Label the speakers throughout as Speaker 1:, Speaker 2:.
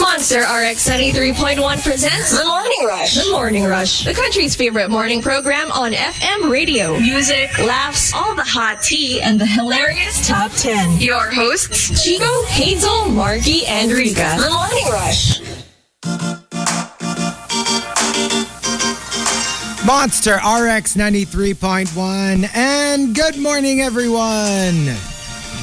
Speaker 1: Monster RX 73.1 presents
Speaker 2: The Morning Rush.
Speaker 1: The Morning Rush, the country's favorite morning program on FM radio.
Speaker 2: Music, laughs, all the hot tea, and the hilarious top 10. Your hosts,
Speaker 1: Chico, Hazel, Marky, and Rika.
Speaker 2: The Morning Rush.
Speaker 3: Monster RX 93.1. And good morning, everyone.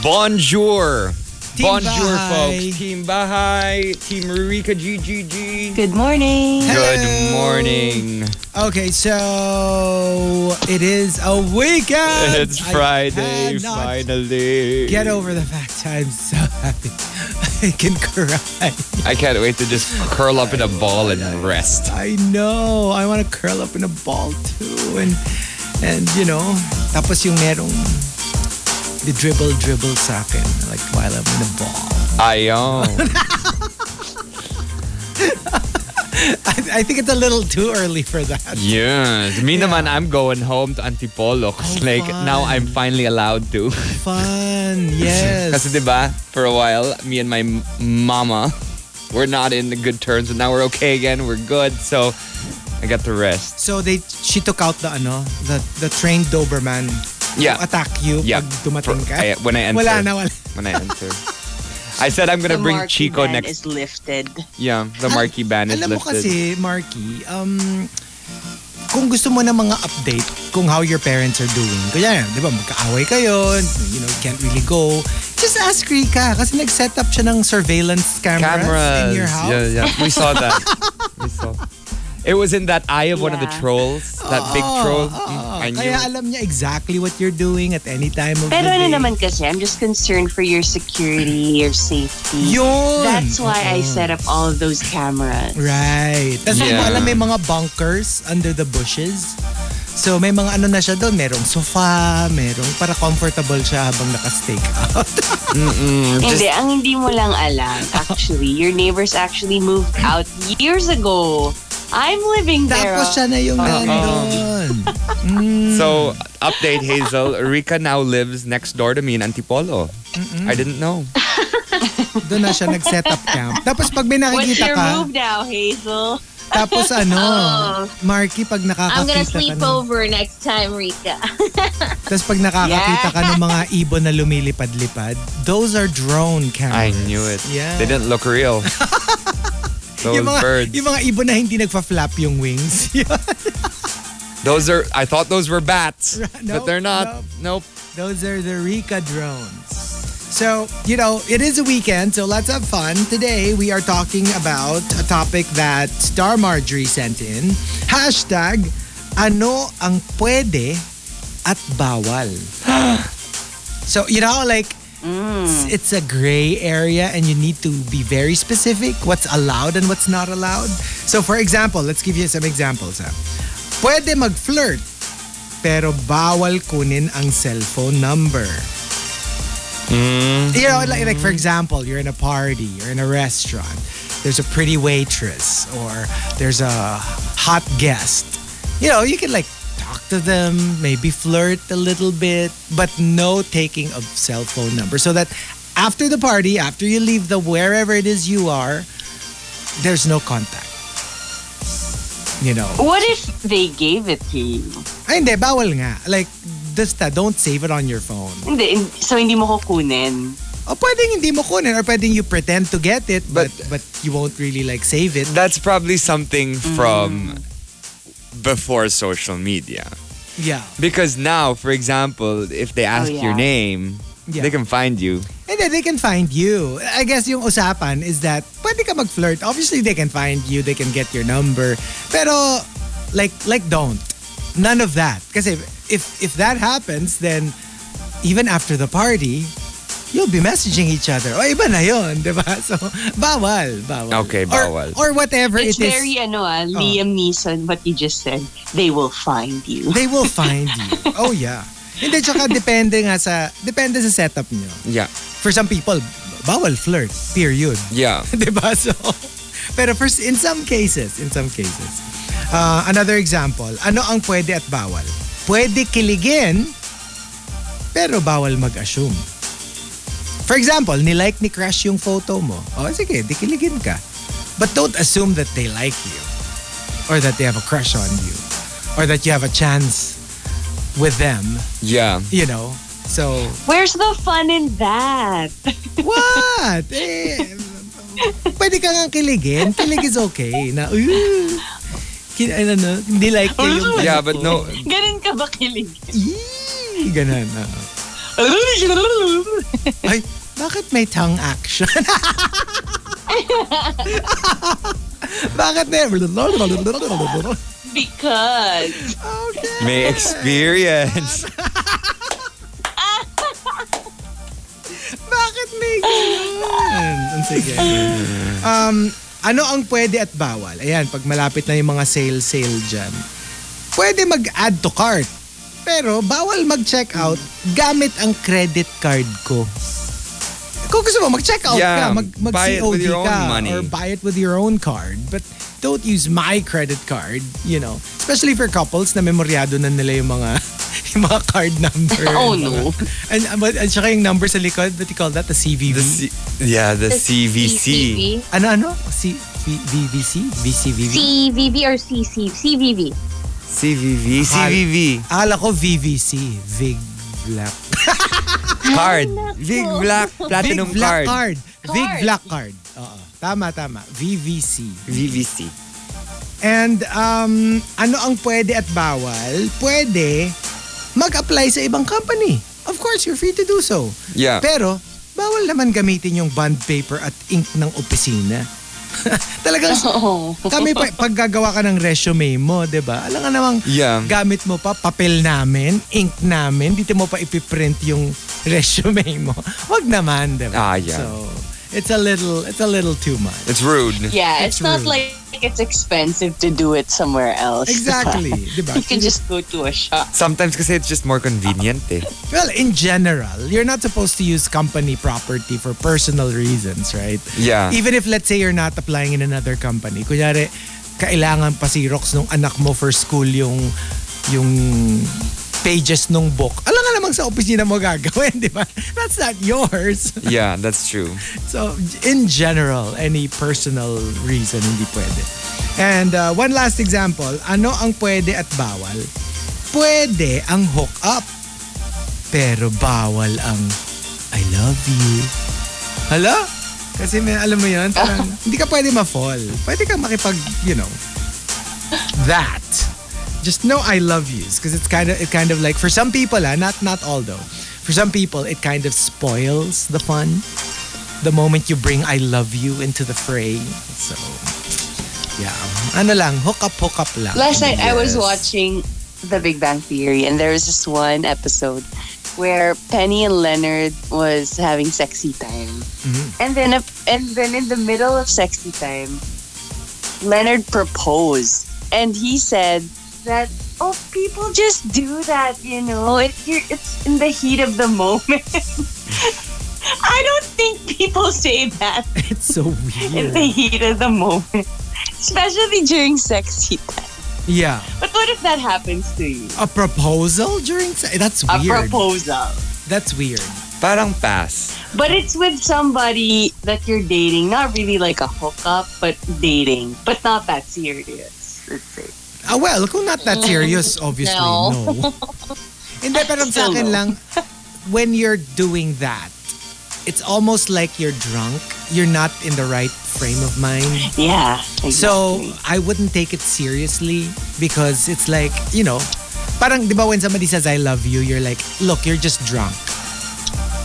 Speaker 4: Bonjour.
Speaker 3: Team
Speaker 4: Bonjour,
Speaker 3: Bahay.
Speaker 4: folks. Team Bahay, Team Rurika GGG.
Speaker 5: Good morning.
Speaker 3: Hello.
Speaker 4: Good morning.
Speaker 3: Okay, so it is a weekend.
Speaker 4: It's
Speaker 3: Um, I
Speaker 4: Friday,
Speaker 3: cannot
Speaker 4: finally.
Speaker 3: Get over the fact I'm so happy. I can cry.
Speaker 4: I can't wait to just curl up in a ball and rest.
Speaker 3: I know. I want to curl up in a ball too. And, and you know, tapos yung merong the dribble dribble sa akin. Like while I'm in a ball.
Speaker 4: Ayaw.
Speaker 3: I, I think it's a little too early for that.
Speaker 4: yes. Me naman, I'm going home to Antipolo. 'cause,
Speaker 3: Oh,
Speaker 4: like,
Speaker 3: fun.
Speaker 4: now I'm finally allowed to.
Speaker 3: Fun, yes.
Speaker 4: Kasi diba, for a while, me and my m- mama were not in the good terms. And now we're okay again. We're good. So, I got to rest.
Speaker 3: So they she took out the ano, the the trained Doberman
Speaker 4: Yeah.
Speaker 3: to attack you
Speaker 4: Yeah.
Speaker 3: pag dumating ka.
Speaker 4: I- when I enter.
Speaker 3: wala na wala.
Speaker 4: when I enter. I said I'm gonna bring
Speaker 5: marquee
Speaker 4: Chico
Speaker 5: ban
Speaker 4: next.
Speaker 5: is lifted.
Speaker 4: yeah, the marquee ban is
Speaker 3: Alam mo
Speaker 4: lifted.
Speaker 3: kasi, Marky, um kung gusto mo ng mga update kung how your parents are doing. Kaya, di ba, magkaaway kayo, you know, can't really go. Just ask Rika kasi nag-set up siya ng surveillance cameras,
Speaker 4: Cameras.
Speaker 3: in your house.
Speaker 4: Yeah, yeah. We saw that. we saw. It was in that eye of one of the
Speaker 5: Yeah.
Speaker 4: trolls. That big troll.
Speaker 3: Oo,
Speaker 4: Mm, I
Speaker 3: Oh,
Speaker 4: knew.
Speaker 3: kaya alam niya exactly what you're doing at any time of
Speaker 5: Pero
Speaker 3: the day.
Speaker 5: ano naman kasi, I'm just concerned for your security, your safety.
Speaker 3: Yun!
Speaker 5: That's why I set up all of those cameras.
Speaker 3: Right. Tapos hindi mo
Speaker 4: Yeah.
Speaker 3: alam, may mga bunkers under the bushes. So may mga ano na siya doon, merong sofa, merong para comfortable siya habang naka-stake out.
Speaker 4: Mm-mm.
Speaker 5: Hindi,
Speaker 4: Just,
Speaker 5: ang hindi mo lang alam, actually, your neighbors actually moved out years ago. I'm living there.
Speaker 3: Tapos siya na yung nandun. Mm.
Speaker 4: so, update Hazel. Rika now lives next door to me in Antipolo. I didn't know.
Speaker 3: doon na siya nag-set up camp. Tapos pag may
Speaker 5: What's
Speaker 3: nakikita
Speaker 5: your
Speaker 3: ka,
Speaker 5: move now, Hazel?
Speaker 3: tapos ano,
Speaker 2: Oh.
Speaker 3: Marky, pag nakakakita
Speaker 2: I'm gonna
Speaker 3: ka
Speaker 2: sleep
Speaker 3: ng-
Speaker 2: over next time, Rika.
Speaker 3: Tapos pag nakakakita
Speaker 5: Yeah.
Speaker 3: ka ng mga ibon na lumilipad-lipad, those are drone
Speaker 4: I
Speaker 3: cameras.
Speaker 4: knew it.
Speaker 3: Yeah.
Speaker 4: They didn't look real. Those
Speaker 3: yung mga,
Speaker 4: birds.
Speaker 3: Yung mga ibon na hindi nagfa-flap yung wings.
Speaker 4: Those are. I thought those were bats,
Speaker 3: Nope,
Speaker 4: but they're not. Nope.
Speaker 3: Those are the Rika drones. So, you know, it is a weekend, so let's have fun. Today, we are talking about a topic that Star Marjorie sent in. Hashtag, ano ang pwede at bawal? so, you know, like, it's, it's a gray area and you need to be very specific what's allowed and what's not allowed. So, for example, let's give you some examples. Ha? Pwede mag-flirt pero bawal kunin ang cellphone number. You know, like, like for example, you're in a party, you're in a restaurant, there's a pretty waitress, or there's a hot guest. You know, you can like talk to them, maybe flirt a little bit, but no taking of cell phone number. So that after the party, after you leave the wherever it is you are, there's no contact. You know.
Speaker 5: What if they gave it to you?
Speaker 3: Ay, hindi. Bawal nga. Like, basta, don't save it on your phone.
Speaker 5: Hindi, hin- so hindi mo kukunin.
Speaker 3: O pwedeng hindi mo kunin or pwedeng you pretend to get it but
Speaker 4: But-
Speaker 3: but, you won't really like save it.
Speaker 4: That's probably something from before social media.
Speaker 3: Yeah.
Speaker 4: Because now, for example, if they ask your
Speaker 5: yeah.
Speaker 4: name,
Speaker 3: Yeah.
Speaker 4: they can find you.
Speaker 3: And then they can find you. I guess yung usapan is that pwede ka mag-flirt. Obviously, they can find you. They can get your number. Pero, like, like don't. None of that. Kasi if, if that happens, then even after the party, you'll be messaging each other. O, iba na yun, di ba? So, bawal, bawal.
Speaker 4: Okay,
Speaker 3: Or-
Speaker 4: bawal.
Speaker 3: Or, whatever
Speaker 5: It's
Speaker 3: it is. Oh.
Speaker 5: very, ano ah, Liam Neeson, what you just said. They will find you.
Speaker 3: They will find you. Oh, yeah. Hindi, tsaka depende nga sa, depende sa setup nyo.
Speaker 4: Yeah.
Speaker 3: For some people, bawal flirt, period.
Speaker 4: Yeah.
Speaker 3: diba? So, pero for, in some cases, in some cases. Uh, another example, ano ang pwede at bawal? Pwede kiligin, pero bawal mag-assume. For example, nilike ni Crush yung photo mo. O sige, di Oh, kiligin ka. But don't assume that they like you or that they have a crush on you or that you have a chance with them,
Speaker 4: Yeah.
Speaker 3: you know. So
Speaker 6: Where's the fun in that?
Speaker 3: what? Eh, pwede ka nga kiligin. Kilig is okay. Na, "Ooh." Kin, ano, no? Hindi like na yung...
Speaker 4: Yeah, but no.
Speaker 6: Ganun ka ba kilig?
Speaker 3: Eee! Ganun. ah. oo. Ay, bakit may tongue action? bakit may...
Speaker 6: Because
Speaker 3: Okay.
Speaker 4: May experience.
Speaker 3: Bakit may ganun? Ang Sige. Um, ano ang pwede at bawal? Ayan, pag malapit na yung mga sale-sale dyan. Pwede mag-add to cart. Pero bawal mag-check out gamit ang credit card ko. Kung gusto mo, mag-check out
Speaker 4: Yeah,
Speaker 3: ka. Mag, mag
Speaker 4: buy it
Speaker 3: COD
Speaker 4: with your own
Speaker 3: ka.
Speaker 4: money.
Speaker 3: Or buy it with your own card. But don't use my credit card, you know. Especially for couples na memoryado na nila yung mga yung mga card number.
Speaker 6: Oh,
Speaker 3: and
Speaker 6: no.
Speaker 3: mga- And, uh, but, and saka yung number sa likod, what do you call that? The CVV?
Speaker 4: The C- yeah, the CVC.
Speaker 3: ano, ano? C- V- VVC? VCVV?
Speaker 7: CVV or CC? CVV.
Speaker 4: CVV. CVV.
Speaker 3: Akala ko VVC. Vig Black.
Speaker 4: Card. Big black platinum
Speaker 3: Vig Black
Speaker 4: card.
Speaker 3: card. Vig
Speaker 7: Card.
Speaker 3: Black card. Oo. Tama, tama. VVC.
Speaker 4: VVC.
Speaker 3: And um, ano ang pwede at bawal? Pwede mag-apply sa ibang company. Of course, you're free to do so.
Speaker 4: Yeah.
Speaker 3: Pero, bawal naman gamitin yung bond paper at ink ng opisina. Talagang
Speaker 6: Oh.
Speaker 3: kami pa, pag gagawa ka ng resume mo, 'di ba? Alam nga namang
Speaker 4: Yeah.
Speaker 3: gamit mo pa papel namin, ink namin, dito mo pa ipiprint yung resume mo. Wag naman, 'di ba?
Speaker 4: Ah,
Speaker 3: So,
Speaker 4: yeah.
Speaker 3: it's a little it's a little too much.
Speaker 4: It's rude.
Speaker 6: Yeah,
Speaker 3: It's
Speaker 6: it's, not
Speaker 3: rude.
Speaker 6: like it's expensive to do it somewhere else.
Speaker 3: Exactly, 'di ba?
Speaker 6: you can just go to a shop.
Speaker 4: Sometimes kasi it's just more convenient eh.
Speaker 3: Well, in general, you're not supposed to use company property for personal reasons, right?
Speaker 4: Yeah.
Speaker 3: Even if let's say you're not applying in another company. Kunyari, kailangan pa Xerox nung anak mo for school yung yung pages nung book. Alam nga namang sa opisina mo gagawin, di ba? That's not yours.
Speaker 4: Yeah, that's true.
Speaker 3: So, in general, any personal reason, hindi pwede. And uh, one last example, ano ang pwede at bawal? Pwede ang hook up, pero bawal ang I love you. Hala? Kasi may, alam mo yun, parang hindi ka pwede ma-fall. Pwede ka makipag, you know, that. Just know I love yous because it's kind of it kind of like for some people, ah, not not all though. For some people, it kind of spoils the fun the moment you bring I love you into the fray. So, yeah. Ano lang, hook up, hook up lang.
Speaker 6: Last night I was
Speaker 4: Yes.
Speaker 6: watching The Big Bang Theory, and there was this one episode where Penny and Leonard was having sexy time,
Speaker 3: Mm-hmm.
Speaker 6: and then a, and then in the middle of sexy time, Leonard proposed, and he said that oh people just do that, you know, it, you're, it's in the heat of the moment. I don't think people say that
Speaker 3: It's so
Speaker 6: in the
Speaker 3: weird.
Speaker 6: heat of the moment, especially during sexy time.
Speaker 3: Yeah.
Speaker 6: But what if that happens to you?
Speaker 3: A proposal during se- That's
Speaker 6: A
Speaker 3: weird.
Speaker 6: proposal.
Speaker 3: That's weird.
Speaker 4: Parang pass.
Speaker 6: But it's with somebody that you're dating, not really like a hookup, but dating, but not that serious. Let's say.
Speaker 3: Ah, well, kung not that serious, obviously, no.
Speaker 6: No.
Speaker 3: Hindi, pero sa
Speaker 6: Still
Speaker 3: akin
Speaker 6: no.
Speaker 3: lang, when you're doing that, it's almost like you're drunk. You're not in the right frame of mind.
Speaker 6: Yeah.
Speaker 3: So,
Speaker 6: exactly.
Speaker 3: I wouldn't take it seriously because it's like, you know, parang, di ba when somebody says, I love you, you're like, look, you're just drunk.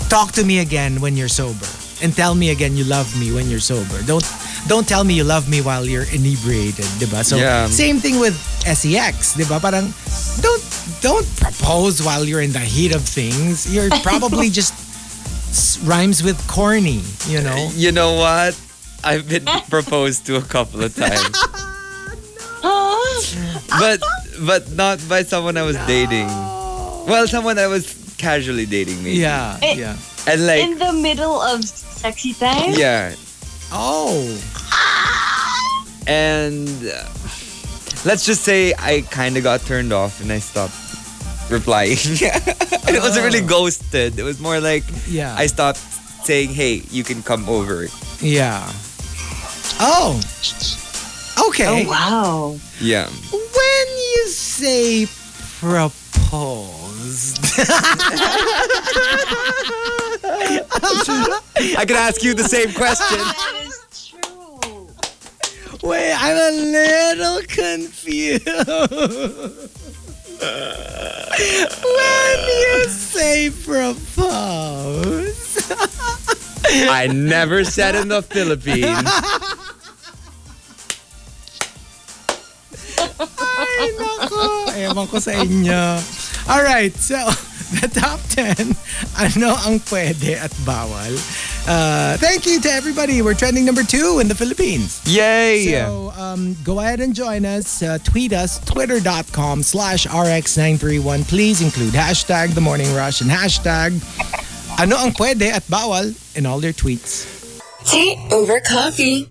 Speaker 3: Talk to me again when you're sober. And tell me again you love me when you're sober. Don't don't tell me you love me while you're inebriated, di ba? So,
Speaker 4: Yeah.
Speaker 3: same thing with SEX, di ba? Parang, don't, don't propose while you're in the heat of things. You're probably just s- rhymes with corny, you know?
Speaker 4: You know what? I've been proposed to a couple of times. but but not by someone I was dating. Well, someone I was casually dating maybe.
Speaker 3: Yeah,
Speaker 6: Eh,
Speaker 3: yeah.
Speaker 4: And like
Speaker 6: in the middle of sexy time?
Speaker 4: yeah.
Speaker 3: Oh.
Speaker 4: And uh, let's just say I kind of got turned off and I stopped replying. And it wasn't really ghosted. It was more like
Speaker 3: Oh. Yeah.
Speaker 4: I stopped saying, "Hey, you can come over."
Speaker 3: Yeah. Oh.
Speaker 5: Oh,
Speaker 3: Okay.
Speaker 5: wow.
Speaker 4: Yeah.
Speaker 3: When you say proposed,
Speaker 4: I could ask you the same question.
Speaker 5: That is true.
Speaker 3: wait, I'm a little confused. when you say propose,
Speaker 4: I never said in the Philippines.
Speaker 3: ay nako, ewan ko sa inyo. Alright, so the top 10, ano ang pwede at bawal? Uh, thank you to everybody. We're trending number two in the Philippines.
Speaker 4: Yay!
Speaker 3: So um, go ahead and join us. Uh, tweet us, twitter.com slash rx931. Please include hashtag the morning rush and hashtag ano ang pwede at bawal in all your tweets.
Speaker 2: Tea over coffee.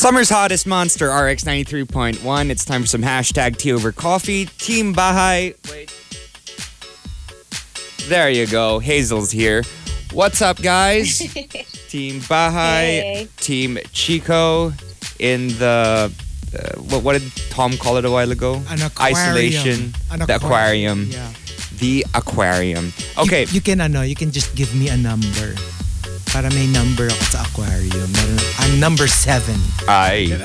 Speaker 4: Summer's hottest monster, RX 93.1. It's time for some hashtag tea over coffee. Team Bahay. Wait. There you go. Hazel's here. What's up, guys? Team Bahay.
Speaker 8: Hey.
Speaker 4: Team Chico in the. Uh, what, what did Tom call it a while ago?
Speaker 3: An aquarium.
Speaker 4: Isolation.
Speaker 3: An
Speaker 4: the aquarium.
Speaker 3: Yeah.
Speaker 4: The aquarium. Okay.
Speaker 3: You, you can ano, you can just give me a number. Para may number ako sa aquarium. Meron- I'm number seven.
Speaker 4: Ay.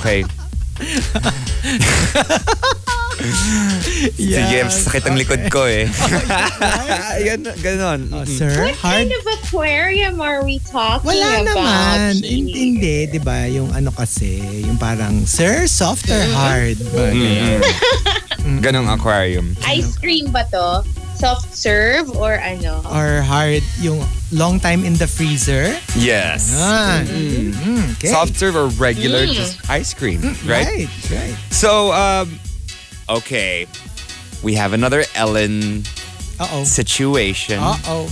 Speaker 4: Okay. Sige, sakit ang likod ko eh. Gan- Ganon.
Speaker 3: Oh, sir, hard
Speaker 8: of aquarium are we talking
Speaker 3: Wala naman. In- Hindi, di ba? Yung ano kasi, yung parang, sir, soft or hard? Ba,
Speaker 4: Mm.
Speaker 3: ganun.
Speaker 4: Ganong aquarium.
Speaker 8: Ice cream ba to? Soft serve or ano?
Speaker 3: Or hard, yung long time in the freezer?
Speaker 4: Yes.
Speaker 3: Ah, mm, okay. Mm,
Speaker 4: Soft serve or regular just ice cream, right?
Speaker 3: Right, right.
Speaker 4: So, um, okay. We have another Ellen
Speaker 3: Uh-oh.
Speaker 4: situation.
Speaker 3: Uh-oh.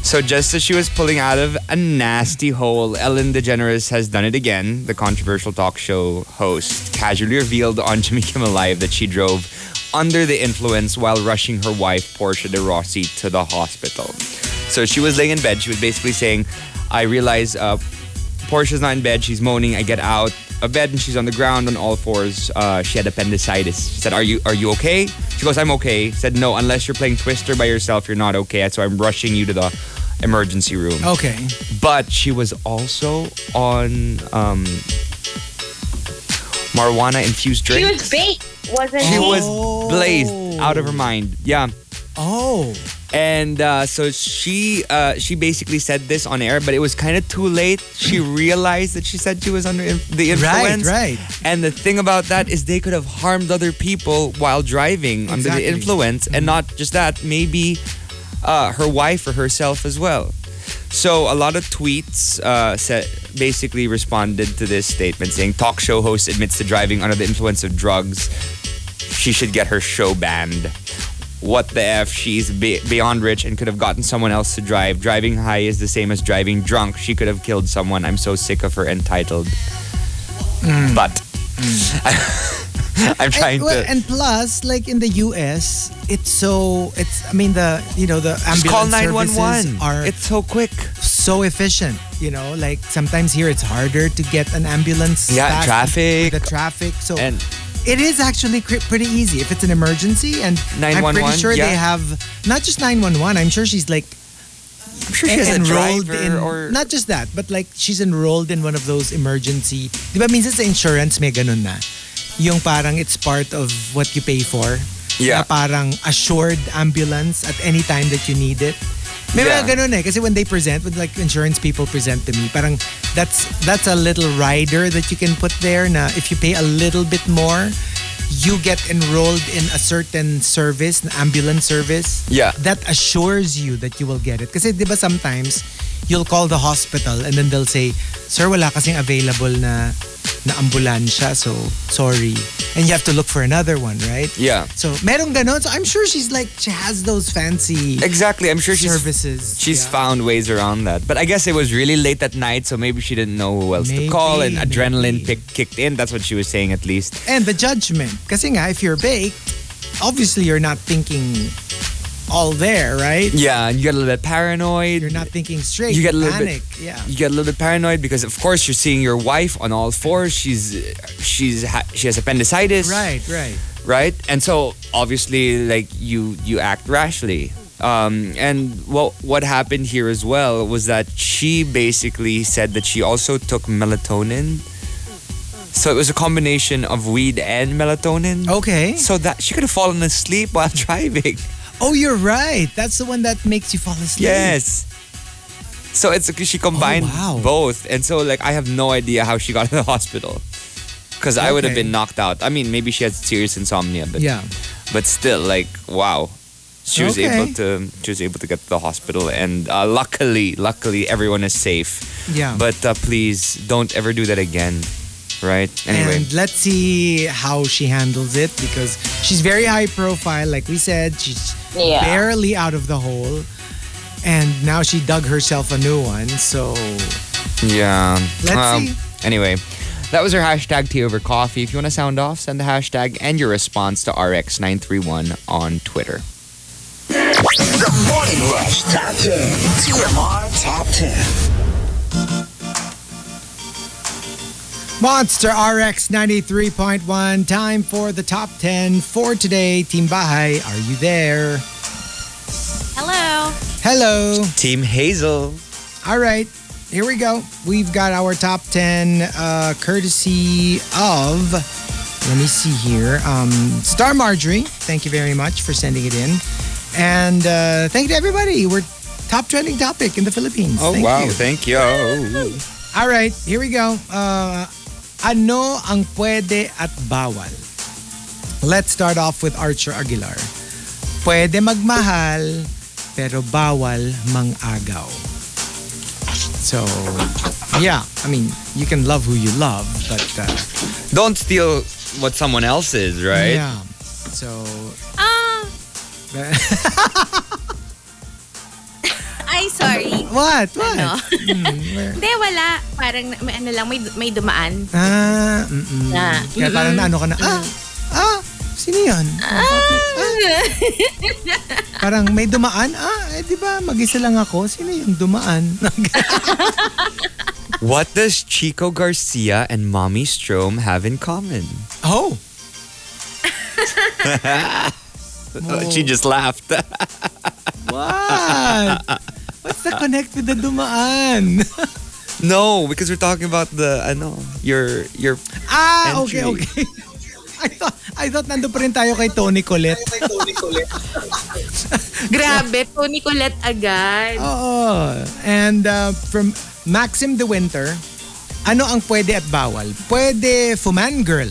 Speaker 4: So, just as she was pulling out of a nasty hole, Ellen DeGeneres has done it again. The controversial talk show host casually revealed on Jimmy Kimmel Live that she drove under the influence while rushing her wife, Portia de Rossi, to the hospital. So, she was laying in bed. She was basically saying, I realize uh, Portia's not in bed. She's moaning. I get out of bed and she's on the ground on all fours. Uh, she had appendicitis. She said, "Are you are you okay?" She goes, "I'm okay." Said, "No, unless you're playing Twister by yourself, you're not okay. So I'm rushing you to the emergency room."
Speaker 3: Okay.
Speaker 4: But she was also on um, marijuana infused
Speaker 8: She
Speaker 4: drink.
Speaker 8: was baked, wasn't she?
Speaker 4: She was
Speaker 3: Oh.
Speaker 4: blazed out of her mind. Yeah.
Speaker 3: Oh.
Speaker 4: And uh, so she uh, she basically said this on air, but it was kind of too late. She realized that she said she was under inf- the
Speaker 3: Right,
Speaker 4: influence.
Speaker 3: right.
Speaker 4: And the thing about that is they could have harmed other people while driving under the
Speaker 3: Exactly. Mm-hmm.
Speaker 4: influence, and not just that, maybe uh, her wife or herself as well. So a lot of tweets uh, sa- basically responded to this statement saying talk show host admits to driving under the influence of drugs. She should get her show banned. What the F? She's be- beyond rich and could have gotten someone else to drive. Driving high is the same as driving drunk. She could have killed someone. I'm so sick of her entitled. But I'm
Speaker 3: Hmm.
Speaker 4: trying
Speaker 3: And, well,
Speaker 4: to.
Speaker 3: and plus, like in the US, it's so, it's, I mean, the, you know, the ambulance
Speaker 4: Just call
Speaker 3: services
Speaker 4: 911.
Speaker 3: are
Speaker 4: It's so quick.
Speaker 3: so efficient. You know, like sometimes here it's harder to get an ambulance.
Speaker 4: Yeah,
Speaker 3: back
Speaker 4: traffic.
Speaker 3: with The traffic. So
Speaker 4: And
Speaker 3: it is actually cr- pretty easy if it's an emergency. And I'm
Speaker 4: 911,
Speaker 3: pretty sure
Speaker 4: yeah.
Speaker 3: they have not just 911. I'm sure she's like
Speaker 4: I'm sure she has a
Speaker 3: enrolled
Speaker 4: driver
Speaker 3: in
Speaker 4: or
Speaker 3: not just that, but like she's enrolled in one of those emergency. Di ba minsan sa insurance may ganun na. Yung parang it's part of what you pay for.
Speaker 4: Yeah.
Speaker 3: Na parang assured ambulance at any time that you need it. May mga
Speaker 4: Yeah.
Speaker 3: ganun eh. Kasi when they present, when like insurance people present to me, parang that's that's a little rider that you can put there na if you pay a little bit more, you get enrolled in a certain service, an ambulance service
Speaker 4: Yeah.
Speaker 3: that assures you that you will get it. Kasi 'di ba sometimes you'll call the hospital and then they'll say, "Sir, wala kasing available na na ambulansya, so sorry." And you have to look for another one, right?
Speaker 4: Yeah.
Speaker 3: So, merong ganon. So, I'm sure she's like she has those fancy
Speaker 4: Exactly. I'm sure she's
Speaker 3: services.
Speaker 4: she's
Speaker 3: Yeah.
Speaker 4: found ways around that. But I guess it was really late that night, so maybe she didn't know who else to call, and
Speaker 3: Maybe,
Speaker 4: adrenaline
Speaker 3: maybe.
Speaker 4: pick, kicked in. That's what she was saying, at least.
Speaker 3: And the judgment. Kasi nga, if you're baked, obviously you're not thinking all there, right?
Speaker 4: Yeah, you get a little bit paranoid.
Speaker 3: You're not thinking straight.
Speaker 4: You get a little
Speaker 3: panic.
Speaker 4: bit,
Speaker 3: Yeah.
Speaker 4: You get a little bit paranoid because, of course, you're seeing your wife on all fours. She's, she's, ha- she has appendicitis,
Speaker 3: Right, right.
Speaker 4: Right, and so obviously, like you, you act rashly. Um, and what what happened here as well was that she basically said that she also took melatonin. So it was a combination of weed and melatonin.
Speaker 3: Okay.
Speaker 4: So that she could have fallen asleep while driving.
Speaker 3: Oh, you're right. That's the one that makes you fall asleep.
Speaker 4: Yes. So it's she combined
Speaker 3: Oh, wow.
Speaker 4: both, and so like I have no idea how she got to the hospital, because I would have
Speaker 3: Okay.
Speaker 4: been knocked out. I mean, maybe she had serious insomnia, but
Speaker 3: Yeah.
Speaker 4: but still, like wow, she was
Speaker 3: Okay.
Speaker 4: able to she was able to get to the hospital, and uh, luckily, luckily everyone is safe.
Speaker 3: Yeah.
Speaker 4: But uh, please don't ever do that again, right? Anyway,
Speaker 3: And let's see how she handles it because she's very high profile. Like we said, she's
Speaker 5: Yeah.
Speaker 3: barely out of the hole. And now she dug herself a new one. So,
Speaker 4: yeah. Um,
Speaker 3: Let's see.
Speaker 4: Anyway. That was our hashtag tea over coffee. If you want to sound off, send the hashtag and your response to RX931 on Twitter.
Speaker 9: The Morning Rush Top 10. TMR Top 10.
Speaker 3: Monster RX 93.1, time for the top 10 for today. Team Bahay, are you there?
Speaker 10: Hello.
Speaker 3: Hello.
Speaker 4: Team Hazel.
Speaker 3: All right, here we go. We've got our top 10 uh, courtesy of, let me see here, um, Star Marjorie. Thank you very much for sending it in. And uh, thank you to everybody. We're top trending topic in the Philippines. Oh,
Speaker 4: Oh,
Speaker 3: Thank you.
Speaker 4: Thank you.
Speaker 3: All right, here we go. Uh, ano ang pwede at bawal? Let's start off with Archer Aguilar. Pwede magmahal, pero bawal mangagaw. So, yeah, I mean, you can love who you love, but uh,
Speaker 4: Don't steal what someone else's, right?
Speaker 3: yeah. So,
Speaker 10: Ah, ay sorry.
Speaker 3: what? What?
Speaker 10: Ano?
Speaker 3: Mm, where-
Speaker 10: Hindi, wala. Parang may ano lang, may, may dumaan.
Speaker 3: ah, mm-mm.
Speaker 10: Na.
Speaker 3: Kaya parang na ano ka na, ah, ah, sino yun?
Speaker 10: Ah.
Speaker 3: Ah. Parang may dumaan. Ah, eh, di ba? Mag-isa lang ako. Sino yung dumaan?
Speaker 4: What does Chico Garcia and Mommy Strome have in common?
Speaker 3: oh. Oh.
Speaker 4: She just laughed.
Speaker 3: What? What's the connect with the dumaan?
Speaker 4: no, because we're talking about the I know your your
Speaker 3: ah, okay,
Speaker 4: Entry.
Speaker 3: okay. I thought, I thought nando pa rin tayo kay Tony Colette.
Speaker 10: Grabe, Tony Colette agad.
Speaker 3: Oo. And uh, from Maxim De Winter, ano ang pwede at bawal? Pwede fumangirl.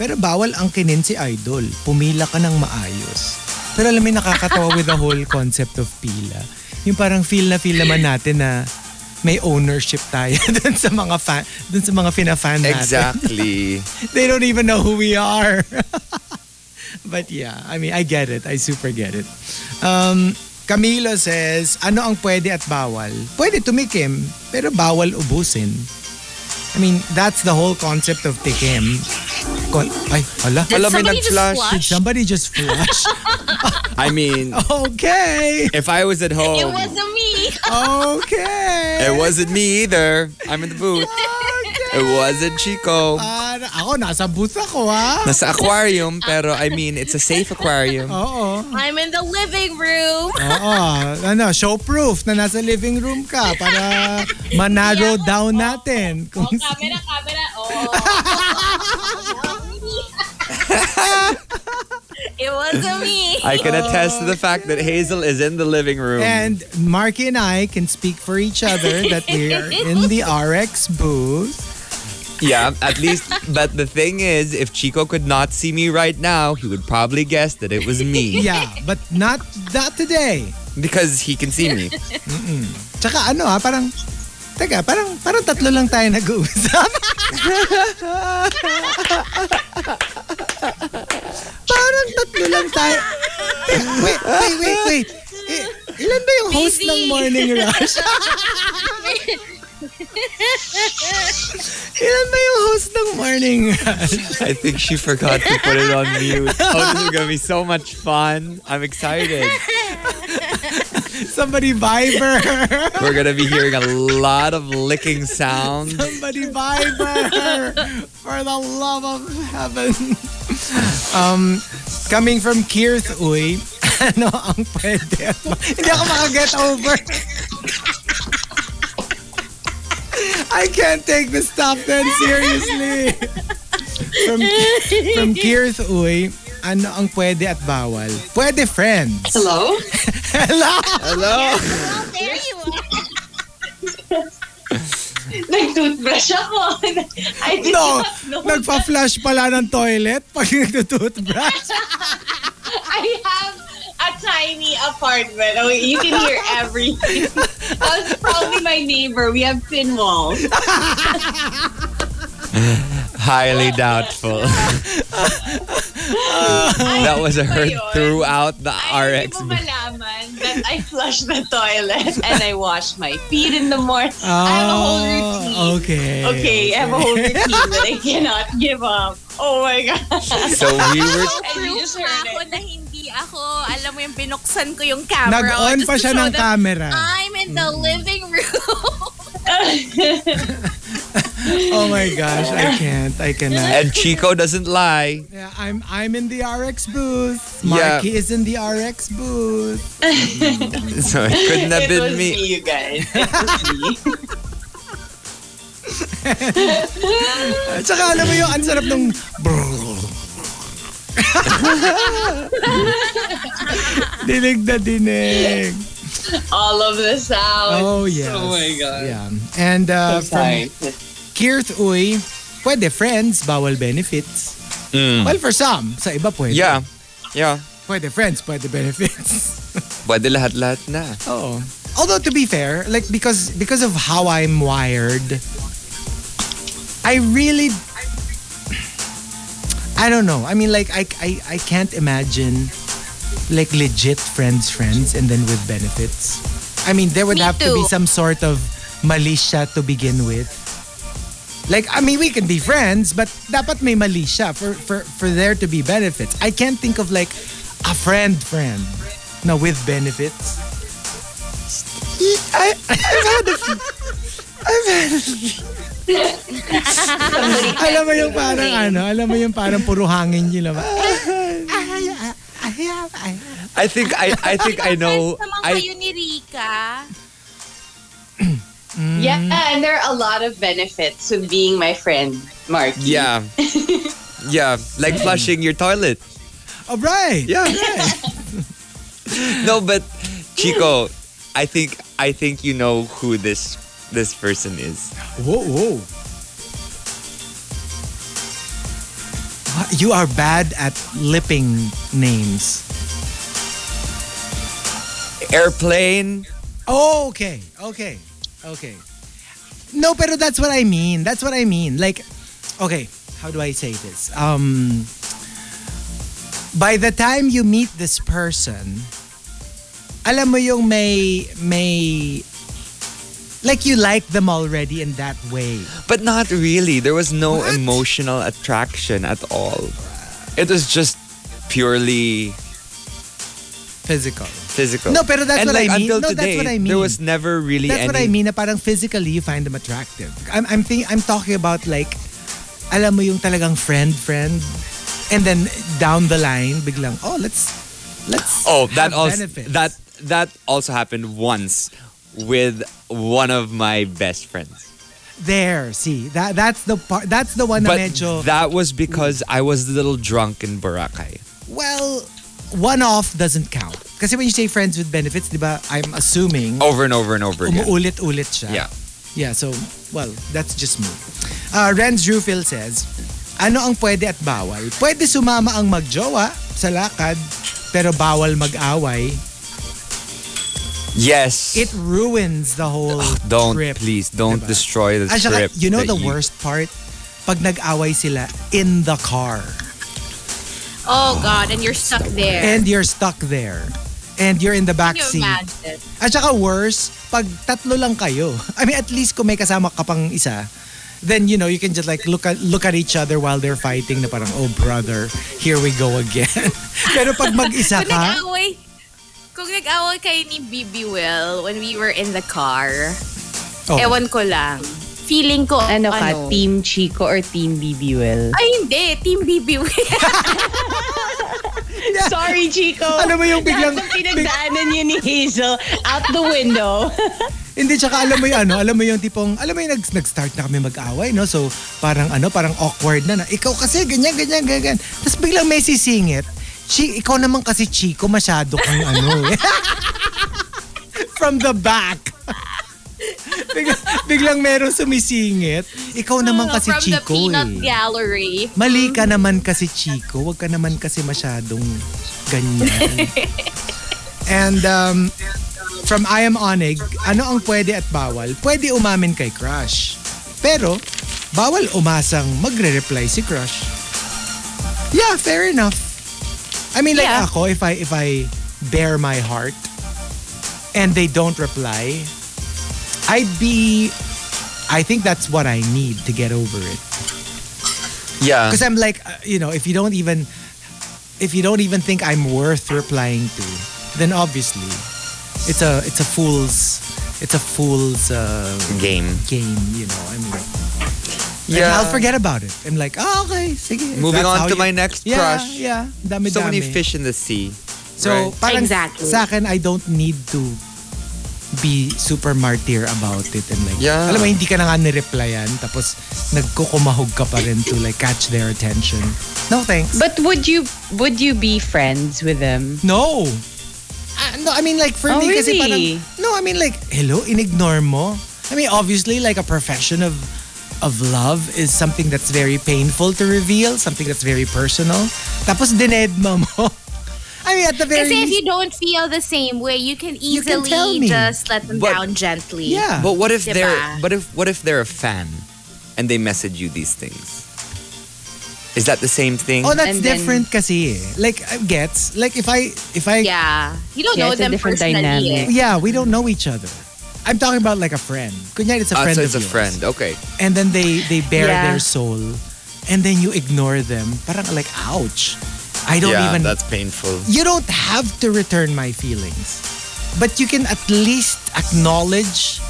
Speaker 3: Pero bawal ang kinin si idol. Pumila ka ng maayos. Pero alam mo, yung nakakatawa with the whole concept of pila. Yung parang feel na feel naman natin na may ownership tayo dun sa mga fan, dun sa mga fina-fan natin.
Speaker 4: exactly.
Speaker 3: They don't even know who we are. but yeah, I mean, I get it. I super get it. Um, Camilo says, ano ang pwede at bawal? Pwede tumikim, pero bawal ubusin. I mean, that's the whole concept of tikim. Kon- Ay, hala.
Speaker 10: Did
Speaker 4: Alam mo,
Speaker 10: somebody just
Speaker 4: nag-flash.
Speaker 10: flush?
Speaker 3: Did somebody just flush?
Speaker 4: I mean,
Speaker 3: okay.
Speaker 4: if I was at home,
Speaker 10: It wasn't me.
Speaker 3: Okay.
Speaker 4: it wasn't me either. I'm in the booth. It wasn't Chico.
Speaker 3: Ah, ako, nasa booth ako, ha?
Speaker 4: Nasa aquarium, pero I mean, it's a safe aquarium.
Speaker 3: Oo.
Speaker 10: I'm in the living room.
Speaker 3: Oo. Ano, show proof na nasa living room ka para manarrow down natin. Kung
Speaker 8: Camera, camera. Oh.
Speaker 10: It wasn't me.
Speaker 4: I can attest to the fact that Hazel is in the living room.
Speaker 3: And Marky and I can speak for each other that we are in the RX booth.
Speaker 4: Yeah, at least. But the thing is, if Chico could not see me right now, he would probably guess that it was me
Speaker 3: Yeah, but not not today.
Speaker 4: because he can see me.
Speaker 3: Tsaka ano ha, parang, teka, parang, parang tatlo lang tayo nag-uusap. parang tatlo lang tayo. Wait, wait, wait, wait. I- ilan ba yung host
Speaker 10: Busy.
Speaker 3: ng Morning Rush? ilan ba yung host ng Morning Rush?
Speaker 4: I think she forgot to put it on mute. Oh, this is gonna be so much fun! I'm excited.
Speaker 3: Somebody Viber.
Speaker 4: We're gonna be hearing a lot of licking sounds.
Speaker 3: Somebody Viber. For the love of heaven. Um, coming from Kirth, uy, ano ang pwede? Hindi ako makaget over. I can't take this top 10 seriously. from, from Kirth, uy, ano ang pwede at bawal? Pwede, friends.
Speaker 5: Hello?
Speaker 3: Hello?
Speaker 4: Hello?
Speaker 10: Well, there you are.
Speaker 8: Nag-toothbrush ako. I did
Speaker 3: No,
Speaker 8: not know.
Speaker 3: nagpa-flush pala ng toilet pag nagtututbrush.
Speaker 8: I have a tiny apartment. Oh, you can hear everything. That's probably my neighbor. We have thin walls.
Speaker 4: Highly doubtful. that was heard throughout the
Speaker 8: Ay,
Speaker 4: RX.
Speaker 8: hindi mo malaman that I flush the toilet and I wash my feet in the morning. I have a whole routine.
Speaker 3: Oh, Okay.
Speaker 8: Okay, I have a whole routine that I cannot give up. Oh my god.
Speaker 4: So we were
Speaker 8: And you
Speaker 10: Proof
Speaker 8: just
Speaker 10: na
Speaker 8: heard
Speaker 10: ako
Speaker 8: it.
Speaker 10: na hindi ako. Alam mo yung binuksan ko yung camera.
Speaker 3: Nag-on
Speaker 10: just
Speaker 3: pa
Speaker 10: to
Speaker 3: siya
Speaker 10: show
Speaker 3: ng
Speaker 10: them,
Speaker 3: camera.
Speaker 8: Ah.
Speaker 10: I'm in the living room.
Speaker 3: Oh my gosh, I can't. I cannot.
Speaker 4: and Chico doesn't lie.
Speaker 3: Yeah, I'm I'm in the RX booth.
Speaker 4: Yeah.
Speaker 3: Marky is in the RX booth.
Speaker 4: So it couldn't have
Speaker 8: It was
Speaker 4: been
Speaker 8: me.
Speaker 4: me.
Speaker 8: you guys. It was me.
Speaker 3: At saka alam mo yung ang sarap nung dinig na dinig.
Speaker 8: All of the sounds.
Speaker 3: Oh yes.
Speaker 8: Oh my god.
Speaker 3: Yeah. And uh, from Kirth Uy, pwede friends, bawal benefits.
Speaker 4: Mm.
Speaker 3: Well, for some. Sa iba pwede.
Speaker 4: Yeah. Yeah.
Speaker 3: Pwede friends, pwede benefits.
Speaker 4: Pwede lahat-lahat na.
Speaker 3: Oo. Although to be fair, like because because of how I'm wired, I really I don't know. I mean like I I, I can't imagine like legit friends friends and then with benefits. I mean there would
Speaker 10: Me
Speaker 3: have to be
Speaker 10: too.
Speaker 3: some sort of malicia to begin with. Like I mean we can be friends but dapat may malicia for for for there to be benefits. I can't think of like a friend friend. No, with benefits. I, I've had a few. I've had a few. alam mo yung parang ano, alam mo yung parang puro hangin yun Ah, naman. ah,
Speaker 4: I think I I think I know
Speaker 10: Friends
Speaker 4: I
Speaker 10: naman kayo ni Rika.
Speaker 8: Yeah, and there are a lot of benefits to being my friend, Mark.
Speaker 4: yeah. Yeah, like flushing your toilet.
Speaker 3: Oh, right.
Speaker 4: Yeah. no, but Chico, I think I think you know who this this person is.
Speaker 3: Whoa, whoa. What? Ah, You are bad at lipping names.
Speaker 4: Airplane.
Speaker 3: Oh, okay. Okay. Okay. No, pero that's what I mean. That's what I mean. Like, okay, how do I say this? Um, by the time you meet this person, alam mo yung may, may, like you like them already in that way.
Speaker 4: But not really. There was no emotional attraction at all. It was just purely
Speaker 3: Physical.
Speaker 4: physical.
Speaker 3: No, pero that's
Speaker 4: and
Speaker 3: what
Speaker 4: like,
Speaker 3: I mean. No,
Speaker 4: Until
Speaker 3: that's
Speaker 4: today,
Speaker 3: what I mean.
Speaker 4: There was never really
Speaker 3: That's
Speaker 4: any.
Speaker 3: what I mean na parang physically you find them attractive. I'm I'm think, I'm talking about like alam mo yung talagang friend friend and then down the line biglang oh let's let's
Speaker 4: Oh,
Speaker 3: have
Speaker 4: that also
Speaker 3: benefits.
Speaker 4: that that also happened once with one of my best friends.
Speaker 3: there see that that's the part that's the one
Speaker 4: But
Speaker 3: na medyo
Speaker 4: that was because I was a little drunk in Boracay.
Speaker 3: well one off doesn't count. Kasi when you say friends with benefits, 'di ba? I'm assuming
Speaker 4: Over and over and over again.
Speaker 3: umuulit-ulit siya.
Speaker 4: Yeah.
Speaker 3: Yeah, so, well, that's just me. Uh, Renz Rufil says, Ano ang pwede at bawal? Pwede sumama ang magjowa sa lakad, pero bawal mag-away.
Speaker 4: Yes.
Speaker 3: It ruins the whole
Speaker 4: Ah, don't
Speaker 3: trip.
Speaker 4: please don't
Speaker 3: Diba?
Speaker 4: destroy the
Speaker 3: At saka,
Speaker 4: trip.
Speaker 3: you know
Speaker 4: that
Speaker 3: the worst part? Pag nag-away sila in the car.
Speaker 10: Oh, God. And you're stuck there.
Speaker 3: And you're stuck there. And you're in the
Speaker 10: Can
Speaker 3: back
Speaker 10: you
Speaker 3: seat.
Speaker 10: imagine?
Speaker 3: At saka worse, pag tatlo lang kayo. I mean, at least kung may kasama ka pang isa, then you know, you can just like look at look at each other while they're fighting na parang, oh brother, here we go again. Pero pag mag-isa
Speaker 10: Kung
Speaker 3: ka,
Speaker 10: nag-away, kung kung nag-away kayo ni Bibi Will when we were in the car,
Speaker 3: Oh.
Speaker 10: ewan ko lang. Feeling ko,
Speaker 6: Ano
Speaker 10: ano,
Speaker 6: ka, Team Chico or Team BBWell?
Speaker 10: Ay, hindi. Team Bibi Will.
Speaker 6: Sorry, Chico.
Speaker 3: Alam mo Ano yung biglang...
Speaker 6: Lahat ng pinagdaanan niya ni Hazel out the window.
Speaker 3: Hindi, tsaka alam mo yung ano, alam mo yung tipong, alam mo yung nag, nag-start na kami mag-away, no? So, parang ano, parang awkward na na, ikaw kasi, ganyan, ganyan, ganyan. Tapos biglang may sisingit, Chi, ikaw naman kasi Chico, masyado kang ano eh. From the back. biglang, biglang merong sumisingit. Ikaw Ano naman kasi
Speaker 10: From the
Speaker 3: Chico
Speaker 10: Peanut
Speaker 3: eh.
Speaker 10: Gallery.
Speaker 3: Mali ka naman kasi Chico, wag ka naman kasi masyadong ganyan. And um, from I Am Onig, ano ang pwede at bawal? Pwede umamin kay crush. Pero, bawal umasang magre-reply si crush. Yeah, fair enough. I mean, like
Speaker 10: Yeah.
Speaker 3: ako, if I, if I bare my heart and they don't reply, I'd be, I think that's what I need to get over it.
Speaker 4: Yeah.
Speaker 3: Because I'm like, uh, you know, if you don't even, if you don't even think I'm worth replying to, then obviously, it's a it's a fool's it's a fool's uh,
Speaker 4: Game.
Speaker 3: game. You know, I mean, yeah.
Speaker 4: Yeah.
Speaker 3: I'll forget about it. I'm like, oh, okay, sige.
Speaker 4: Moving
Speaker 3: That's
Speaker 4: on
Speaker 3: how
Speaker 4: to
Speaker 3: you-
Speaker 4: my next
Speaker 3: yeah,
Speaker 4: crush.
Speaker 3: Yeah, dami
Speaker 4: So many
Speaker 3: dami.
Speaker 4: fish in the sea.
Speaker 3: So
Speaker 4: Right.
Speaker 3: parang
Speaker 10: Exactly.
Speaker 3: sa akin, I don't need to be super martyr about it and like
Speaker 4: Yeah.
Speaker 3: alam mo hindi ka na nga nireplyan tapos nagkukumahog ka pa rin to like catch their attention no thanks
Speaker 6: But would you would you be friends with them?
Speaker 3: No. Ah, no, I mean like for
Speaker 6: Oh,
Speaker 3: me kasi
Speaker 6: really?
Speaker 3: parang No, I mean like hello, inignore mo. I mean obviously like a profession of of love is something that's very painful to reveal, something that's very personal. Tapos dinedma mo. I mean at the very
Speaker 10: Kasi if you
Speaker 3: least,
Speaker 10: don't feel the same way, you can
Speaker 3: can
Speaker 10: easily
Speaker 3: tell me.
Speaker 10: just let them
Speaker 4: But-
Speaker 10: down gently.
Speaker 3: yeah.
Speaker 4: But what if
Speaker 10: Diba?
Speaker 4: they're but if what if they're a fan and they message you these things? Is that the same thing?
Speaker 3: Oh, that's
Speaker 6: And then-
Speaker 3: different kasi eh. Like I gets like if I if I
Speaker 10: Yeah. You don't
Speaker 6: Yeah,
Speaker 10: know
Speaker 6: it's a
Speaker 10: them
Speaker 6: different
Speaker 10: personally.
Speaker 6: dynamic.
Speaker 10: eh.
Speaker 3: yeah, we don't know each other. I'm talking about like a friend. Kunyari it's a
Speaker 4: Ah,
Speaker 3: friend
Speaker 4: so
Speaker 3: of
Speaker 4: it's a
Speaker 3: yours.
Speaker 4: friend. Okay.
Speaker 3: and then they they bare
Speaker 6: Yeah.
Speaker 3: their soul and then you ignore them parang like ouch i don't
Speaker 4: yeah,
Speaker 3: even
Speaker 4: that's painful.
Speaker 3: you don't have to return my feelings but you can at least acknowledge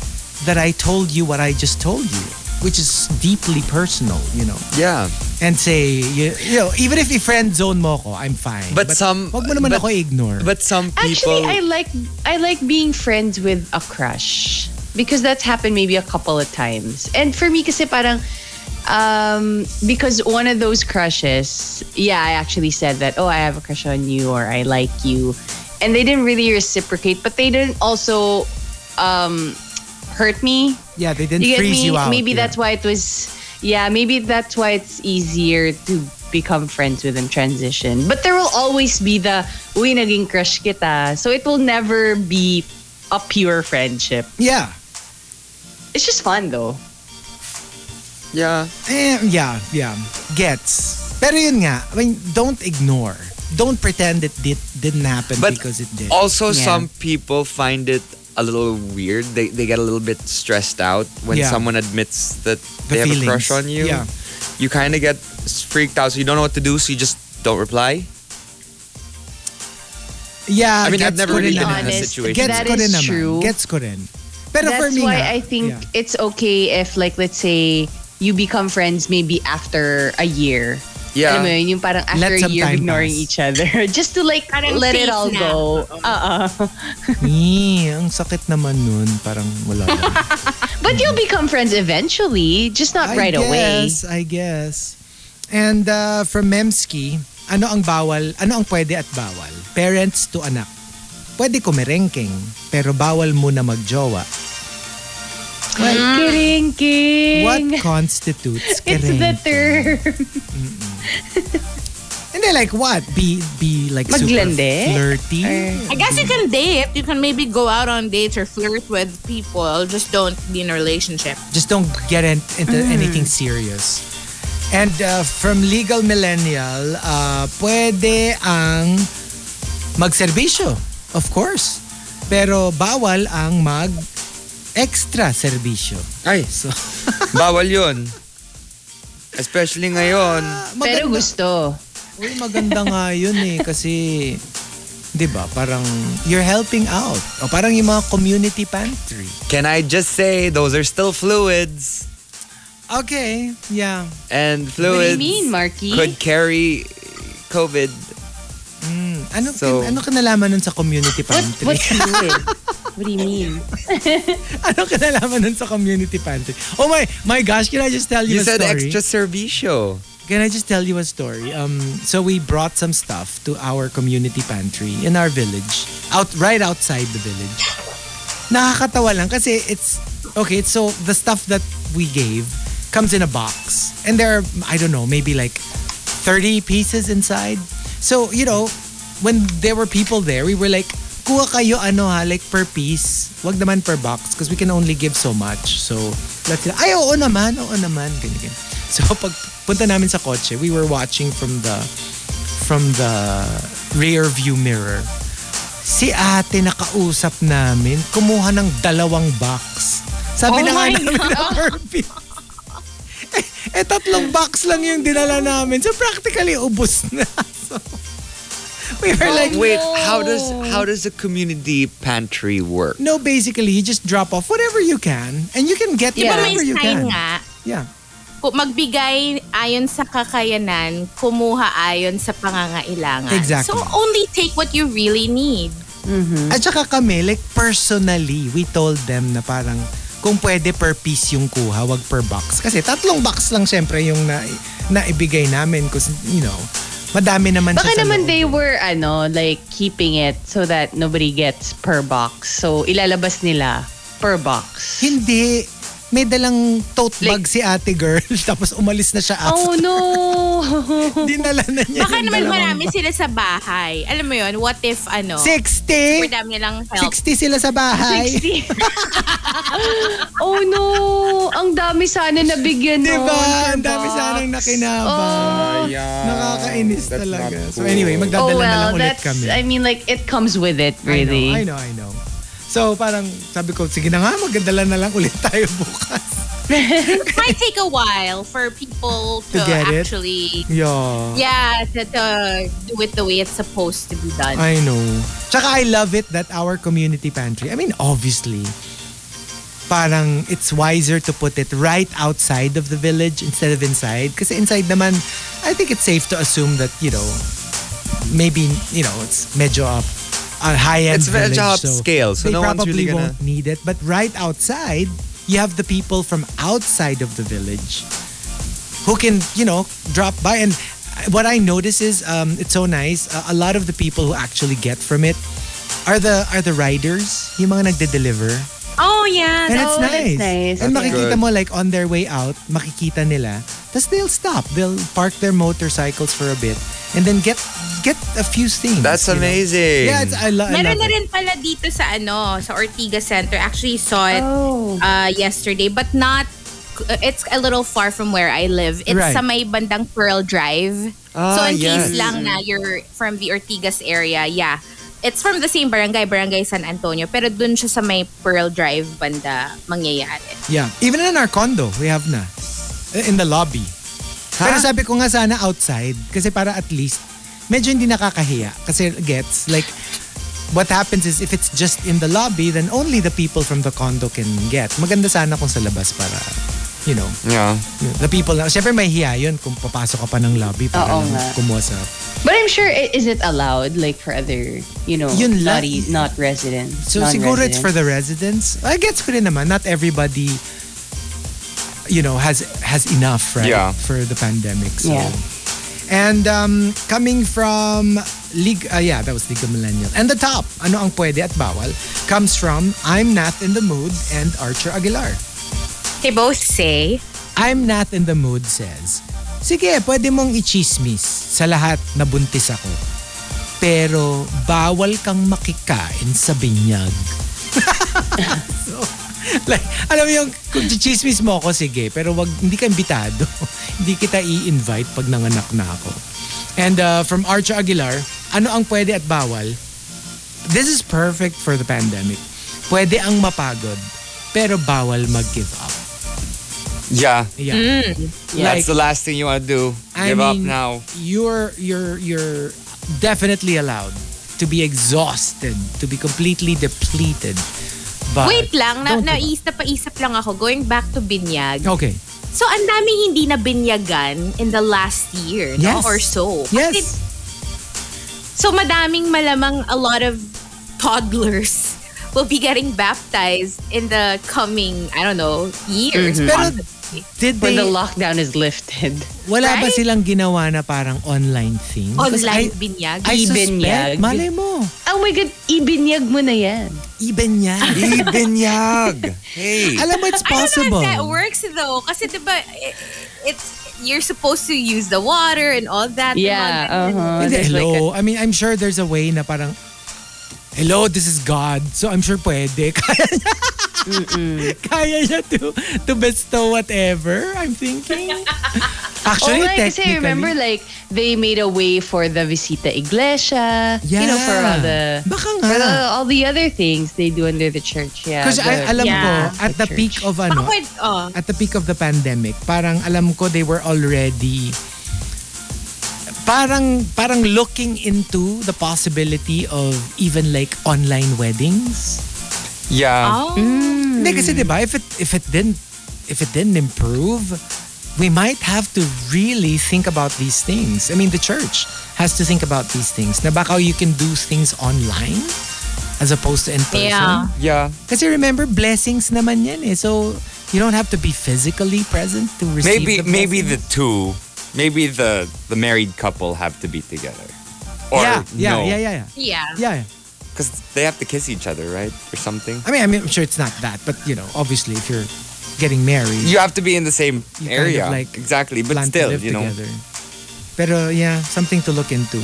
Speaker 3: that i told you what i just told you which is deeply personal you know
Speaker 4: Yeah.
Speaker 3: and say you, you know even if you friend zone mo ko i'm fine
Speaker 4: But some-
Speaker 3: wag mo naman
Speaker 4: but-
Speaker 3: ako ignore
Speaker 4: But some people
Speaker 6: Actually, I like I like being friends with a crush because that's happened maybe a couple of times. And for me kasi parang um because one of those crushes, yeah, I actually said that, "Oh, I have a crush on you or I like you." And they didn't really reciprocate, but they didn't also um hurt me
Speaker 3: yeah they didn't
Speaker 6: you get
Speaker 3: freeze you
Speaker 6: me?
Speaker 3: out
Speaker 6: Maybe
Speaker 3: yeah.
Speaker 6: that's why it was. Yeah, maybe that's why it's easier to become friends with and transition. But there will always be the uy naging crush kita. So it will never be a pure friendship.
Speaker 3: yeah
Speaker 6: It's just fun though.
Speaker 4: Yeah.
Speaker 3: Eh, yeah, yeah. Gets. Pero yun nga, I mean, don't ignore. Don't pretend it did, didn't happen
Speaker 4: But
Speaker 3: because it did.
Speaker 4: Also
Speaker 6: Yeah.
Speaker 4: some people find it a little weird. They they get a little bit stressed out when
Speaker 3: Yeah.
Speaker 4: someone admits that
Speaker 3: The
Speaker 4: they have
Speaker 3: feelings.
Speaker 4: a crush on you.
Speaker 3: Yeah.
Speaker 4: You kind of get freaked out so you don't know what to do so you just don't reply.
Speaker 3: yeah,
Speaker 4: I mean,
Speaker 3: gets
Speaker 4: I've never
Speaker 3: ko rin
Speaker 4: really been in
Speaker 3: naman.
Speaker 4: that
Speaker 6: honest.
Speaker 4: situation.
Speaker 3: Gets
Speaker 6: That
Speaker 3: ko
Speaker 6: is
Speaker 3: rin naman.
Speaker 6: true.
Speaker 3: Gets ko rin. Pero
Speaker 6: that's
Speaker 3: for me
Speaker 6: why
Speaker 3: nga,
Speaker 6: I think
Speaker 3: yeah.
Speaker 6: it's okay if like let's say you become friends maybe after a year. Alam mo
Speaker 4: Yeah.
Speaker 6: yun, yung parang after
Speaker 3: Let
Speaker 6: a
Speaker 3: some
Speaker 6: year of
Speaker 3: time
Speaker 6: ignoring
Speaker 3: pass.
Speaker 6: each other. Just to like
Speaker 10: Parang
Speaker 6: let it
Speaker 10: safe
Speaker 6: all
Speaker 10: na.
Speaker 6: go. Uh-uh.
Speaker 3: Eh, ang sakit naman nun. Parang wala lang.
Speaker 6: But you'll become friends eventually, just not
Speaker 3: I
Speaker 6: right away.
Speaker 3: guess, I guess. And uh, from Memski, ano ang bawal, ano ang pwede at bawal? Parents to anak. Pwede kumerengking, pero bawal mo na magjowa.
Speaker 6: Kiring,
Speaker 3: Mm.
Speaker 6: king.
Speaker 3: What constitutes
Speaker 6: It's the
Speaker 3: kerengking?
Speaker 6: term.
Speaker 3: And they like what? Be be like
Speaker 6: Maglande?
Speaker 3: super flirty.
Speaker 10: I guess you can date. You can maybe go out on dates or flirt with people. Just don't be in a relationship.
Speaker 3: Just don't get in, into
Speaker 6: Mm.
Speaker 3: anything serious. And uh, from Legal Millennial, uh, pwede ang magserbisyo. Of course. Pero bawal ang mag extra serbisyo.
Speaker 4: Ay,
Speaker 3: So,
Speaker 4: bawal yun. Especially ngayon.
Speaker 3: Ah, maganda,
Speaker 6: Pero gusto.
Speaker 3: Uy, maganda nga yun eh. Kasi 'Di ba? Parang you're helping out. O parang yung mga community pantry.
Speaker 4: Can I just say those are still fluids
Speaker 3: Okay, yeah.
Speaker 4: and
Speaker 6: What do
Speaker 4: fluids
Speaker 6: you mean, Marky?
Speaker 4: could carry COVID.
Speaker 3: Mm. Ano
Speaker 4: So-
Speaker 3: kin- ano kinalaman nun sa community pantry?
Speaker 6: What's fluid? what do you mean?
Speaker 3: ano kinalaman nun sa community pantry? Oh my, my gosh, can I just tell you,
Speaker 4: You
Speaker 3: a
Speaker 4: said
Speaker 3: story?
Speaker 4: extra servicio.
Speaker 3: Can I just tell you a story? Um, so we brought some stuff to our community pantry in our village, out right outside the village. Nakakatawa lang kasi it's okay. So the stuff that we gave comes in a box, and there are I don't know maybe like thirty pieces inside. So you know, when there were people there, we were like, "Kuha kayo ano ha, like per piece. Wag naman per box, because we can only give so much." So lahat sila, "Ay oo naman, oo naman," ganyan. ganyan. So pag punta namin sa kotse, we were watching from the from the rear view mirror. Si ate na kausap namin, kumuha ng dalawang box.
Speaker 10: Oh
Speaker 3: Sabi na nga namin na per piece. Eh, eh, tatlong box lang yung dinala namin. So practically, ubus na. So, we
Speaker 10: Oh.
Speaker 3: were like,
Speaker 4: Wait, how does how does a community pantry work?
Speaker 3: no, basically, you just drop off whatever you can. And you can get
Speaker 10: Di ba may
Speaker 3: whatever you
Speaker 10: sign
Speaker 3: can.
Speaker 10: nga?
Speaker 3: Yeah.
Speaker 10: Kung magbigay ayon sa kakayanan, kumuha ayon sa pangangailangan.
Speaker 3: Exactly.
Speaker 10: So only take what you really need.
Speaker 3: At saka kami, like personally, we told them na parang kung pwede per piece yung kuha, wag per box. Kasi tatlong box lang syempre yung na, naibigay namin. Kasi, you know, madami naman
Speaker 6: Baka
Speaker 3: siya sa
Speaker 6: naman
Speaker 3: loob.
Speaker 6: they were ano, like keeping it so that nobody gets per box. So ilalabas nila per box.
Speaker 3: Hindi. May dalang tote bag
Speaker 6: Like-
Speaker 3: si ate girl. Tapos umalis na siya
Speaker 6: Oh
Speaker 3: after.
Speaker 6: no.
Speaker 3: Dinala na niya
Speaker 10: Baka
Speaker 3: yung
Speaker 10: naman
Speaker 3: dalawang
Speaker 10: marami
Speaker 3: bag.
Speaker 10: sila sa bahay. Alam mo yon what if ano, super
Speaker 3: 60!
Speaker 10: dami lang
Speaker 3: 60
Speaker 10: help.
Speaker 3: sila sa bahay.
Speaker 6: 60. oh no. Ang dami sana nabigyan
Speaker 3: Di
Speaker 6: nun
Speaker 3: ba?
Speaker 6: per
Speaker 3: Diba? Ang dami
Speaker 6: Oh, box.
Speaker 3: sanang nakinabang. Nakakainis talaga. So anyway,
Speaker 6: Oh
Speaker 3: magdadala na lang
Speaker 6: well,
Speaker 3: ulit
Speaker 6: that's,
Speaker 3: kami.
Speaker 6: I mean like it comes with it really.
Speaker 3: I know, I know, I know. So parang sabi ko, sige na nga, magdadala na lang ulit tayo bukas.
Speaker 10: It might take a while for people
Speaker 3: To
Speaker 10: to,
Speaker 3: get it?
Speaker 10: actually
Speaker 3: Yeah.
Speaker 10: Yeah, to, to do it the way it's supposed to be done.
Speaker 3: I know. Tsaka I love it that our community pantry, I mean, obviously, parang it's wiser to put it right outside of the village instead of inside. Kasi inside naman, I think it's safe to assume that, you know, maybe, you know, it's medyo up. A high-end
Speaker 4: It's
Speaker 3: village,
Speaker 4: medyo upscale, so
Speaker 3: they
Speaker 4: no one's
Speaker 3: probably
Speaker 4: really gonna-
Speaker 3: won't need it. But right outside, you have the people from outside of the village who can you know drop by and what i notice is um, it's so nice uh, a lot of the people who actually get from it are the are the riders yung mga nagde-deliver
Speaker 10: Oh yeah,
Speaker 3: and it's
Speaker 6: Oh, that's
Speaker 3: nice.
Speaker 6: nice.
Speaker 3: and
Speaker 4: That's
Speaker 3: makikita
Speaker 4: good.
Speaker 3: mo like on their way out makikita nila tapos they'll stop they'll park their motorcycles for a bit and then get get a few things
Speaker 4: That's
Speaker 3: you know?
Speaker 4: amazing.
Speaker 3: yeah it's, I, lo- I
Speaker 10: Meron
Speaker 3: love
Speaker 10: na
Speaker 3: it.
Speaker 10: rin pala dito sa ano, sa Ortiga Center. Actually saw it
Speaker 6: Oh.
Speaker 10: uh, yesterday, but not it's a little far from where I live. It's
Speaker 3: Right.
Speaker 10: sa may bandang Pearl Drive. so
Speaker 4: Ah,
Speaker 10: in
Speaker 4: yes.
Speaker 10: case lang na you're from the Ortigas area, yeah. It's from the same barangay, Barangay San Antonio, pero dun siya sa may Pearl Drive banda mangyayari.
Speaker 3: yeah even in our condo we have na Eh, in the lobby Pero sabi ko nga sana outside kasi para at least medyo hindi nakakahiya kasi gets like what happens is if it's just in the lobby then only the people from the condo can get. Maganda sana kung sa labas para you know,
Speaker 4: yeah.
Speaker 3: yun, the people na. Siyempre may hiya yun kung papasok ka pa ng lobby para
Speaker 6: Oo
Speaker 3: lang
Speaker 6: nga.
Speaker 3: kumuha sa...
Speaker 6: But I'm sure i- is it allowed like for other, you know,
Speaker 3: Yun
Speaker 6: not,
Speaker 3: lang.
Speaker 6: e- not residents.
Speaker 3: So siguro it's for the residents. I gets ko rin naman. Not everybody you know has has enough right
Speaker 4: Yeah.
Speaker 3: for the pandemic. So
Speaker 6: Yeah.
Speaker 3: And um, coming from League, uh, yeah, that was League of Millennial. And the top, ano ang pwede at bawal, comes from I'm Nath in the Mood and Archer Aguilar.
Speaker 10: They both say,
Speaker 3: I'm Nath in the Mood says, Sige, pwede mong ichismis sa lahat na buntis ako. Pero bawal kang makikain sa binyag. So, like, alam mo yung, kung chichismis mo ako, sige, pero wag, hindi ka imbitado. hindi kita i-invite pag nanganak na ako. And uh, from Archer Aguilar, ano ang pwede at bawal? This is perfect for the pandemic. Pwede ang mapagod, pero bawal mag-give up.
Speaker 4: Yeah.
Speaker 3: Yeah.
Speaker 4: That's the last thing you want to do.
Speaker 3: I
Speaker 4: Give up
Speaker 3: mean,
Speaker 4: now.
Speaker 3: You're you're you're definitely allowed to be exhausted, to be completely depleted. But
Speaker 10: Wait lang, na,
Speaker 3: don't give up.
Speaker 10: nais, napaisip lang ako. Going back to binyag.
Speaker 3: Okay.
Speaker 10: So, ang daming hindi na binyagan in the last year,
Speaker 3: Yes.
Speaker 10: no? Or so.
Speaker 3: Yes.
Speaker 10: Kasi- so, madaming malamang a lot of toddlers will be getting baptized in the coming, I don't know, years.
Speaker 3: Mm-hmm. Pero
Speaker 10: possibly.
Speaker 3: did
Speaker 6: When
Speaker 3: they,
Speaker 6: the lockdown is lifted.
Speaker 3: wala ba
Speaker 10: right?
Speaker 3: silang ginawa na parang online thing? Because
Speaker 10: Online
Speaker 3: I-
Speaker 10: binyag.
Speaker 3: I
Speaker 6: Ibinyag.
Speaker 3: suspect, malay mo.
Speaker 6: Oh my God, ibinyag mo na yan.
Speaker 3: Ibinyag.
Speaker 4: Ibinyag. Hey.
Speaker 3: Alam mo, it's possible.
Speaker 10: I don't know if that works though. Kasi diba, it, it's, you're supposed to use the water and all that.
Speaker 6: Yeah,
Speaker 10: And all that.
Speaker 6: uh-huh.
Speaker 3: Hindi,
Speaker 6: There's like
Speaker 3: hello. I mean, I'm sure there's a way na parang, hello, this is God. So I'm sure pwede. Kaya niya, kaya niya to, to bestow whatever, I'm thinking. Actually,
Speaker 6: oh, nga,
Speaker 3: technically.
Speaker 6: kasi remember like, they made a way for the Visita Iglesia. You know, for all the...
Speaker 3: Baka
Speaker 6: for
Speaker 3: nga.
Speaker 6: the- all the other things they do under the church. Yeah.
Speaker 3: Because
Speaker 6: the-
Speaker 3: Ah. alam ko,
Speaker 10: Yeah.
Speaker 3: at the
Speaker 6: Church.
Speaker 3: peak of ano,
Speaker 10: Baka pwede- oh.
Speaker 3: at the peak of the pandemic, parang alam ko they were already parang parang looking into the possibility of even like online weddings.
Speaker 4: Yeah.
Speaker 10: Oh.
Speaker 3: Hindi kasi 'di ba if it if it didn't if it didn't improve, we might have to really think about these things. I mean, the church has to think about these things. Na baka you can do things online as opposed to in person.
Speaker 10: Yeah.
Speaker 4: Yeah.
Speaker 3: Kasi remember blessings naman 'yan eh. So you don't have to be physically present to receive
Speaker 4: Maybe
Speaker 3: the
Speaker 4: maybe the
Speaker 3: blessing.
Speaker 4: two, maybe the the married couple have to be together. Or
Speaker 3: yeah, yeah,
Speaker 4: no.
Speaker 3: yeah, yeah, yeah.
Speaker 10: Yeah.
Speaker 3: Yeah. yeah.
Speaker 4: Because they have to kiss each other, right? Or something.
Speaker 3: I mean, I mean, I'm sure it's not that, but you know, obviously if you're getting married,
Speaker 4: You have to be in the same
Speaker 3: You kind
Speaker 4: area.
Speaker 3: of, like,
Speaker 4: exactly. But
Speaker 3: plan to
Speaker 4: still,
Speaker 3: live
Speaker 4: you know.
Speaker 3: together. Pero yeah, something to look into.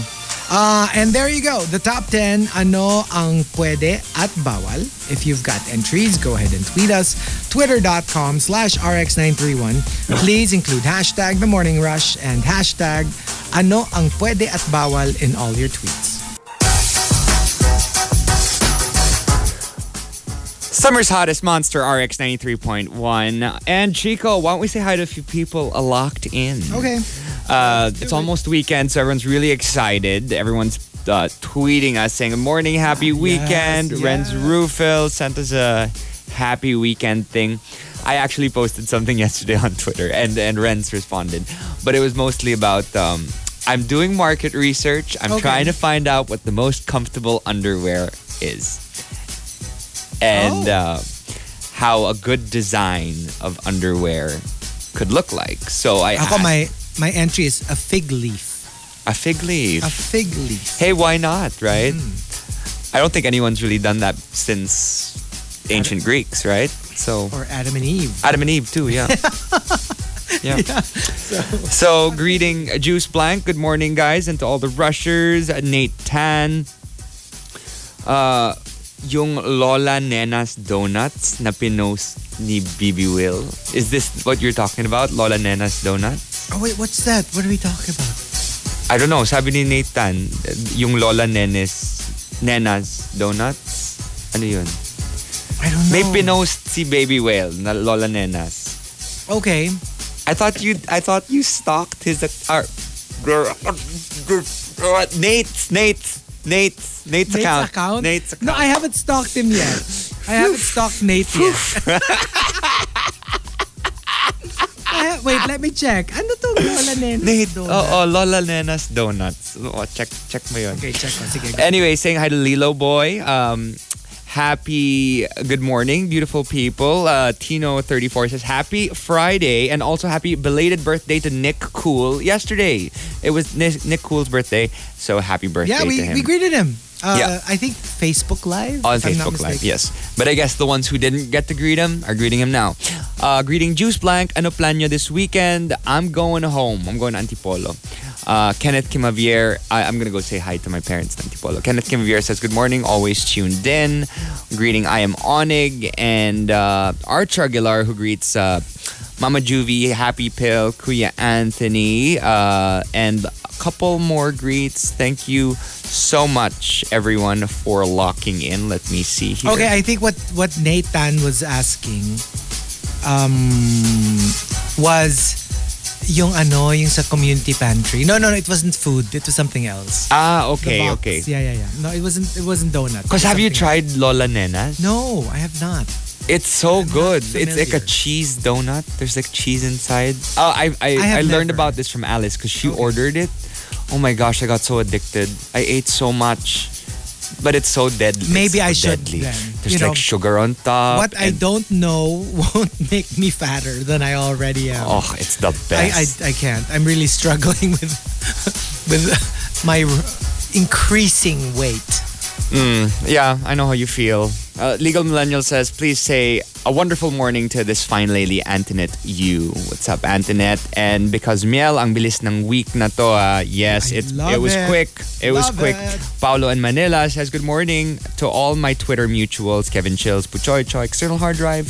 Speaker 3: Uh, and there you go. The top 10 ano ang pwede at bawal. If you've got entries, go ahead and tweet us. Twitter.com slash RX931. Please include hashtag The Morning Rush and hashtag ano ang pwede at bawal in all your tweets.
Speaker 4: Summer's hottest monster RX 93.1. And Chico, why don't we say hi to a few people uh, locked in?
Speaker 3: Okay.
Speaker 4: Uh, it's almost weekend, so everyone's really excited. Everyone's uh, tweeting us saying, Good morning, happy weekend.
Speaker 3: yes.
Speaker 4: Renz Rufil sent us a happy weekend thing. I actually posted something yesterday on Twitter, and, and Renz responded. But it was mostly about um, I'm doing market research, I'm
Speaker 3: Okay.
Speaker 4: trying to find out what the most comfortable underwear is. And
Speaker 3: Oh.
Speaker 4: uh, how a good design of underwear could look like. So I
Speaker 3: Ako
Speaker 4: asked-
Speaker 3: my my entry is a fig leaf.
Speaker 4: a fig leaf.
Speaker 3: A fig leaf.
Speaker 4: hey, why not, right? I don't think anyone's really done that since ancient Greeks, right? So
Speaker 3: Or Adam and Eve.
Speaker 4: Adam and Eve too, yeah. yeah. so. greeting uh, Juice Blank. Good morning, guys, and to all the rushers. Uh, Nate Tan. Uh, yung Lola Nena's donuts na pinost ni Bibi Will. Is this what you're talking about? Lola Nena's donuts?
Speaker 3: Oh wait, what's that? What are we talking about?
Speaker 4: I don't know, sabi ni Nathan, yung Lola Nenes, Nenas Donuts, ano yun?
Speaker 3: I don't know.
Speaker 4: May pinost si Baby Whale na Lola Nenas.
Speaker 3: Okay.
Speaker 4: I thought you, I thought you stalked his, uh, Nate's, Nate's, Nate's, Nate's
Speaker 3: Nate's
Speaker 4: account.
Speaker 3: account.
Speaker 4: Nate's
Speaker 3: No,
Speaker 4: account.
Speaker 3: I haven't stalked him yet. I haven't stalked Nate yet. I ha- wait, let me check. Ano to Lola Nene?
Speaker 4: Nate,
Speaker 3: Donut?
Speaker 4: oh, oh, Lola Nenas Donuts. Oh, check, check mo yun.
Speaker 3: Okay, check ko. Sige. go.
Speaker 4: Anyway, saying hi to Lilo Boy. Um, happy good morning, beautiful people. Uh, Tino34 says, Happy Friday and also happy belated birthday to Nick Cool yesterday. It was Nick, Nick Cool's birthday, so happy birthday
Speaker 3: yeah,
Speaker 4: to
Speaker 3: we,
Speaker 4: him.
Speaker 3: we greeted him. Uh,
Speaker 4: Yeah.
Speaker 3: I think Facebook Live.
Speaker 4: on
Speaker 3: if I'm not
Speaker 4: Facebook Live,
Speaker 3: mistaken.
Speaker 4: yes. But I guess the ones who didn't get to greet him are greeting him now. Uh, greeting Juice Blank, ano plan nyo this weekend? I'm going home. I'm going to Antipolo. Uh, Kenneth Kimavier, I, I'm going to go say hi to my parents in Antipolo. Kenneth Kimavier says, good morning, always tuned in. Greeting I am Onig and uh, Arch Aguilar who greets uh, Mama Juvie, Happy Pill, Kuya Anthony, uh, and a couple more greets. Thank you so much, everyone, for locking in. Let me see here.
Speaker 3: Okay, I think what what Nathan was asking um, was yung ano, yung sa community pantry. No, no, no, it wasn't food. It was something else.
Speaker 4: Ah,
Speaker 3: The
Speaker 4: okay,
Speaker 3: box.
Speaker 4: okay.
Speaker 3: Yeah, yeah, yeah. No, it wasn't it wasn't donuts. It was
Speaker 4: Because have you
Speaker 3: something else.
Speaker 4: tried Lola Nenas?
Speaker 3: No, I have not.
Speaker 4: It's so good. It's like a
Speaker 3: familiar.
Speaker 4: cheese donut. There's like cheese inside. Oh, I I, I,
Speaker 3: have
Speaker 4: learned
Speaker 3: never.
Speaker 4: about this from Alice because she ordered it. Oh my gosh, I got so addicted. I ate so much, but it's so deadly.
Speaker 3: Maybe
Speaker 4: It's
Speaker 3: I
Speaker 4: so
Speaker 3: should
Speaker 4: deadly.
Speaker 3: then.
Speaker 4: There's
Speaker 3: You
Speaker 4: like
Speaker 3: know,
Speaker 4: sugar on top.
Speaker 3: What I
Speaker 4: Uh, and-
Speaker 3: don't know won't make me fatter than I already am.
Speaker 4: Oh, it's the
Speaker 3: I,
Speaker 4: best.
Speaker 3: I, I can't. I'm really struggling with with my r- increasing weight.
Speaker 4: yeah, I know how you feel. Uh, Legal Millennial says, please say a wonderful morning to this fine lady, Antoinette You. What's up, Antoinette? And because Miel, ang bilis ng week na to, ah. yes,
Speaker 3: I
Speaker 4: it,
Speaker 3: love
Speaker 4: it was
Speaker 3: it.
Speaker 4: quick. It was
Speaker 3: Love
Speaker 4: quick.
Speaker 3: it.
Speaker 4: Paulo in Manila says, good morning to all my Twitter mutuals, Kevin Chills, Puchoy Choy, External Hard Drive,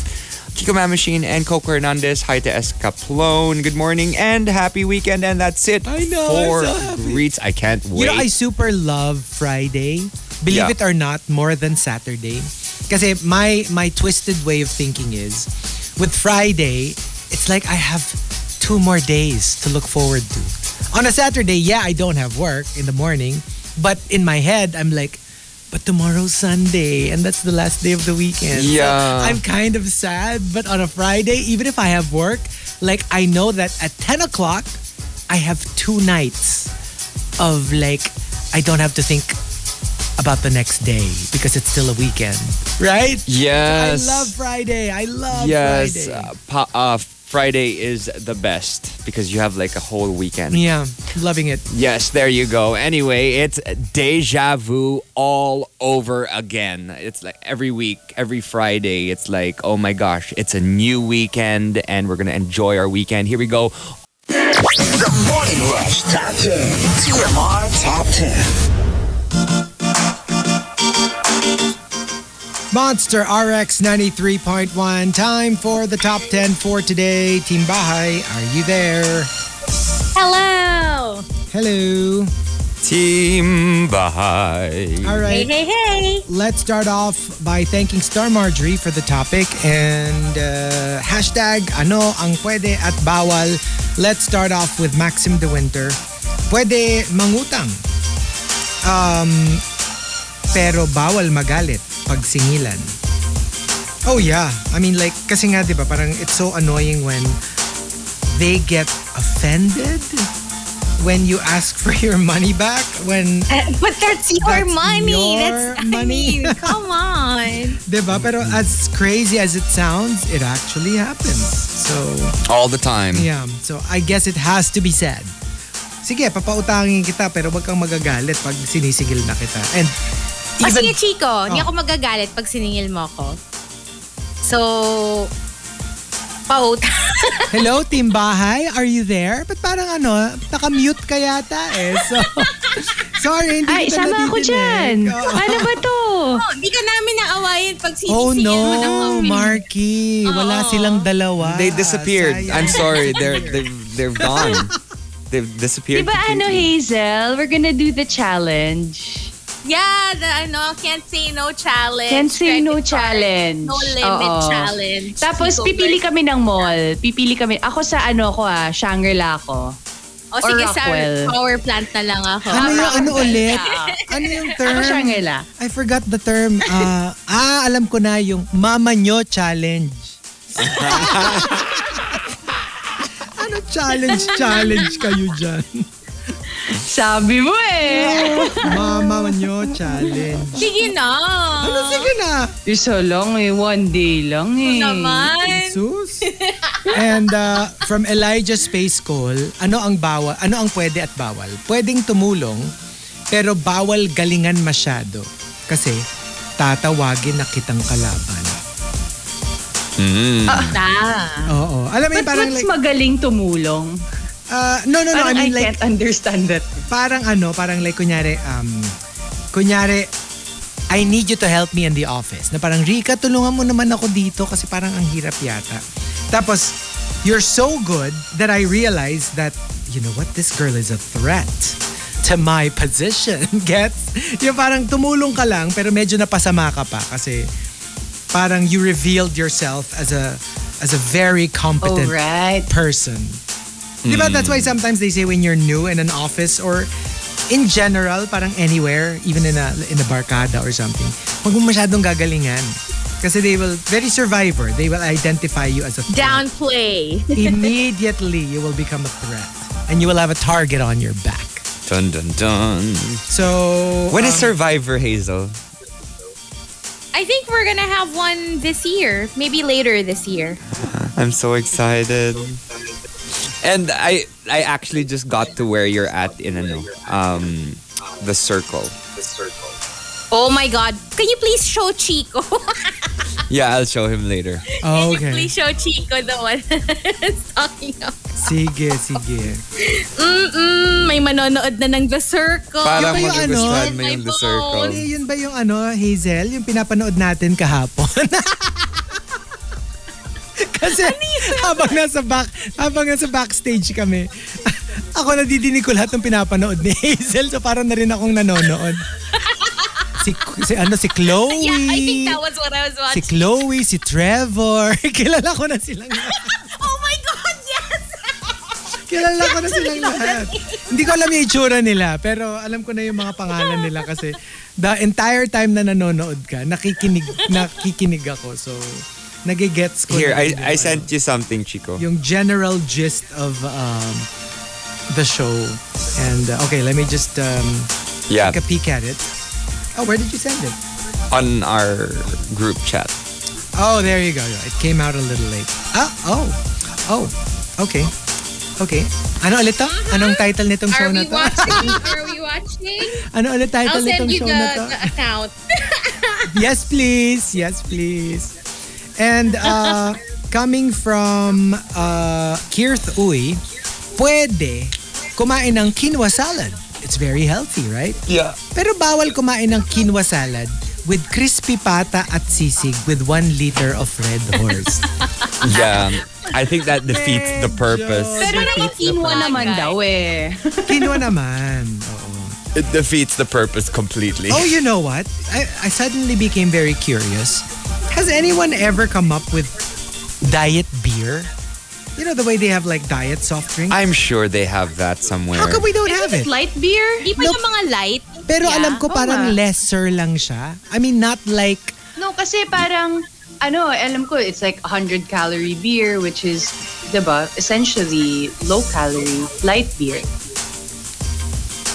Speaker 4: Kiko Man Machine, and Coco Hernandez. Hi to S. Caplone. Good morning and happy weekend. And that's it.
Speaker 3: I know, I'm
Speaker 4: Four
Speaker 3: so happy.
Speaker 4: greets. I can't
Speaker 3: You
Speaker 4: wait.
Speaker 3: know, I super love Friday. Believe
Speaker 4: Yeah.
Speaker 3: it or not, more than Saturday. Kasi my my twisted way of thinking is with Friday, it's like I have two more days to look forward to. On a Saturday, yeah, I don't have work in the morning, but in my head, I'm like, but tomorrow's Sunday, and that's the last day of the weekend. So
Speaker 4: Yeah.
Speaker 3: I'm kind of sad, but on a Friday, even if I have work, like I know that at 10 o'clock, I have two nights of like I don't have to think about the next day because it's still a weekend, right?
Speaker 4: yes.
Speaker 3: I love Friday. I love
Speaker 4: Yes,
Speaker 3: Friday.
Speaker 4: uh, pa- uh, Friday is the best because you have like a whole weekend.
Speaker 3: Yeah, loving it.
Speaker 4: Yes, there you go. Anyway, it's deja vu all over again. It's like every week, every Friday, it's like, oh my gosh, it's a new weekend and we're going to enjoy our weekend. Here we go.
Speaker 9: The Morning Rush Top 10. TMR Top 10.
Speaker 3: Monster RX 93.1. Time for the top 10 for today. Team Bahay, are you there?
Speaker 10: Hello!
Speaker 3: Hello.
Speaker 4: Team Bahay.
Speaker 3: All
Speaker 10: Hey,
Speaker 3: right.
Speaker 10: hey, hey!
Speaker 3: Let's start off by thanking Star Marjorie for the topic and uh, hashtag ano ang pwede at bawal. Let's start off with Maxim De Winter. Pwede mangutang. Um, pero bawal magalit pag singilan. Oh yeah. I mean like, kasi nga di ba parang it's so annoying when they get offended when you ask for your money back when
Speaker 10: Eh, But that's your
Speaker 3: That's
Speaker 10: money.
Speaker 3: your
Speaker 10: that's I
Speaker 3: money.
Speaker 10: mean, come on.
Speaker 3: Diba? Pero
Speaker 6: Mm-hmm.
Speaker 3: as crazy as it sounds, it actually happens. So,
Speaker 4: All the time.
Speaker 3: yeah. So, I guess it has to be said. Sige, papautangin kita pero wag kang magagalit pag sinisigil na kita. And
Speaker 10: O
Speaker 3: even...
Speaker 10: sige, Chico, hindi ako magagalit pag siningil mo ako. So, Oh, pauta.
Speaker 3: Hello, Team Bahay. Are you there? But parang ano, naka-mute ka yata eh. So, sorry, hindi
Speaker 6: Ay,
Speaker 3: kita
Speaker 6: sama ako
Speaker 3: nadidinig.
Speaker 6: dyan.
Speaker 3: Oo.
Speaker 6: Ano ba to?
Speaker 10: Oh, hindi ka namin naawayan pag
Speaker 3: Oh
Speaker 10: sinisingil
Speaker 3: no,
Speaker 10: mo ng company.
Speaker 3: Marky. Wala
Speaker 10: Oo.
Speaker 3: silang dalawa.
Speaker 4: They disappeared.
Speaker 3: Sayang.
Speaker 4: I'm sorry. They're, they're, they're gone. They've disappeared.
Speaker 6: Diba ano,
Speaker 4: completely.
Speaker 6: Hazel? We're gonna do the challenge.
Speaker 10: Yeah, the ano, can't say no challenge.
Speaker 6: Can't say
Speaker 10: credit
Speaker 6: no
Speaker 10: card,
Speaker 6: challenge.
Speaker 10: No limit
Speaker 6: Oo.
Speaker 10: challenge.
Speaker 6: Tapos
Speaker 10: Chico
Speaker 6: pipili
Speaker 10: versus-
Speaker 6: kami ng mall. Pipili kami. Ako sa ano ko ah, Shangri-La ko.
Speaker 10: O
Speaker 6: or
Speaker 10: oh, sige, sa
Speaker 6: Rockwell.
Speaker 10: power plant na lang ako.
Speaker 3: Ano yung ano ulit?
Speaker 6: Ah,
Speaker 3: Ano yung
Speaker 6: Ako
Speaker 10: Um,
Speaker 3: term?
Speaker 6: Shangri-La.
Speaker 3: I forgot the term. Ah, ah, alam ko na yung Mama Nyo Challenge. ano challenge, challenge kayo dyan?
Speaker 6: Sabi mo eh.
Speaker 3: Mama Nyo Challenge.
Speaker 10: Sige na.
Speaker 6: Ah.
Speaker 3: Ano, sige na.
Speaker 6: Yung so long eh. One day lang eh.
Speaker 10: Naman.
Speaker 3: Sus. And uh, from Elijah Space Call, ano ang bawal, ano ang pwede at bawal? Pwedeng tumulong, pero bawal galingan masyado. Kasi tatawagin na kitang kalaban.
Speaker 10: Na.
Speaker 3: Oo. Alam mo
Speaker 6: Ah. But
Speaker 3: yun, parang
Speaker 6: what's
Speaker 3: like,
Speaker 6: magaling tumulong?
Speaker 3: ah, no, no, no. I
Speaker 6: Parang I,
Speaker 3: mean like,
Speaker 6: can't understand that.
Speaker 3: parang ano, parang like kunyari, um, kunyari, I need you to help me in the office. Na parang, Rika, tulungan mo naman ako dito kasi parang ang hirap yata. Tapos, you're so good that I realize that, you know what, this girl is a threat to my position. Gets? Yung parang tumulong ka lang pero medyo napasama ka pa kasi parang you revealed yourself as a as a very competent
Speaker 6: Alright.
Speaker 3: person. Di ba? That's why sometimes they say when you're new in an office or in general, parang anywhere, even in a in a barkada or something, huwag mo masyadong gagalingan. Kasi they will, very survivor, they will identify you as a threat.
Speaker 10: Downplay.
Speaker 3: Immediately, you will become a threat. And you will have a target on your back.
Speaker 4: Dun dun dun.
Speaker 3: So,
Speaker 4: When
Speaker 3: um,
Speaker 4: is Survivor, Hazel?
Speaker 10: I think we're gonna have one this year. Maybe later this year.
Speaker 4: I'm so excited. And I I actually just got to where you're at in ano, um the circle.
Speaker 10: Oh my god. Can you please show Chico?
Speaker 4: Yeah, I'll show him later.
Speaker 3: oh,
Speaker 10: Can you
Speaker 3: okay.
Speaker 10: please show Chico the one that's talking about?
Speaker 3: Sige, sige.
Speaker 10: Mm-mm, may manonood na ng The Circle.
Speaker 4: Parang
Speaker 3: Yung ba yung
Speaker 4: magugustuhan
Speaker 3: ano?
Speaker 4: mo yung the
Speaker 10: My
Speaker 4: circle.
Speaker 3: Eh, yun ba yung ano, Hazel? Yung pinapanood natin kahapon? Kasi
Speaker 10: Ano
Speaker 3: habang nasa back, habang nasa backstage kami, ako nadidinig ko lahat ng pinapanood ni Hazel. So parang na rin akong nanonood. si, si ano, si Chloe.
Speaker 10: yeah, I think that was what I was
Speaker 3: si
Speaker 10: watching.
Speaker 3: Chloe, si Trevor. Kilala ko na silang lahat.
Speaker 10: oh my god, yes!
Speaker 3: Kilala ko na silang lahat. Hindi ko alam yung itsura nila, pero alam ko na yung mga pangalan nila kasi the entire time na nanonood ka, nakikinig, nakikinig ako. So, nagigets ko.
Speaker 4: Here,
Speaker 3: na yung,
Speaker 4: I, I
Speaker 3: ano,
Speaker 4: sent you something, Chico.
Speaker 3: Yung general gist of um, the show. And, uh, okay, let me just um,
Speaker 4: Yeah,
Speaker 3: take a peek at it. Oh, where did you send it?
Speaker 4: on our group chat.
Speaker 3: Oh, there you go. It came out a little late. Ah, oh. Oh, okay. Okay. Ano ulit to? Anong title nitong show
Speaker 8: Are
Speaker 3: na
Speaker 8: we
Speaker 3: to?
Speaker 8: watching? Are we watching?
Speaker 3: Ano ulit
Speaker 8: I'll
Speaker 3: title nitong
Speaker 8: send you
Speaker 3: show na
Speaker 8: the,
Speaker 3: to?
Speaker 8: the account.
Speaker 3: Yes, please. Yes, please. And uh, coming from uh, Kirth Uy, pwede kumain ng quinoa salad. It's very healthy, right?
Speaker 4: Yeah.
Speaker 3: Pero bawal kumain ng quinoa salad with crispy pata at sisig with one liter of red horse.
Speaker 4: Yeah. I think that defeats the purpose.
Speaker 6: Pero naman quinoa naman
Speaker 10: bagay.
Speaker 6: daw eh.
Speaker 3: quinoa naman. Oo.
Speaker 4: It defeats the purpose completely.
Speaker 3: Oh, you know what? I, I suddenly became very curious. Has anyone ever come up with diet beer? You know the way they have like diet soft drink?
Speaker 4: I'm sure they have that somewhere.
Speaker 3: How come we don't have it?
Speaker 6: Light beer?
Speaker 10: Di ba
Speaker 3: Nope.
Speaker 10: yung mga light?
Speaker 3: Pero
Speaker 10: Yeah.
Speaker 3: alam ko
Speaker 6: oo
Speaker 3: parang
Speaker 6: nga.
Speaker 3: lesser lang siya. I mean, not like,
Speaker 6: No, kasi parang, ano, alam ko, it's like 100 calorie beer, which is, di ba, essentially low calorie, light beer.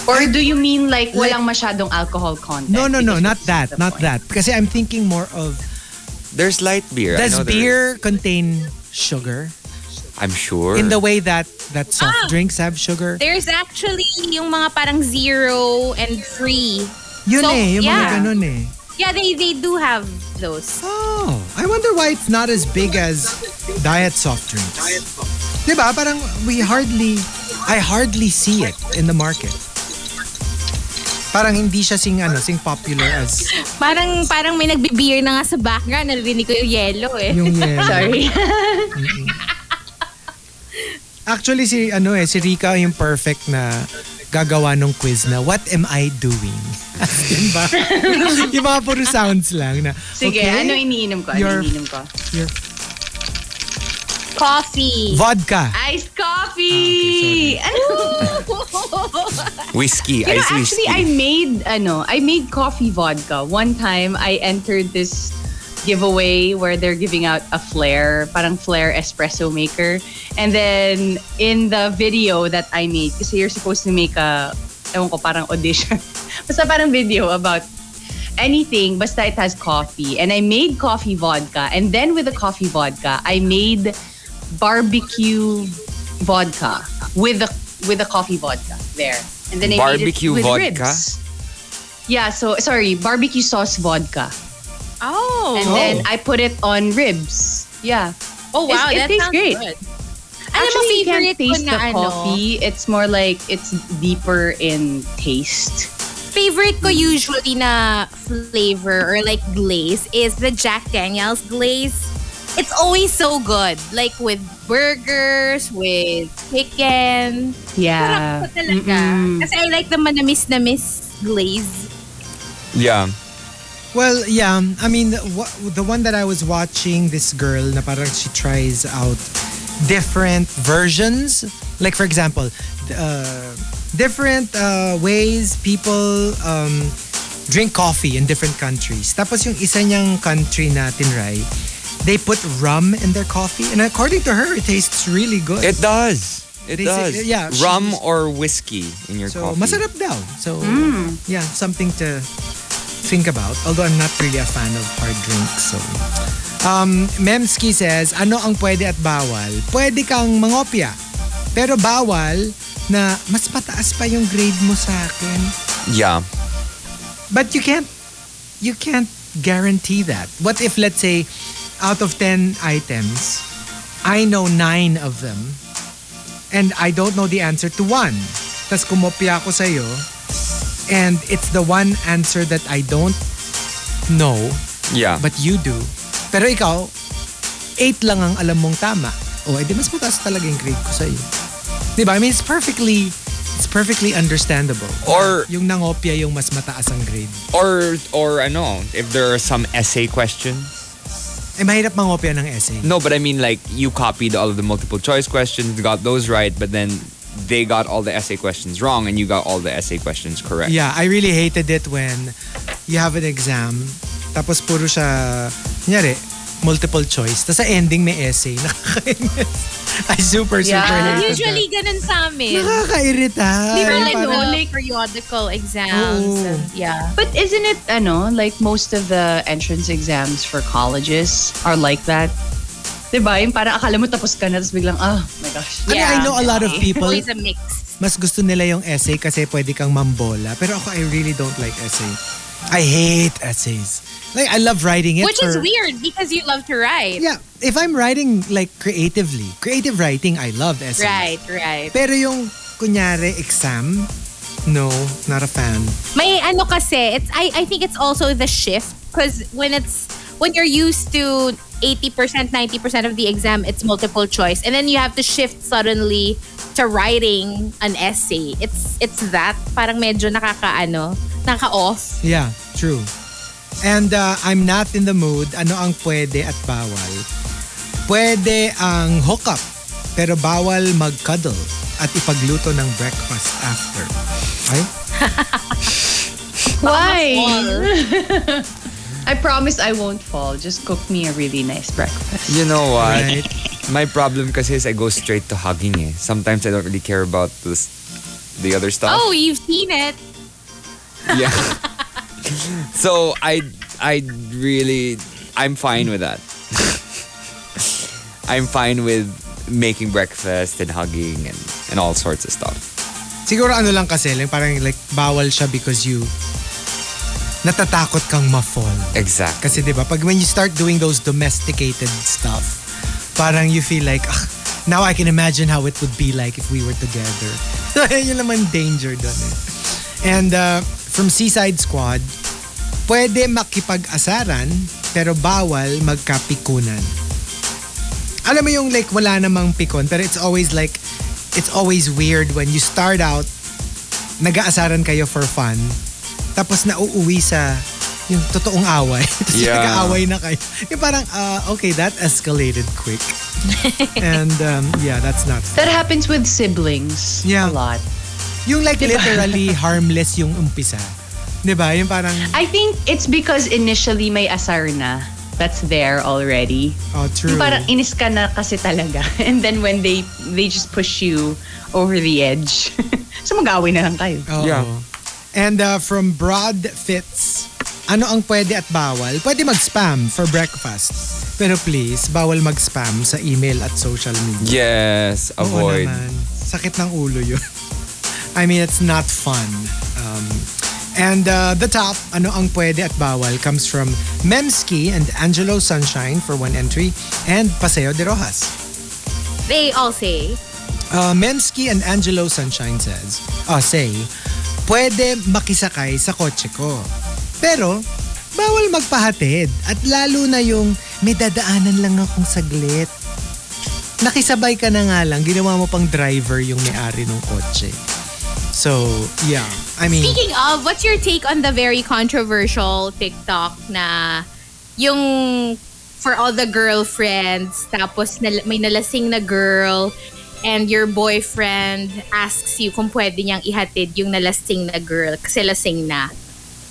Speaker 6: Or do you mean like walang masyadong alcohol content?
Speaker 3: no, no, no,
Speaker 6: Because
Speaker 3: not
Speaker 6: what's
Speaker 3: that,
Speaker 6: the
Speaker 3: not
Speaker 6: point?
Speaker 3: that. Kasi I'm thinking more of,
Speaker 4: There's light beer. I
Speaker 3: does
Speaker 4: know there
Speaker 3: beer contain sugar?
Speaker 4: is. I'm sure.
Speaker 3: In the way that, that soft
Speaker 10: Ah.
Speaker 3: drinks have sugar?
Speaker 10: There's actually yung mga parang zero and free.
Speaker 3: Yun
Speaker 10: So,
Speaker 3: eh, yung mga
Speaker 10: yeah.
Speaker 3: ganun eh.
Speaker 10: Yeah, they they do have those.
Speaker 3: Oh, I wonder why it's not as big as diet soft drinks. Diba? Parang we hardly, I hardly see it in the market. Parang hindi siya sing, ano, sing popular as
Speaker 10: Parang parang may nagbe-beer na nga sa background. Narinig ko yung yellow eh.
Speaker 3: yung yellow.
Speaker 6: Sorry.
Speaker 3: Actually, si, ano eh, si Rika yung perfect na gagawa nung quiz na what am I doing? Yun ba? yung mga puro sounds lang na,
Speaker 6: Sige,
Speaker 3: okay,
Speaker 6: ano iniinom ko? Ano
Speaker 3: Your-
Speaker 6: iniinom ko?
Speaker 10: Coffee.
Speaker 3: vodka.
Speaker 6: Iced coffee!
Speaker 3: Ah,
Speaker 6: ano?
Speaker 4: Whiskey.
Speaker 6: You know,
Speaker 4: ice
Speaker 6: actually,
Speaker 4: whiskey.
Speaker 6: I made ano, I made coffee vodka. One time, I entered this giveaway where they're giving out a flare, parang flare espresso maker. And then in the video that I made, kasi you're supposed to make a, ewan ko, parang audition. basta parang video about anything, basta it has coffee. And I made coffee vodka. And then with the coffee vodka, I made barbecue vodka with the with the coffee vodka there. And then I
Speaker 4: Barbecue
Speaker 6: made it with
Speaker 4: vodka?
Speaker 6: ribs. Yeah, so sorry, barbecue sauce vodka.
Speaker 10: Oh.
Speaker 6: And then I put it on ribs. Yeah.
Speaker 10: oh wow,
Speaker 6: it- it
Speaker 10: that
Speaker 6: tastes
Speaker 10: sounds
Speaker 6: great.
Speaker 10: good. Alam mo,
Speaker 6: Oh. Actually, you
Speaker 10: favorite
Speaker 6: can't
Speaker 10: ko
Speaker 6: taste
Speaker 10: na
Speaker 6: the
Speaker 10: ano,
Speaker 6: coffee. It's more like it's deeper in taste.
Speaker 10: favorite ko usually na flavor or like glaze is the Jack Daniels glaze. It's always so good. Like with burgers, with chicken. Sarap ko
Speaker 6: Yeah.
Speaker 10: talaga.
Speaker 6: Ah, Mm-mm.
Speaker 10: Kasi I like the manamis-namis glaze.
Speaker 4: yeah.
Speaker 3: Well, yeah. I mean, wha- the one that I was watching, this girl, na parang she tries out different versions, Like for example, th- uh, different uh, ways people um, drink coffee in different countries. Tapos yung isa niyang country na tinry, they put rum in their coffee. And according to her, it tastes really good.
Speaker 4: It does. It
Speaker 3: They say-
Speaker 4: does.
Speaker 3: yeah, she-
Speaker 4: Rum or whiskey in your
Speaker 3: so
Speaker 4: coffee.
Speaker 3: masarap daw. So yeah, something to think about. Although I'm not really a fan of hard drinks. So um, Memski says, ano ang pwede at bawal? Pwede kang mangopya. Pero bawal na mas pataas pa yung grade mo sa akin.
Speaker 4: Yeah.
Speaker 3: But you can't you can't guarantee that. What if let's say out of 10 items, I know 9 of them and I don't know the answer to one. Tapos kumopya ako sa iyo and it's the one answer that I don't know
Speaker 4: Yeah.
Speaker 3: but you do. Pero ikaw 8 lang ang alam mong tama. O edi mas mataas talaga yung grade ko sa iyo. 'Di ba? I mean it's perfectly it's perfectly understandable.
Speaker 4: Or-
Speaker 3: yung nangopya yung mas mataas ang grade.
Speaker 4: or or I know if there are some essay questions.
Speaker 3: Eh, mahirap mangopya ng essay.
Speaker 4: No, but I mean like you copied all of the multiple choice questions, got those right, but then they got all the essay questions wrong and you got all the essay questions correct.
Speaker 3: Yeah, I really hated it when you have an exam, tapos puro siya, kunyari, multiple choice. Tapos sa ending may essay. Nakakainis. I super,
Speaker 6: Yeah.
Speaker 3: super hated
Speaker 10: Usually, ganun
Speaker 3: that.
Speaker 10: sa amin.
Speaker 3: Nakakairita.
Speaker 10: Di ba
Speaker 3: Yung
Speaker 10: like,
Speaker 3: parang-
Speaker 10: no, like periodical exams?
Speaker 3: Oo.
Speaker 10: and- yeah.
Speaker 6: But isn't it, ano, like most of the entrance exams for colleges are like that? Diba? Yung parang akala mo tapos ka na, tapos biglang, oh my gosh.
Speaker 3: I mean, I know a lot of people,
Speaker 10: Always a mix.
Speaker 3: mas gusto nila yung essay kasi pwede kang mambola. Pero ako, I really don't like essay. I hate essays. Like, I love writing it.
Speaker 10: Which is
Speaker 3: for-
Speaker 10: weird because you love to write.
Speaker 3: Yeah, if I'm writing like creatively, creative writing, I love essays.
Speaker 10: Right, right.
Speaker 3: Pero yung kunyari exam, no, not a fan.
Speaker 10: May ano kasi, it's I I think it's also the shift because when it's when you're used to 80%, 90% of the exam it's multiple choice and then you have to shift suddenly to writing an essay. It's it's that parang medyo nakakaano, naka-off.
Speaker 3: Yeah, true. And uh, I'm not in the mood. Ano ang pwede at bawal? Pwede ang hookup, pero bawal mag-cuddle at ipagluto ng breakfast after. Ay?
Speaker 6: Why? I promise I won't fall. Just cook me a really nice breakfast.
Speaker 4: You know what?
Speaker 3: Right.
Speaker 4: My problem because is I go straight to hugging. Eh. Sometimes I don't really care about this, the other stuff.
Speaker 10: Oh, you've seen it.
Speaker 4: Yeah. so I I really I'm fine with that. I'm fine with making breakfast and hugging and, and all sorts of stuff.
Speaker 3: Siguro ano lang kasi, like, parang like bawal siya because you natatakot kang ma-fall.
Speaker 4: Exactly.
Speaker 3: Kasi 'di ba, pag when you start doing those domesticated stuff, parang you feel like "Ah, now I can imagine how it would be like if we were together. So yun naman danger doon eh. And uh, from Seaside Squad, pwede makipag-asaran pero bawal magkapikunan. Alam mo yung like wala namang pikon pero it's always like it's always weird when you start out nag-aasaran kayo for fun tapos nauuwi sa yung totoong away. Tapos
Speaker 4: Yeah.
Speaker 3: nag-aaway na kayo. Yung parang, ah, okay, that escalated quick. And um, yeah, that's not
Speaker 6: That happens with siblings
Speaker 3: Yeah.
Speaker 6: a lot.
Speaker 3: Yung like
Speaker 6: diba?
Speaker 3: literally harmless yung umpisa. 'Di ba? Yung parang,
Speaker 6: I think it's because initially may asar na. That's there already.
Speaker 3: oh, true.
Speaker 6: Yung parang inis ka na kasi talaga. And then when they they just push you over the edge, so mag-away na lang kayo.
Speaker 3: Oo.
Speaker 4: Yeah.
Speaker 3: And uh, from Broad Fits, ano ang pwede at bawal? Pwede mag-spam for breakfast. Pero please, bawal mag-spam sa email at social media.
Speaker 4: Yes, avoid.
Speaker 3: Oo naman. Sakit ng ulo yun. I mean, it's not fun. Um, and uh, the top, ano ang pwede at bawal, comes from Memski and Angelo Sunshine for one entry and Paseo de Rojas.
Speaker 10: They all say.
Speaker 3: Uh, Memski and Angelo Sunshine says, uh, say, pwede makisakay sa kotse ko. Pero, bawal magpahatid. At lalo na yung may dadaanan lang akong saglit. Nakisabay ka na nga lang, ginawa mo pang driver yung may-ari ng kotse. So, yeah. I mean,
Speaker 10: Speaking of, what's your take on the very controversial TikTok na yung for all the girlfriends, tapos nal- may nalasing na girl, and your boyfriend asks you kung pwede niyang ihatid yung nalasing na girl kasi lasing na.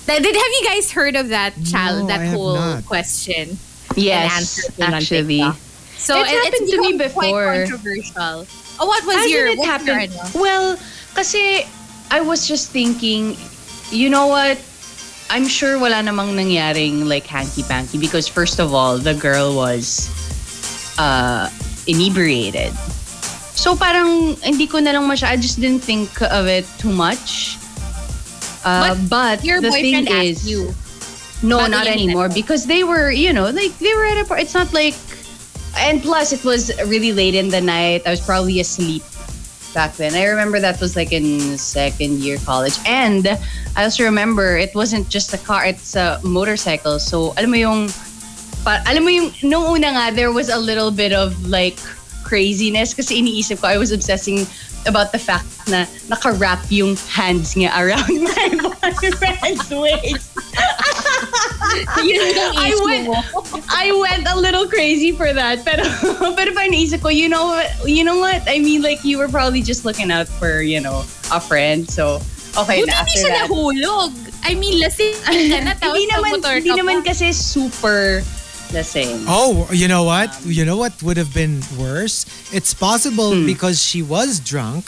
Speaker 10: Th- Did, have you guys heard of that
Speaker 3: No,
Speaker 10: child,
Speaker 3: I
Speaker 10: that
Speaker 3: have
Speaker 10: whole
Speaker 3: not.
Speaker 10: question?
Speaker 6: Yes,
Speaker 10: answer yun on
Speaker 6: actually.
Speaker 10: TikTok. So
Speaker 6: That's
Speaker 10: it-
Speaker 6: happened to me
Speaker 10: become
Speaker 6: before.
Speaker 10: Quite controversial. Oh, what was
Speaker 6: Hasn't
Speaker 10: your?
Speaker 6: it
Speaker 10: what was your
Speaker 6: happened?
Speaker 10: ano?
Speaker 6: Well, kasi I was just thinking, you know what? I'm sure wala namang nangyaring like hanky-panky because first of all, the girl was uh, inebriated. So parang hindi ko na lang masya, I just didn't think of it too much. Uh, but,
Speaker 10: Your
Speaker 6: the thing
Speaker 10: boyfriend asked
Speaker 6: is,
Speaker 10: you.
Speaker 6: no,
Speaker 10: Bago
Speaker 6: not
Speaker 10: yung
Speaker 6: anymore.
Speaker 10: hinanap.
Speaker 6: Because they were, you know, like they were at a party. It's not like, and plus it was really late in the night. I was probably asleep back then. I remember that was like in second year college. And I also remember it wasn't just a car; it's a motorcycle. So alam mo yung, pa, alam mo yung, no una nga there was a little bit of like craziness kasi iniisip ko I was obsessing about the fact na naka-wrap yung hands niya around my boyfriend's waist. I went, I went a little crazy for that. Pero, pero parang naisip ko, you know what, you know what? I mean, like, you were probably just looking out for, you know, a friend. So, okay
Speaker 10: Buti
Speaker 6: na
Speaker 10: hindi
Speaker 6: after
Speaker 10: siya
Speaker 6: that.
Speaker 10: nahulog. I mean, lasing ka na. Tapos
Speaker 6: hindi naman,
Speaker 10: motor
Speaker 6: hindi
Speaker 10: ka
Speaker 6: naman
Speaker 10: pa.
Speaker 6: kasi super lasing.
Speaker 3: Oh, you know what? you know what would have been worse? It's possible because she was drunk.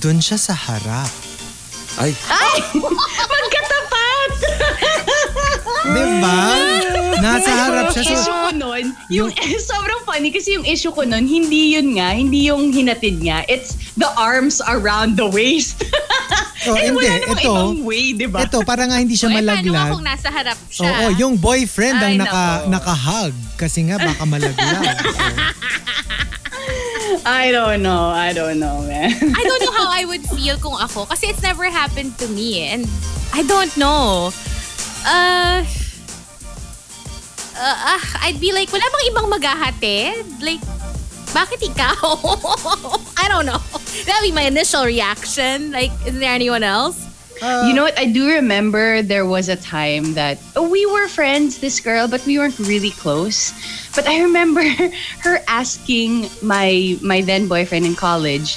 Speaker 3: Dun siya sa harap.
Speaker 4: Ay,
Speaker 6: Ay! Magkatapat!
Speaker 3: Diba? Nasa harap siya. So,
Speaker 6: Yung issue ko nun, yung, sobrang funny kasi yung issue ko nun, hindi yun nga, hindi yung hinatid nga. It's the arms around the waist.
Speaker 3: oh, hindi.
Speaker 6: And wala namang
Speaker 3: Ito,
Speaker 6: ibang way, di ba?
Speaker 3: ito, para nga hindi siya
Speaker 10: Eh, paano nga
Speaker 3: malaglag.
Speaker 10: kung nasa harap siya?
Speaker 3: Oo, yung boyfriend ang
Speaker 6: Ay,
Speaker 3: naka,
Speaker 6: nako.
Speaker 3: naka-hug. Kasi nga, baka malaglag.
Speaker 6: I don't know. I don't know, man.
Speaker 10: I don't know how I would feel kung ako kasi it's never happened to me and I don't know. Uh, uh, ah, I'd be like, wala bang ibang maghahatid? Like, bakit ikaw? I don't know. That would be my initial reaction. Like, is there anyone else?
Speaker 6: you know what? I do remember there was a time that oh, we were friends, this girl, but we weren't really close. But I remember her asking my my then boyfriend in college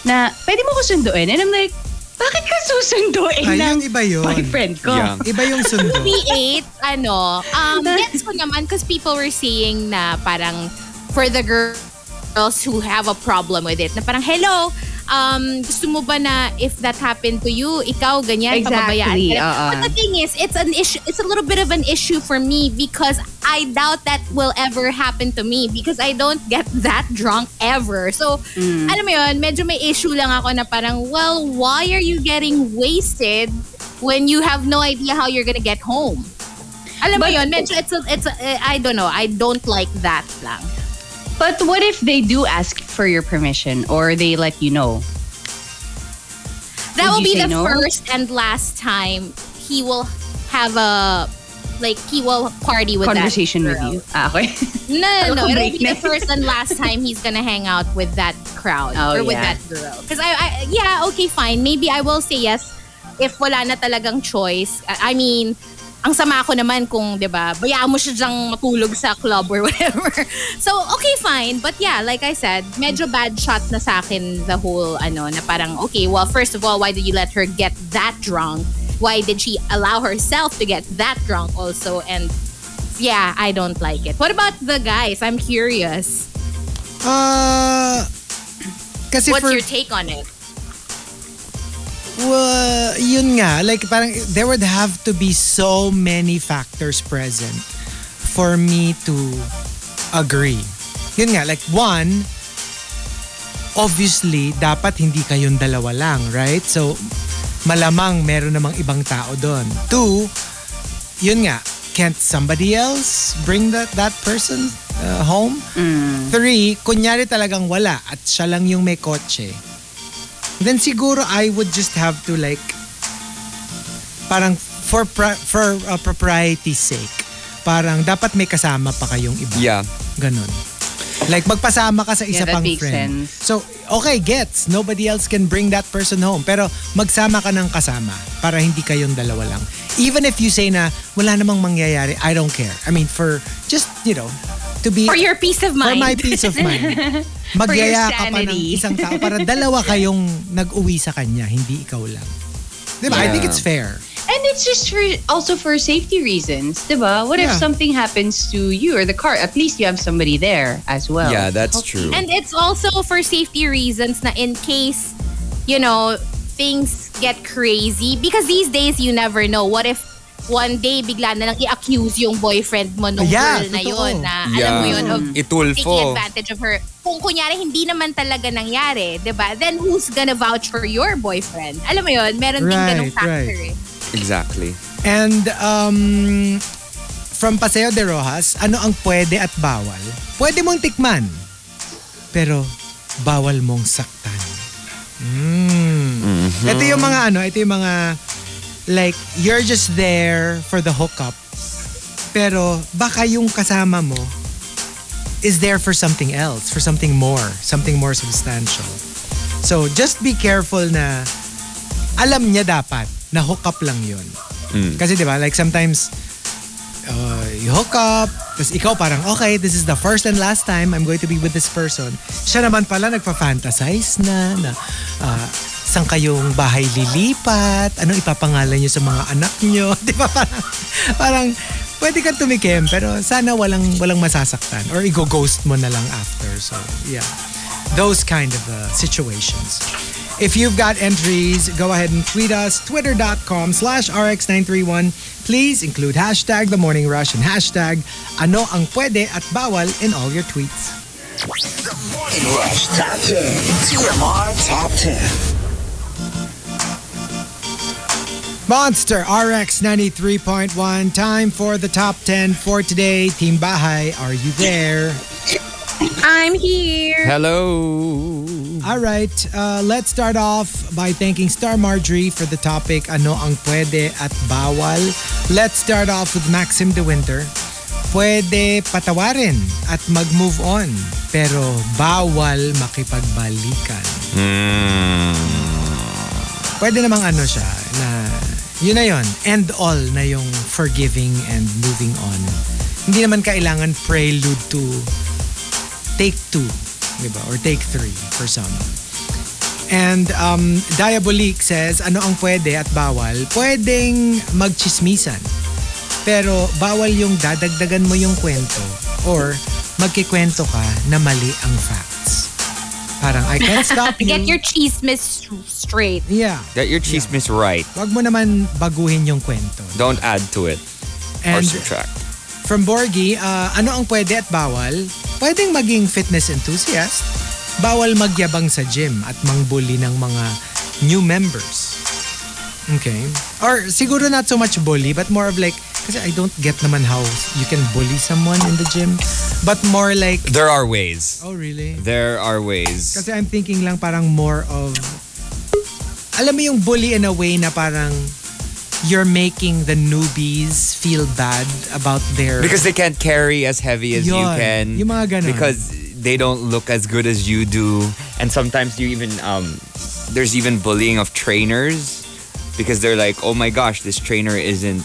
Speaker 6: na, pwede mo ko sunduin? And I'm like, bakit ka susunduin
Speaker 3: Ay,
Speaker 6: ng
Speaker 3: yung iba yun.
Speaker 6: boyfriend ko?
Speaker 4: yeah.
Speaker 3: Iba yung sundo.
Speaker 10: We ate, ano, um, gets ko naman because people were saying na parang for the girl- girls who have a problem with it, na parang, hello, um, gusto mo ba na if that happened to you, ikaw, ganyan,
Speaker 6: Exactly, uh-uh.
Speaker 10: pababayaan ka na?
Speaker 6: oo.
Speaker 10: But the thing is, it's an issue, it's a little bit of an issue for me because I doubt that will ever happen to me because I don't get that drunk ever. So,
Speaker 6: Mm.
Speaker 10: alam mo yun, medyo may issue lang ako na parang, well, why are you getting wasted when you have no idea how you're gonna get home? Alam mo
Speaker 6: But-
Speaker 10: yun, medyo it's a, it's a, eh, I don't know, I don't like that lang.
Speaker 6: But what if they do ask for your permission or they let you know?
Speaker 10: That
Speaker 6: Would
Speaker 10: will
Speaker 6: you
Speaker 10: be
Speaker 6: say
Speaker 10: the
Speaker 6: no?
Speaker 10: first and last time he will have a like he will party with
Speaker 6: Conversation
Speaker 10: that
Speaker 6: with
Speaker 10: girl.
Speaker 6: you. Ah, okay.
Speaker 10: No, no, no.
Speaker 6: Alam ko
Speaker 10: It'll
Speaker 6: break
Speaker 10: be
Speaker 6: na
Speaker 10: the first and last time he's gonna hang out with that crowd
Speaker 6: Oh,
Speaker 10: or with
Speaker 6: yeah.
Speaker 10: that girl. Because I, I, yeah, okay, fine. Maybe I will say yes if wala na talagang choice. I I mean, ang sama ko naman kung, di ba, bayaan mo siya dyang matulog sa club or whatever. So, okay, fine. But yeah, like I said, medyo bad shot na sa akin the whole, ano, na parang, okay, well, first of all, why did you let her get that drunk? Why did she allow herself to get that drunk also? And yeah, I don't like it. What about the guys? I'm curious.
Speaker 3: Uh, kasi
Speaker 10: What's
Speaker 3: for,
Speaker 10: your take on it?
Speaker 3: Well, yun nga. Like, parang there would have to be so many factors present for me to agree. Yun nga, like one, obviously, dapat hindi kayong dalawa lang, right? So, malamang meron namang ibang tao doon. Two, yun nga, can't somebody else bring that that person uh, home? Three, kunyari talagang wala at siya lang yung may kotse then siguro I would just have to like parang for pri- for uh, propriety's sake parang dapat may kasama pa kayong iba
Speaker 4: yeah.
Speaker 3: ganun like magpasama ka sa isa
Speaker 6: Yeah, that
Speaker 3: pang
Speaker 6: makes
Speaker 3: friend
Speaker 6: sense.
Speaker 3: so okay gets nobody else can bring that person home pero magsama ka ng kasama para hindi kayong dalawa lang even if you say na wala namang mangyayari I don't care I mean for just you know to be
Speaker 10: For your peace of
Speaker 3: for
Speaker 10: mind.
Speaker 3: my peace of mind. Magyaya ka pa ng
Speaker 10: sanity.
Speaker 3: isang tao para dalawa kayong nag-uwi sa kanya, hindi ikaw lang. Diba? I think
Speaker 4: Yeah.
Speaker 3: it's fair.
Speaker 6: And it's just for also for safety reasons, diba? What if
Speaker 3: Yeah.
Speaker 6: something happens to you or the car? At least you have somebody there as well.
Speaker 4: yeah, that's true.
Speaker 10: And it's also for safety reasons na in case, you know, things get crazy. Because these days, you never know. What if one day, bigla na lang i-accuse yung boyfriend mo nung
Speaker 3: Yeah,
Speaker 10: girl na
Speaker 3: totoo.
Speaker 10: yun na, uh, alam
Speaker 4: yeah. Mm.
Speaker 10: mo yun, of taking
Speaker 4: Itulfo.
Speaker 10: advantage of her. Kung kunyari, hindi naman talaga nangyari, di ba? Then who's gonna vouch for your boyfriend? Alam mo yun, meron ding
Speaker 3: Right,
Speaker 10: ganong factor
Speaker 3: right.
Speaker 10: eh.
Speaker 4: Exactly.
Speaker 3: And um, from Paseo de Rojas, ano ang pwede at bawal? Pwede mong tikman, pero bawal mong saktan. Mm. Ito yung mga ano, ito yung mga like you're just there for the hookup. Pero baka yung kasama mo is there for something else, for something more, something more substantial. So just be careful na alam niya dapat na hookup lang yun. Kasi 'di ba? Like sometimes uh, you hook up, tapos ikaw parang, okay, this is the first and last time I'm going to be with this person. Siya naman pala nagpa-fantasize na, na uh, saan kayong bahay lilipat, ano ipapangalan niyo sa mga anak niyo, di ba? Parang, parang pwede kang tumikim, pero sana walang, walang masasaktan or i-ghost mo na lang after. So, yeah. Those kind of uh, situations. If you've got entries, go ahead and tweet us, twitter.com slash rx931. Please include hashtag the morning rush and hashtag ano ang pwede at bawal in all your tweets.
Speaker 9: The Morning Rush Top 10. TMR Top 10.
Speaker 3: Monster RX 93.1, time for the top 10 for today. Team Bahay, are you there?
Speaker 10: I'm here.
Speaker 4: Hello.
Speaker 3: All right, uh, let's start off by thanking Star Marjorie for the topic Ano ang pwede at bawal. Let's start off with Maxim De Winter. Pwede patawarin at mag-move on, pero bawal makipagbalikan. Pwede namang ano siya na yun na yun, end all na yung forgiving and moving on. Hindi naman kailangan prelude to take two, di ba? Or take three for some. And um, Diabolique says, ano ang pwede at bawal? Pwedeng magchismisan. Pero bawal yung dadagdagan mo yung kwento or magkikwento ka na mali ang facts. Parang, I can't stop you.
Speaker 10: Get your cheese miss straight.
Speaker 3: Yeah.
Speaker 4: Get your chismis right.
Speaker 3: Wag mo naman baguhin yung kwento.
Speaker 4: Don't add to it or
Speaker 3: And
Speaker 4: subtract.
Speaker 3: from Borgi, ah, ano ang pwede at bawal? Pwedeng maging fitness enthusiast. Bawal magyabang sa gym at mangbully ng mga new members. Okay. Or siguro not so much bully, but more of like, kasi I don't get naman how you can bully someone in the gym. But more like,
Speaker 4: There are ways.
Speaker 3: oh really?
Speaker 4: There are ways.
Speaker 3: Kasi I'm thinking lang parang more of, alam mo yung bully in a way na parang you're making the newbies feel bad about their...
Speaker 4: Because they can't carry as heavy as you
Speaker 3: Yun.
Speaker 4: can.
Speaker 3: Yung mga ganun.
Speaker 4: Because they don't look as good as you do. And sometimes you even um there's even bullying of trainers because they're like, "Oh my gosh, this trainer isn't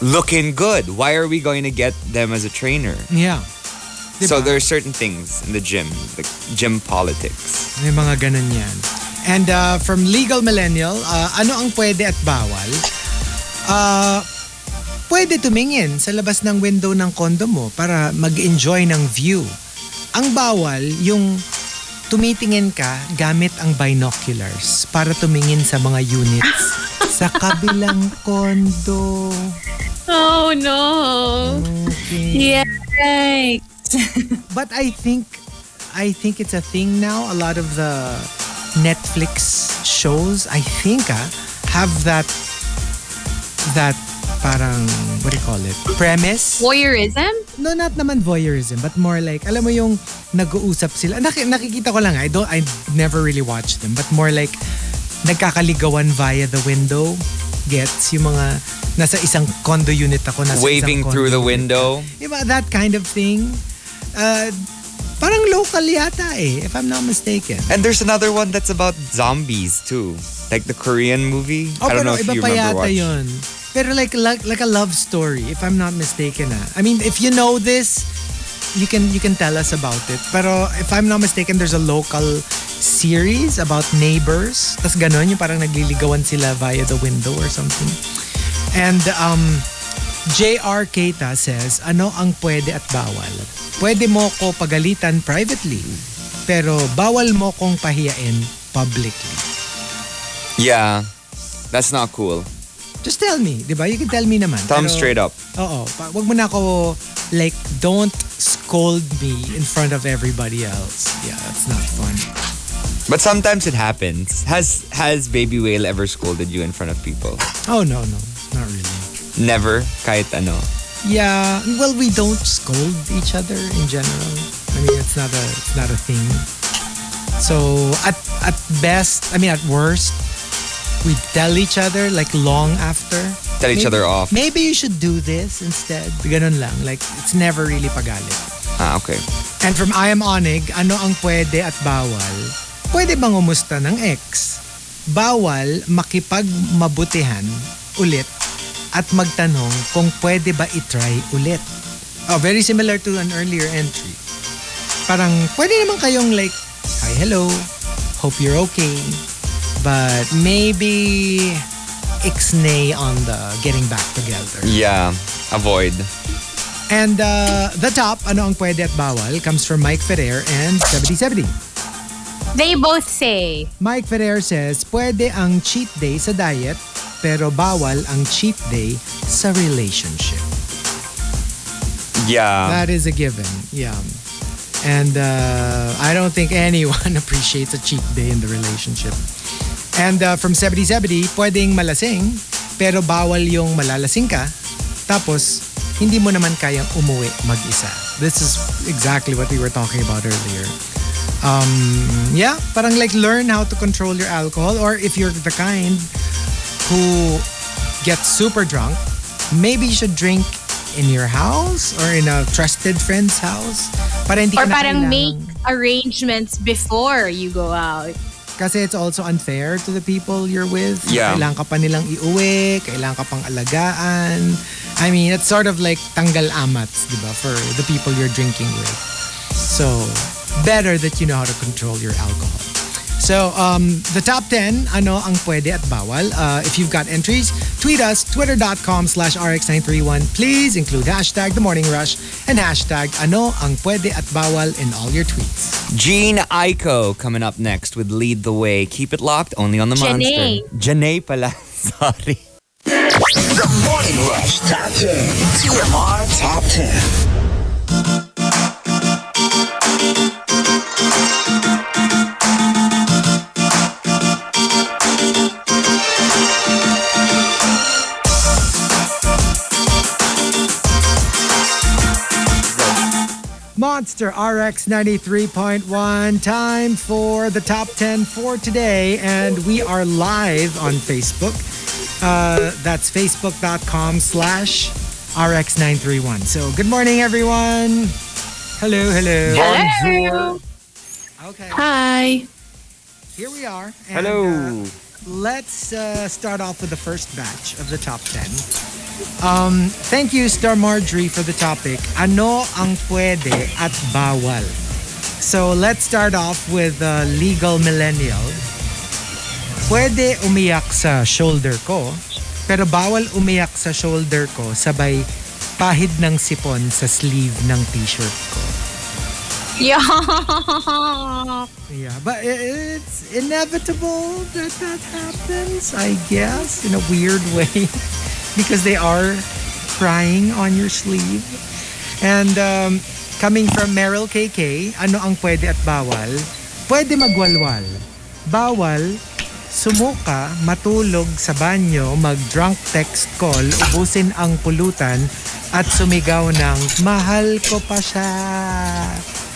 Speaker 4: looking good. Why are we going to get them as a trainer?"
Speaker 3: Yeah.
Speaker 4: So
Speaker 3: Diba?
Speaker 4: there are certain things in the gym, like gym politics.
Speaker 3: May mga ganun yan. And uh, from Legal Millennial, uh, ano ang pwede at bawal? Uh, pwede tumingin sa labas ng window ng kondo mo para mag-enjoy ng view. Ang bawal, yung tumitingin ka gamit ang binoculars para tumingin sa mga units sa kabilang kondo.
Speaker 10: Oh no.
Speaker 3: Okay.
Speaker 10: Yeah.
Speaker 3: But I think I think it's a thing now. A lot of the Netflix shows, I think, ah, have that that parang what do you call it? Premise?
Speaker 10: Voyeurism?
Speaker 3: No, not naman voyeurism, but more like alam mo yung nag-uusap sila. Naki- nakikita ko lang, I don't I never really watch them, but more like nagkakaligawan via the window. Gets yung mga nasa isang condo unit ako nasa
Speaker 4: Waving
Speaker 3: isang
Speaker 4: through
Speaker 3: condo
Speaker 4: the window.
Speaker 3: Diba, that kind of thing. Uh, parang local yata eh, if I'm not mistaken.
Speaker 4: And there's another one that's about zombies too. Like the Korean movie.
Speaker 3: Oh,
Speaker 4: I don't
Speaker 3: pero
Speaker 4: know if
Speaker 3: iba
Speaker 4: you
Speaker 3: pa yata
Speaker 4: remember watching.
Speaker 3: yun. Pero like, like, like a love story, if I'm not mistaken ah. I mean, if you know this, you can you can tell us about it. Pero if I'm not mistaken, there's a local series about neighbors. Tas ganun yung parang nagliligawan sila via the window or something. And um, JR Keita says, ano ang pwede at bawal? Pwede mo ko pagalitan privately, pero bawal mo kong pahiyain publicly.
Speaker 4: Yeah, that's not cool.
Speaker 3: Just tell me, di ba? You can tell me naman.
Speaker 4: Tell him
Speaker 3: Pero-
Speaker 4: straight up.
Speaker 3: Oo. Pa- Wag mo na ako, like, don't scold me in front of everybody else. Yeah, that's not fun.
Speaker 4: But sometimes it happens. Has has Baby Whale ever scolded you in front of people?
Speaker 3: Oh, no, no. Not really.
Speaker 4: Never. Kahit ano.
Speaker 3: Yeah, well, we don't scold each other in general. I mean, it's not a, it's not a thing. So, at, at best, I mean, at worst, we tell each other, like, long after.
Speaker 4: Tell each
Speaker 3: Maybe-
Speaker 4: other off.
Speaker 3: Maybe you should do this instead. Ganun lang. Like, it's never really pagalit.
Speaker 4: Ah, okay.
Speaker 3: And from I Am Onig, ano ang pwede at bawal? Pwede bang umusta ng ex? Bawal makipagmabutihan ulit at magtanong kung pwede ba itry ulit. Oh, very similar to an earlier entry. Parang pwede naman kayong like, Hi, hello. Hope you're okay. But maybe ixnay on the getting back together.
Speaker 4: Yeah. Avoid.
Speaker 3: And uh, the top, ano ang pwede at bawal, comes from Mike Ferrer and 7070.
Speaker 10: They both say,
Speaker 3: Mike Ferrer says, pwede ang cheat day sa diet, pero bawal ang cheat day sa relationship.
Speaker 4: Yeah.
Speaker 3: That is a given, yeah. And uh, I don't think anyone appreciates a cheat day in the relationship. And uh, from 7070, pwedeng malasing, pero bawal yung malalasing ka, tapos hindi mo naman kayang umuwi mag-isa. This is exactly what we were talking about earlier. Um, yeah, parang like learn how to control your alcohol or if you're the kind who gets super drunk, maybe you should drink in your house or in a trusted friend's house. Para hindi ka
Speaker 10: or
Speaker 3: na
Speaker 10: parang make
Speaker 3: kailangang-
Speaker 10: arrangements before you go out.
Speaker 3: Kasi it's also unfair to the people you're with.
Speaker 4: Yeah.
Speaker 3: Kailangan ka pa nilang iuwi, kailangan ka pang alagaan. I mean, it's sort of like tanggal amats, di ba, for the people you're drinking with. So, better that you know how to control your alcohol. So, um, the top 10, ano ang pwede at bawal? Uh, if you've got entries, tweet us, twitter.com slash rx931. Please include hashtag the morning rush and hashtag ano ang pwede at bawal in all your tweets.
Speaker 4: Gene Ico coming up next with Lead the Way. Keep it locked only on the
Speaker 10: Janae.
Speaker 4: Monster. Janae pala. Sorry.
Speaker 9: The Morning Rush Top 10. TMR Top 10.
Speaker 3: Monster RX 93.1. Time for the top 10 for today. And we are live on Facebook. Uh, that's facebook.com slash RX931. So good morning, everyone. Hello, hello.
Speaker 4: Um, Bonjour.
Speaker 3: Okay,
Speaker 6: Hi.
Speaker 3: here we are. And, uh,
Speaker 4: Hello.
Speaker 3: let's uh, start off with the first batch of the top 10. Um, thank you, Star Marjorie, for the topic. Ano ang pwede at bawal? So let's start off with uh, legal millennial. Pwede umiyak sa shoulder ko, pero bawal umiyak sa shoulder ko sabay pahid ng sipon sa sleeve ng t-shirt ko.
Speaker 10: Yuck.
Speaker 3: Yeah, but i- it's inevitable that that happens, I guess, in a weird way, because they are crying on your sleeve. And um, coming from Meryl KK, ano ang pwede at bawal? Pwede magwalwal. Bawal, sumuka, matulog sa banyo, mag-drunk text call, ubusin ang pulutan, at sumigaw ng, mahal ko pa siya.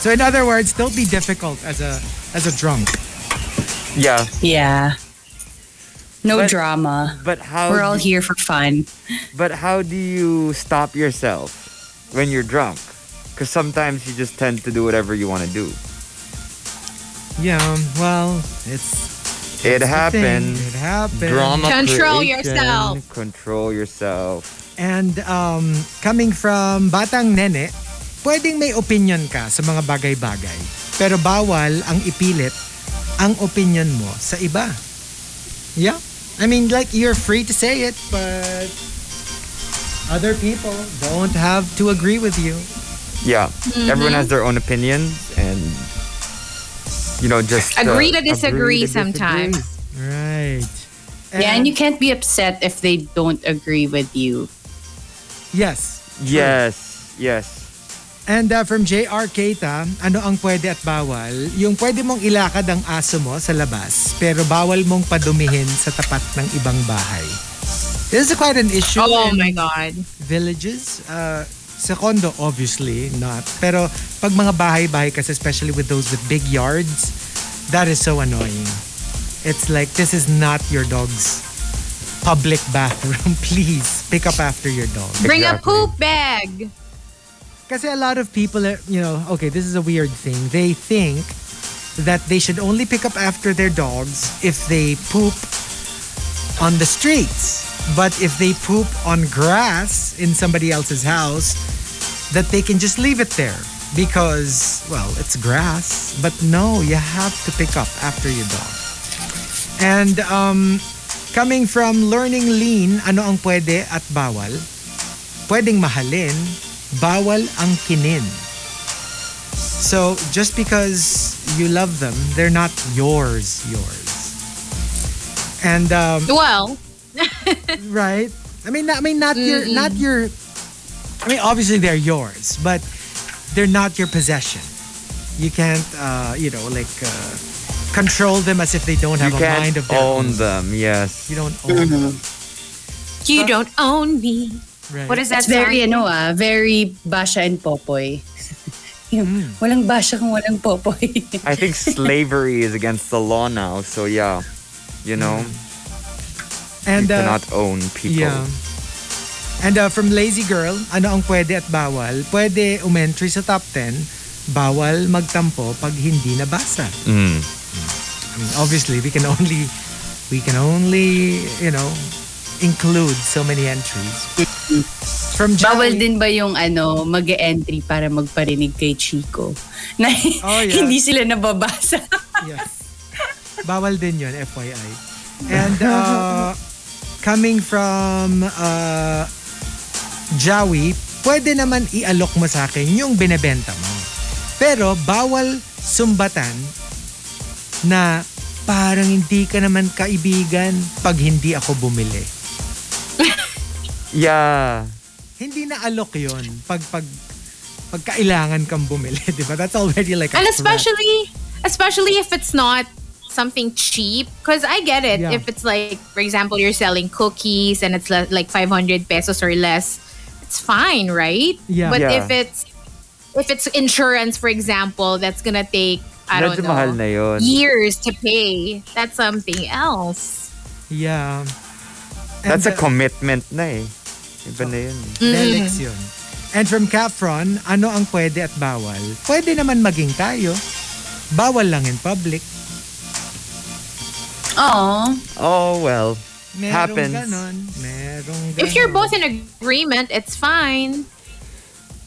Speaker 3: So in other words, don't be difficult as a as a drunk.
Speaker 4: Yeah.
Speaker 6: Yeah. No
Speaker 4: But-
Speaker 6: drama.
Speaker 4: But how
Speaker 6: We're all
Speaker 4: do-
Speaker 6: here for fun.
Speaker 4: But how do you stop yourself when you're drunk? Because sometimes you just tend to do whatever you want to do.
Speaker 3: Yeah, um, well, it's it's
Speaker 4: It
Speaker 3: the
Speaker 4: happened.
Speaker 3: thing. It happened.
Speaker 4: Drama
Speaker 10: Control
Speaker 4: creation.
Speaker 10: yourself.
Speaker 4: Control yourself.
Speaker 3: And um, coming from Batang Nene, pwedeng may opinion ka sa mga bagay-bagay, pero bawal ang ipilit ang opinion mo sa iba. Yeah? I mean, like, you're free to say it, but other people don't have to agree with you.
Speaker 4: Yeah.
Speaker 10: Mm-hmm.
Speaker 4: Everyone has their own opinion and you know just uh,
Speaker 10: Agree to disagree sometimes.
Speaker 3: Right.
Speaker 6: Yeah, and you can't be upset if they don't agree with you.
Speaker 3: Yes.
Speaker 4: Yes. Yes.
Speaker 3: And uh, from JR Keita, ano ang pwede at bawal? Yung pwede mong ilakad ang aso mo sa labas, pero bawal mong padumihin sa tapat ng ibang bahay. This is quite an issue
Speaker 10: Oh
Speaker 3: in
Speaker 10: my god.
Speaker 3: villages. Uh, sa condo, obviously not. Pero pag mga bahay-bahay kasi, especially with those with big yards, that is so annoying. It's like, this is not your dog's public bathroom. Please, pick up after your dog.
Speaker 10: Bring a
Speaker 4: Exactly.
Speaker 10: poop bag.
Speaker 3: Kasi a lot of people, are, you know, okay, this is a weird thing. They think that they should only pick up after their dogs if they poop on the streets. But if they poop on grass in somebody else's house, that they can just leave it there because, well, it's grass. But no, you have to pick up after your dog. And um, coming from learning lean, ano ang pwede at bawal? Pwedeng mahalin, bawal ang kinin. So, just because you love them, they're not yours, yours. And um,
Speaker 10: Well,
Speaker 3: right? I mean, not, I mean, not your, not your. I mean, obviously they're yours, but they're not your possession. You can't, uh, you know, like uh, control them as if they don't have
Speaker 4: You
Speaker 3: a mind
Speaker 4: can't
Speaker 3: of their
Speaker 4: own
Speaker 3: own.
Speaker 4: them. Yes.
Speaker 3: You don't own
Speaker 10: Mm-hmm.
Speaker 3: them,
Speaker 10: you don't own me.
Speaker 3: right?
Speaker 10: What is that?
Speaker 6: That's very,
Speaker 10: song?
Speaker 6: ano ah, very basha and popoy. Yung, Walang basha kung walang popoy.
Speaker 4: I think slavery is against the law now. So yeah, you know,
Speaker 3: and
Speaker 4: you
Speaker 3: uh,
Speaker 4: cannot own people.
Speaker 3: Yeah. And uh, from Lazy Girl, ano ang pwede at bawal? Pwede umentry sa top 10, bawal magtampo pag hindi nabasa.
Speaker 4: Mm.
Speaker 3: I mean, obviously, we can only we can only, you know, include so many entries. From
Speaker 6: Bawal
Speaker 3: Joey-
Speaker 6: din ba yung ano, mag entry para magparinig kay Chico? Na
Speaker 3: Oh, yeah.
Speaker 6: hindi sila nababasa.
Speaker 3: Yes. Bawal din yun, FYI. And uh, coming from uh, Jawi, pwede naman i-alok mo sa akin yung binebenta mo. Pero bawal sumbatan na parang hindi ka naman kaibigan pag hindi ako bumili.
Speaker 4: Yeah.
Speaker 3: Hindi na alok yun pag, pag, pag kailangan kang bumili, di ba? That's already like a
Speaker 10: and
Speaker 3: threat.
Speaker 10: especially especially if it's not something cheap because i get it
Speaker 3: Yeah.
Speaker 10: if it's like for example you're selling cookies and it's le- like 500 pesos or less it's fine right
Speaker 3: Yeah.
Speaker 10: but
Speaker 4: Yeah.
Speaker 10: if it's if it's insurance for example that's gonna take i don't
Speaker 4: Medyo mahal
Speaker 10: know
Speaker 4: na yun.
Speaker 10: years to pay that's something else
Speaker 3: Yeah.
Speaker 4: That's
Speaker 3: And,
Speaker 4: a
Speaker 3: uh,
Speaker 4: commitment na eh. Iba na yun. eh.
Speaker 10: Mm-hmm.
Speaker 3: Relics yun. And from Capron, ano ang pwede at bawal? Pwede naman maging tayo. Bawal lang in public.
Speaker 6: Oo.
Speaker 4: Oh well.
Speaker 3: Merong
Speaker 4: Happens.
Speaker 3: ganon. Merong ganon.
Speaker 10: if you're both in agreement it's fine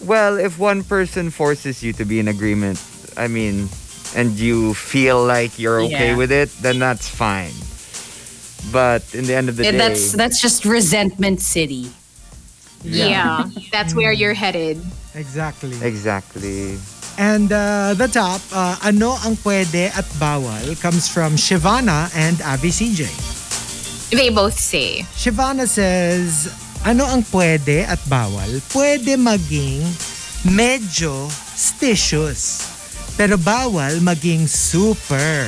Speaker 4: Well, if one person forces you to be in agreement, I mean, and you feel like you're okay
Speaker 6: Yeah.
Speaker 4: with it, then that's fine. But in the end of the
Speaker 6: Eh,
Speaker 4: day,
Speaker 6: That's, that's just resentment city.
Speaker 10: yeah, that's where you're headed
Speaker 3: Exactly.
Speaker 4: exactly.
Speaker 3: And uh, the top, uh, ano ang pwede at bawal comes from Shivana and Abby CJ.
Speaker 10: they both say
Speaker 3: Shivana says, ano ang pwede at bawal? Pwede maging medyo stitious. Pero bawal maging super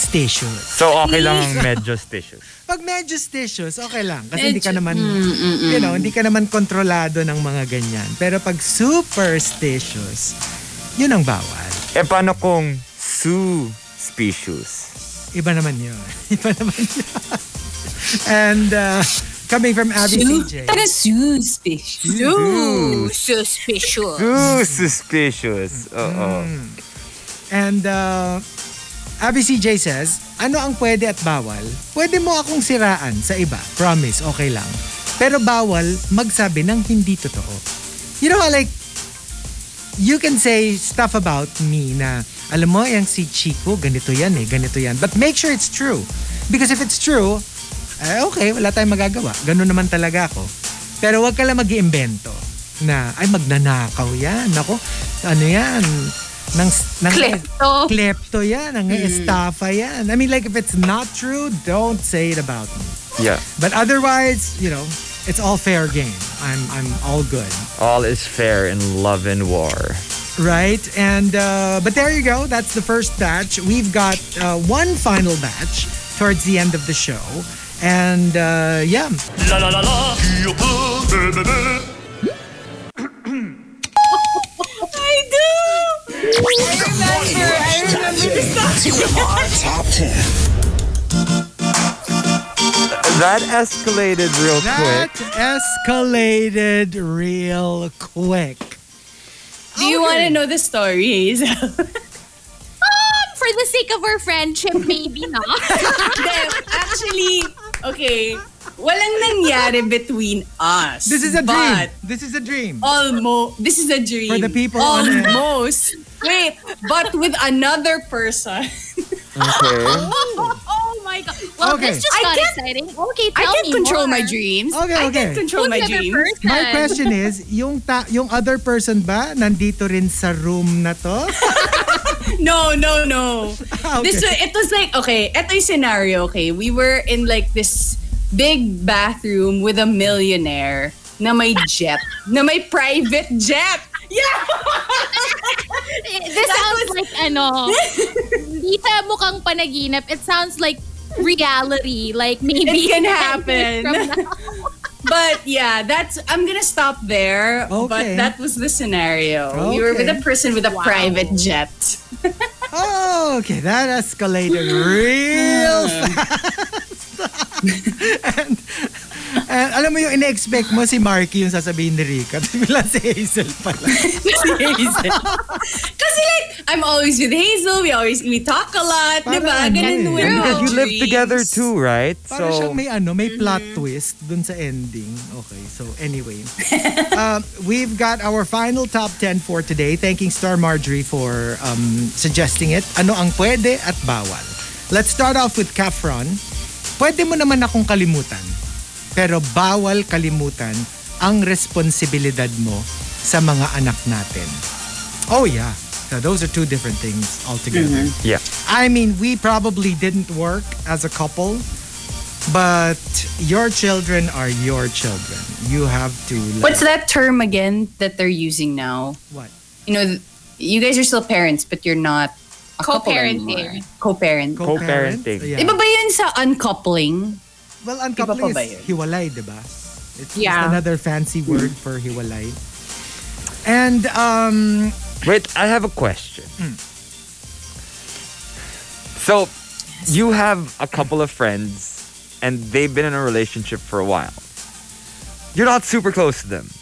Speaker 3: stitious.
Speaker 4: So okay lang medyo stitious.
Speaker 3: pag medyo stitious, okay lang. Kasi hindi ka naman, you know, hindi ka naman kontrolado ng mga ganyan. Pero pag super stitious, yun ang bawal.
Speaker 4: E paano kung suspicious?
Speaker 3: Iba naman yun. Iba naman yun. And uh, coming from Abby CJ.
Speaker 6: That is suspicious.
Speaker 10: Ooh, suspicious
Speaker 4: Suspicious. Oo.
Speaker 3: And uh, Abby CJ says, ano ang pwede at bawal? Pwede mo akong siraan sa iba. Promise, okay lang. Pero bawal magsabi ng hindi totoo. You know, like, you can say stuff about me na, alam mo, yung si Chico, ganito yan eh, ganito yan. But make sure it's true. Because if it's true, eh, okay, wala tayong magagawa. Ganun naman talaga ako. Pero wag ka lang mag iimbento na, ay, magnanakaw yan. Ako, ano yan? Nang, nang,
Speaker 10: Klepto.
Speaker 3: Klepto yan. Ang estafa yan. I mean, like, if it's not true, don't say it about me.
Speaker 4: Yeah.
Speaker 3: But otherwise, you know, it's all fair game. I'm, I'm all good.
Speaker 4: All is fair in love and war.
Speaker 3: Right? And uh, but there you go. That's the first batch. We've got uh, one final batch towards the end of the show. And uh, yeah,
Speaker 9: The Morning Rush Top 10. TMR Top 10.
Speaker 4: That escalated real
Speaker 3: that
Speaker 4: quick.
Speaker 3: escalated real quick.
Speaker 6: Do you want to know the story, Hazel?
Speaker 10: Um, for the sake of our friendship, maybe not.
Speaker 6: Then, actually, okay, walang nangyari between us.
Speaker 3: This is a dream.
Speaker 6: But,
Speaker 3: This is a dream.
Speaker 6: almost, this is a dream.
Speaker 3: For the people on air.
Speaker 6: Almost. Wait, but with another person.
Speaker 4: Okay.
Speaker 6: oh my God.
Speaker 10: Well,
Speaker 3: Okay.
Speaker 10: this just
Speaker 6: I
Speaker 10: got
Speaker 6: can't-
Speaker 10: exciting. Okay,
Speaker 6: I
Speaker 10: tell
Speaker 6: can't
Speaker 10: me
Speaker 6: control
Speaker 10: more.
Speaker 6: my dreams.
Speaker 3: Okay,
Speaker 10: I
Speaker 3: okay.
Speaker 6: Control
Speaker 10: Who's
Speaker 6: my
Speaker 10: the other
Speaker 6: dreams.
Speaker 10: person?
Speaker 3: My question is, yung ta yung other person ba nandito rin sa room na to?
Speaker 6: No, no, no.
Speaker 3: Ah, okay.
Speaker 6: This wa- it was like okay, ito yung scenario, okay. We were in like this big bathroom with a millionaire na may jet, na may private jet. Yeah.
Speaker 10: This sounds like ano, hindi siya mukhang panaginip. It sounds like reality. Like maybe
Speaker 6: It can
Speaker 10: 10 years
Speaker 6: happen.
Speaker 10: from now.
Speaker 6: But yeah, that's I'm going to stop there,
Speaker 3: Okay.
Speaker 6: but that was the scenario. We were with
Speaker 3: Okay.
Speaker 6: a person with a private jet.
Speaker 3: Oh, okay. That escalated real fast. and, and alam mo yung in-expect mo si Marky yung sasabihin ni Rica. Bigla si Hazel pala.
Speaker 6: Cuz like I'm always with Hazel, we always we talk a lot,
Speaker 3: Parang
Speaker 6: diba?
Speaker 3: ano eh.
Speaker 6: Ganun with
Speaker 3: And
Speaker 6: our
Speaker 4: Because you live
Speaker 6: dreams.
Speaker 4: together too, right?
Speaker 3: Para
Speaker 4: so
Speaker 3: siyang may ano, may plot twist dun sa ending. Okay, so anyway. um, we've got our final top 10 for today. Thanking Star Marjorie for um, suggesting it. Ano ang pwede at bawal? Let's start off with Kafron. Pwede mo naman akong kalimutan, pero bawal kalimutan ang responsibilidad mo sa mga anak natin. Oh yeah. So those are two different things altogether.
Speaker 4: yeah.
Speaker 3: I mean, we probably didn't work as a couple, but your children are your children. You have to. Like,
Speaker 6: What's that term again that they're using now?
Speaker 3: What?
Speaker 6: You know, th- you guys are still parents, but you're not a couple
Speaker 10: Co-parenting.
Speaker 6: anymore. Co-parent.
Speaker 3: Co-parent?
Speaker 4: Co-parenting.
Speaker 3: Yeah.
Speaker 6: Iba ba yun sa uncoupling?
Speaker 3: well,
Speaker 6: iba
Speaker 3: uncoupling
Speaker 6: pa ba
Speaker 3: is
Speaker 6: yun?
Speaker 3: hiwalay, di ba? It's just
Speaker 10: Yeah.
Speaker 3: another fancy word for hiwalay. And um,
Speaker 4: Wait, I have a question. So, you have a couple of friends, and they've been in a relationship for a while. You're not super close to them.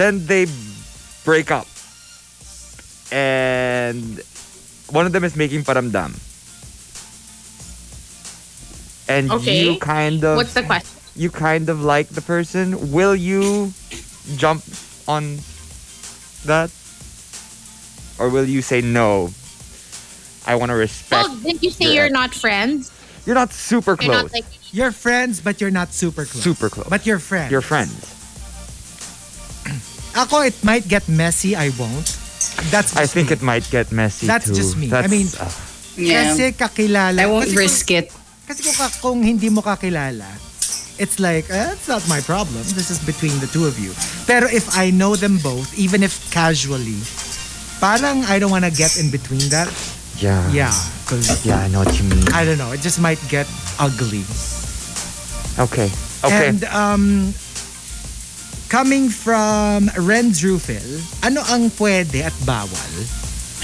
Speaker 4: Then they break up, and one of them is making paramdam. And
Speaker 10: Okay.
Speaker 4: you kind of
Speaker 10: What's the question?
Speaker 4: you kind of like the person. Will you jump on that? Or will you say no? I want to respect.
Speaker 10: Well, didn't you say
Speaker 4: your
Speaker 10: you're not friends?
Speaker 4: You're not super
Speaker 10: You're
Speaker 4: close.
Speaker 10: not like
Speaker 3: you're friends, but you're not super close.
Speaker 4: Super close.
Speaker 3: But you're friends.
Speaker 4: You're friends.
Speaker 3: Ako, it might get messy. I won't. That's.
Speaker 4: I
Speaker 3: just
Speaker 4: think
Speaker 3: me.
Speaker 4: it might get messy
Speaker 3: That's
Speaker 4: too.
Speaker 3: just me. I
Speaker 4: That's,
Speaker 3: mean,
Speaker 4: uh,
Speaker 3: Kasi kakilala.
Speaker 6: I won't
Speaker 3: kasi kung-
Speaker 6: risk it.
Speaker 3: Kasi kung, ka- kung hindi mo kakilala, it's like, eh, it's not my problem. This is between the two of you. Pero if I know them both, even if casually, parang I don't want to get in between that.
Speaker 4: yeah.
Speaker 3: Yeah. Because,
Speaker 4: Yeah, I know what you mean.
Speaker 3: I don't know, it just might get ugly.
Speaker 4: okay. Okay.
Speaker 3: And um, coming from Renz Rufel, ano ang pwede at bawal?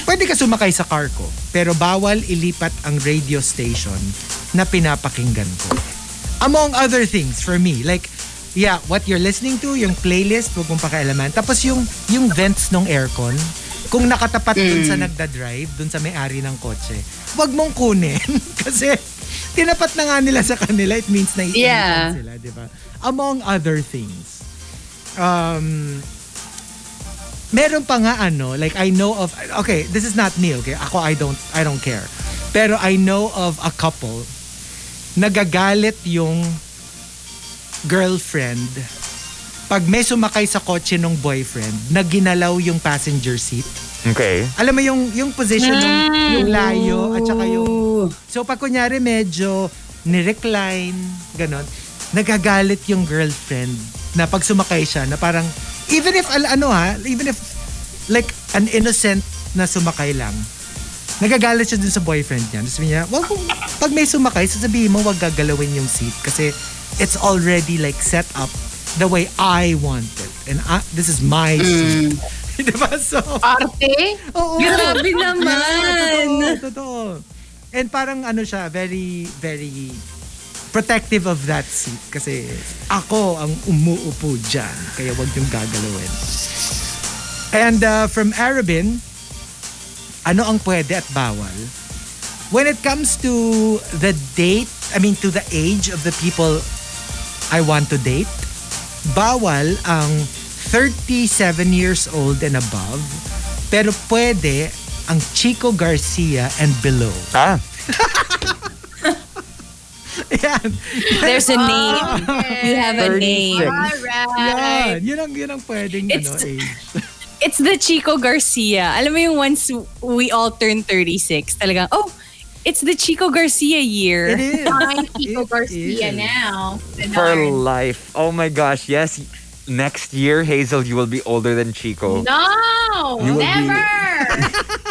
Speaker 3: Pwede ka sumakay sa car ko, pero bawal ilipat ang radio station na pinapakinggan ko. Among other things for me, like, yeah, what you're listening to, yung playlist, wag mong pakialaman. Tapos yung, yung vents ng aircon, kung nakatapat dun sa nagda-drive, dun sa may-ari ng kotse, wag mong kunin. Kasi tinapat na nga nila sa kanila, it means na
Speaker 6: Yeah.
Speaker 3: sila, di ba? Among other things. Um, meron pa nga ano, like I know of okay, this is not me, okay? Ako I don't I don't care. Pero I know of a couple nagagalit yung girlfriend pag may sumakay sa kotse ng boyfriend na ginalaw yung passenger seat.
Speaker 4: Okay.
Speaker 3: Alam mo yung yung position ng yung layo at saka yung So pag kunyari medyo nirecline, ganon, nagagalit yung girlfriend na pag sumakay siya na parang even if al- ano ha, even if like an innocent na sumakay lang, nagagalit siya dun sa boyfriend niya. Tapos sabi niya, wag kung, pag may sumakay, sasabihin mo wag gagalawin yung seat kasi it's already like set up the way I want it. And I, this is my seat. diba? So,
Speaker 6: Arte?
Speaker 3: oo.
Speaker 6: Grabe naman!
Speaker 3: Totoo, totoo. And parang ano siya, very, very protective of that seat. Kasi ako ang umuupo dyan. Kaya wag niyong gagalawin. And uh, from Arabin, ano ang pwede at bawal? When it comes to the date, I mean to the age of the people I want to date, bawal ang 37 years old and above, pero pwede ang Chico Garcia and below.
Speaker 4: Ah,
Speaker 3: Yan.
Speaker 11: There's a name. You have a name.
Speaker 3: Yan. Yun ang, yun ang pwedeng ano,
Speaker 11: It's-
Speaker 3: age.
Speaker 11: It's the Chico Garcia. Alam mo yung once we all turn 36, talagang, oh, it's the Chico Garcia year.
Speaker 3: It is.
Speaker 2: Find Kiko
Speaker 3: It
Speaker 2: Garcia
Speaker 3: is.
Speaker 2: now.
Speaker 4: for life. Oh my gosh, yes. Next year, Hazel, you will be older than Chico.
Speaker 8: No,
Speaker 4: Oh. You will be-
Speaker 8: never.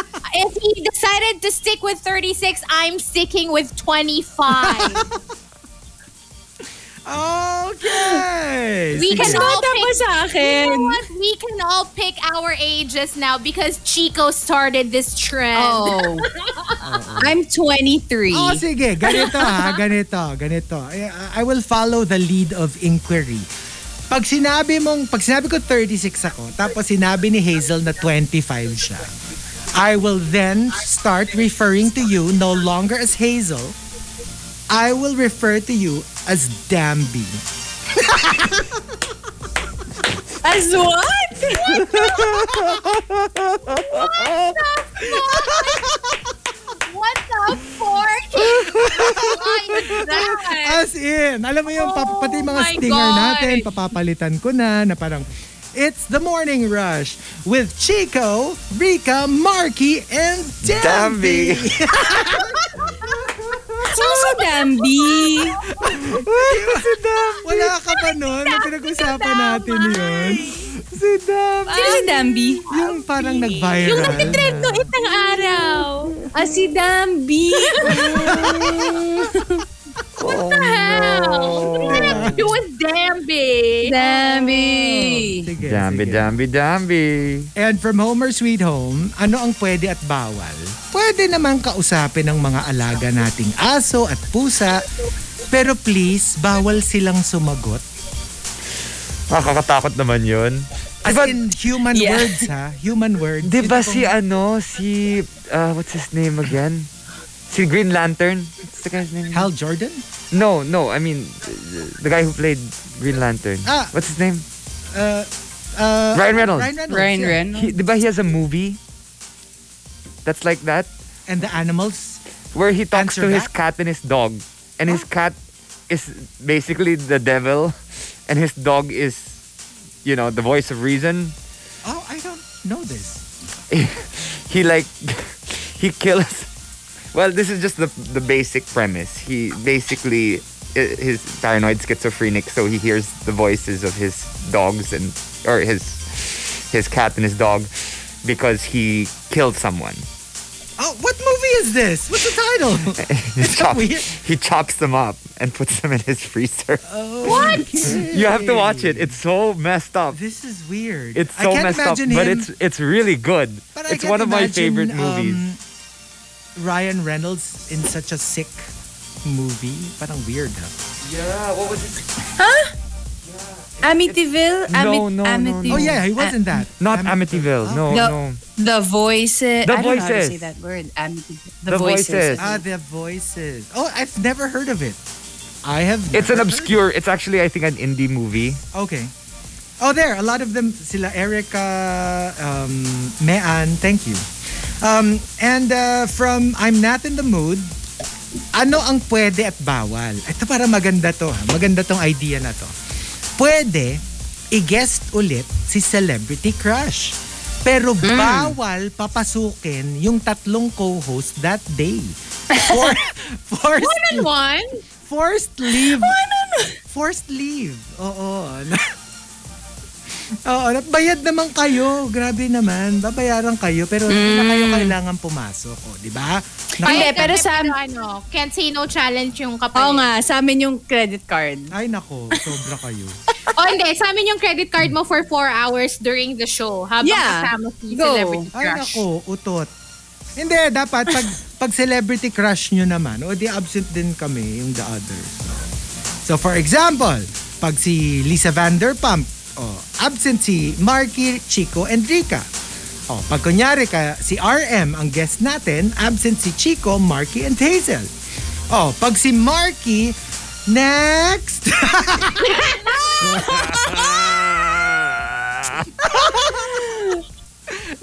Speaker 10: If he decided to stick with 36, I'm sticking with 25.
Speaker 3: Okay.
Speaker 10: we
Speaker 3: Sige.
Speaker 10: can all
Speaker 11: Bata pa
Speaker 10: pick,
Speaker 11: sa akin.
Speaker 10: you know what? We can all pick our ages now because Chico started this trend.
Speaker 11: Oh. I'm 23.
Speaker 3: Oh, sige. Ganito ha. Ganito. Ganito. I, I will follow the lead of inquiry. Pag sinabi mong, pag sinabi ko 36 ako, tapos sinabi ni Hazel na 25 siya, I will then start referring to you no longer as Hazel. I will refer to you as Dambi.
Speaker 11: As what?
Speaker 10: What the Oh fork? Like that?
Speaker 3: As in, alam mo yung pap- pati mga
Speaker 11: my
Speaker 3: stinger
Speaker 11: God.
Speaker 3: natin, papapalitan ko na, na parang, It's the Morning Rush with Chico, Rika, Marky, and Dambi. Diba?
Speaker 4: Dambi.
Speaker 11: Sino si Dambi?
Speaker 3: si Dambi. Wala ka ba nun? Na pinag-usapan natin yun. Si Dambi.
Speaker 11: Sino si Dambi?
Speaker 3: Yung parang nag-viral. Yung
Speaker 11: Nag-trend to itang araw. Ah, si Dambi.
Speaker 3: Oh,
Speaker 10: It was damn big.
Speaker 11: Dambi.
Speaker 3: Sige,
Speaker 4: Dambi,
Speaker 3: sige.
Speaker 4: dambi, dambi.
Speaker 3: And from Homer Sweet Home, ano ang pwede at bawal? Pwede naman kausapin ng mga alaga nating aso at pusa, pero please, bawal silang sumagot.
Speaker 4: Nakakatakot naman yun.
Speaker 3: As
Speaker 4: Diba-
Speaker 3: in human words ha, human words.
Speaker 4: Di ba
Speaker 3: Yung
Speaker 4: si ano, si, uh, what's his name again? Si Green Lantern? What's the guy's name?
Speaker 3: Hal Jordan?
Speaker 4: No, no, I mean, the guy who played Green Lantern.
Speaker 3: Ah.
Speaker 4: What's his name?
Speaker 3: Uh, uh,
Speaker 4: Ryan Reynolds.
Speaker 3: Ryan Reynolds.
Speaker 6: Ryan
Speaker 3: yeah.
Speaker 6: Reynolds?
Speaker 4: He, di ba he has a movie that's like that?
Speaker 3: And the animals.
Speaker 4: Where he talks
Speaker 3: Answer
Speaker 4: to his
Speaker 3: back?
Speaker 4: cat and his dog. And his cat is basically the devil. And his dog is, you know, the voice of reason.
Speaker 3: Oh, I don't know this.
Speaker 4: he like he kills well this is just the the basic premise he basically i- his paranoid schizophrenic so he hears the voices of his dogs and or his his cat and his dog because he killed someone
Speaker 3: Oh, what movie is this? What's the title?
Speaker 4: he, chops,
Speaker 3: weird?
Speaker 4: he chops them up and puts them in his freezer
Speaker 3: what?
Speaker 4: you have to watch it it's so messed up
Speaker 3: This is weird.
Speaker 4: it's
Speaker 3: I
Speaker 4: so
Speaker 3: can't
Speaker 4: messed up
Speaker 3: imagine
Speaker 4: but
Speaker 3: him-
Speaker 4: it's it's really good
Speaker 3: but I
Speaker 4: it's
Speaker 3: can't
Speaker 4: one of my favorite
Speaker 3: imagine, um,
Speaker 4: movies
Speaker 3: Ryan Reynolds in such a sick movie. Parang weird ha.
Speaker 4: yeah what was it
Speaker 11: Amityville?
Speaker 4: No,
Speaker 11: Amity-
Speaker 4: no, no, no.
Speaker 11: Amity-
Speaker 3: Oh yeah, he was in that.
Speaker 4: not
Speaker 3: Am-
Speaker 4: Amityville no
Speaker 11: No.
Speaker 4: no
Speaker 11: The voices.
Speaker 4: The
Speaker 11: I don't know how to
Speaker 4: Voices.
Speaker 11: say that word. Amityville. The,
Speaker 4: The
Speaker 11: voices.
Speaker 4: Voices.
Speaker 3: Ah, the voices. Oh, I've never heard of it. I have.
Speaker 4: It's an
Speaker 3: never heard-
Speaker 4: obscure. It's actually, I think, an indie movie.
Speaker 3: Okay. Oh, there. A lot of them. Sila Erica, um, Mean. Thank you. Um, and uh, from I'm Not in the Mood, ano ang pwede at bawal? Ito para maganda to. ha. Maganda tong idea na to. Pwede i-guest ulit si Celebrity Crush. Pero bawal papasukin yung tatlong co-host that day. For, forced,
Speaker 6: one?
Speaker 3: forced leave. Forced leave. Oo. ano? Oo, bayad naman kayo. Grabe naman. Babayaran kayo. Pero hindi na kayo kailangan pumasok. O, di ba? Naka-
Speaker 6: Hindi, pero sa...
Speaker 10: ano, can't say no challenge yung kapalit.
Speaker 6: Oo nga, sa amin yung credit card.
Speaker 3: Ay, nako. Sobra kayo.
Speaker 10: O Oh, hindi, sa amin yung credit card mo for 4 hours during the show habang
Speaker 6: Yeah.
Speaker 10: kasama si
Speaker 6: Go.
Speaker 10: Celebrity
Speaker 3: Ay,
Speaker 10: Crush.
Speaker 3: nako. Utot. Hindi, dapat pag, pag celebrity crush nyo naman, o di absent din kami yung the others. So, for example, pag si Lisa Vanderpump, oh, absent si Marky, Chico, and Rika. Oh, pag kunyari ka, si RM ang guest natin, absent si Chico, Marky, and Hazel. Oh, pag si Marky, next!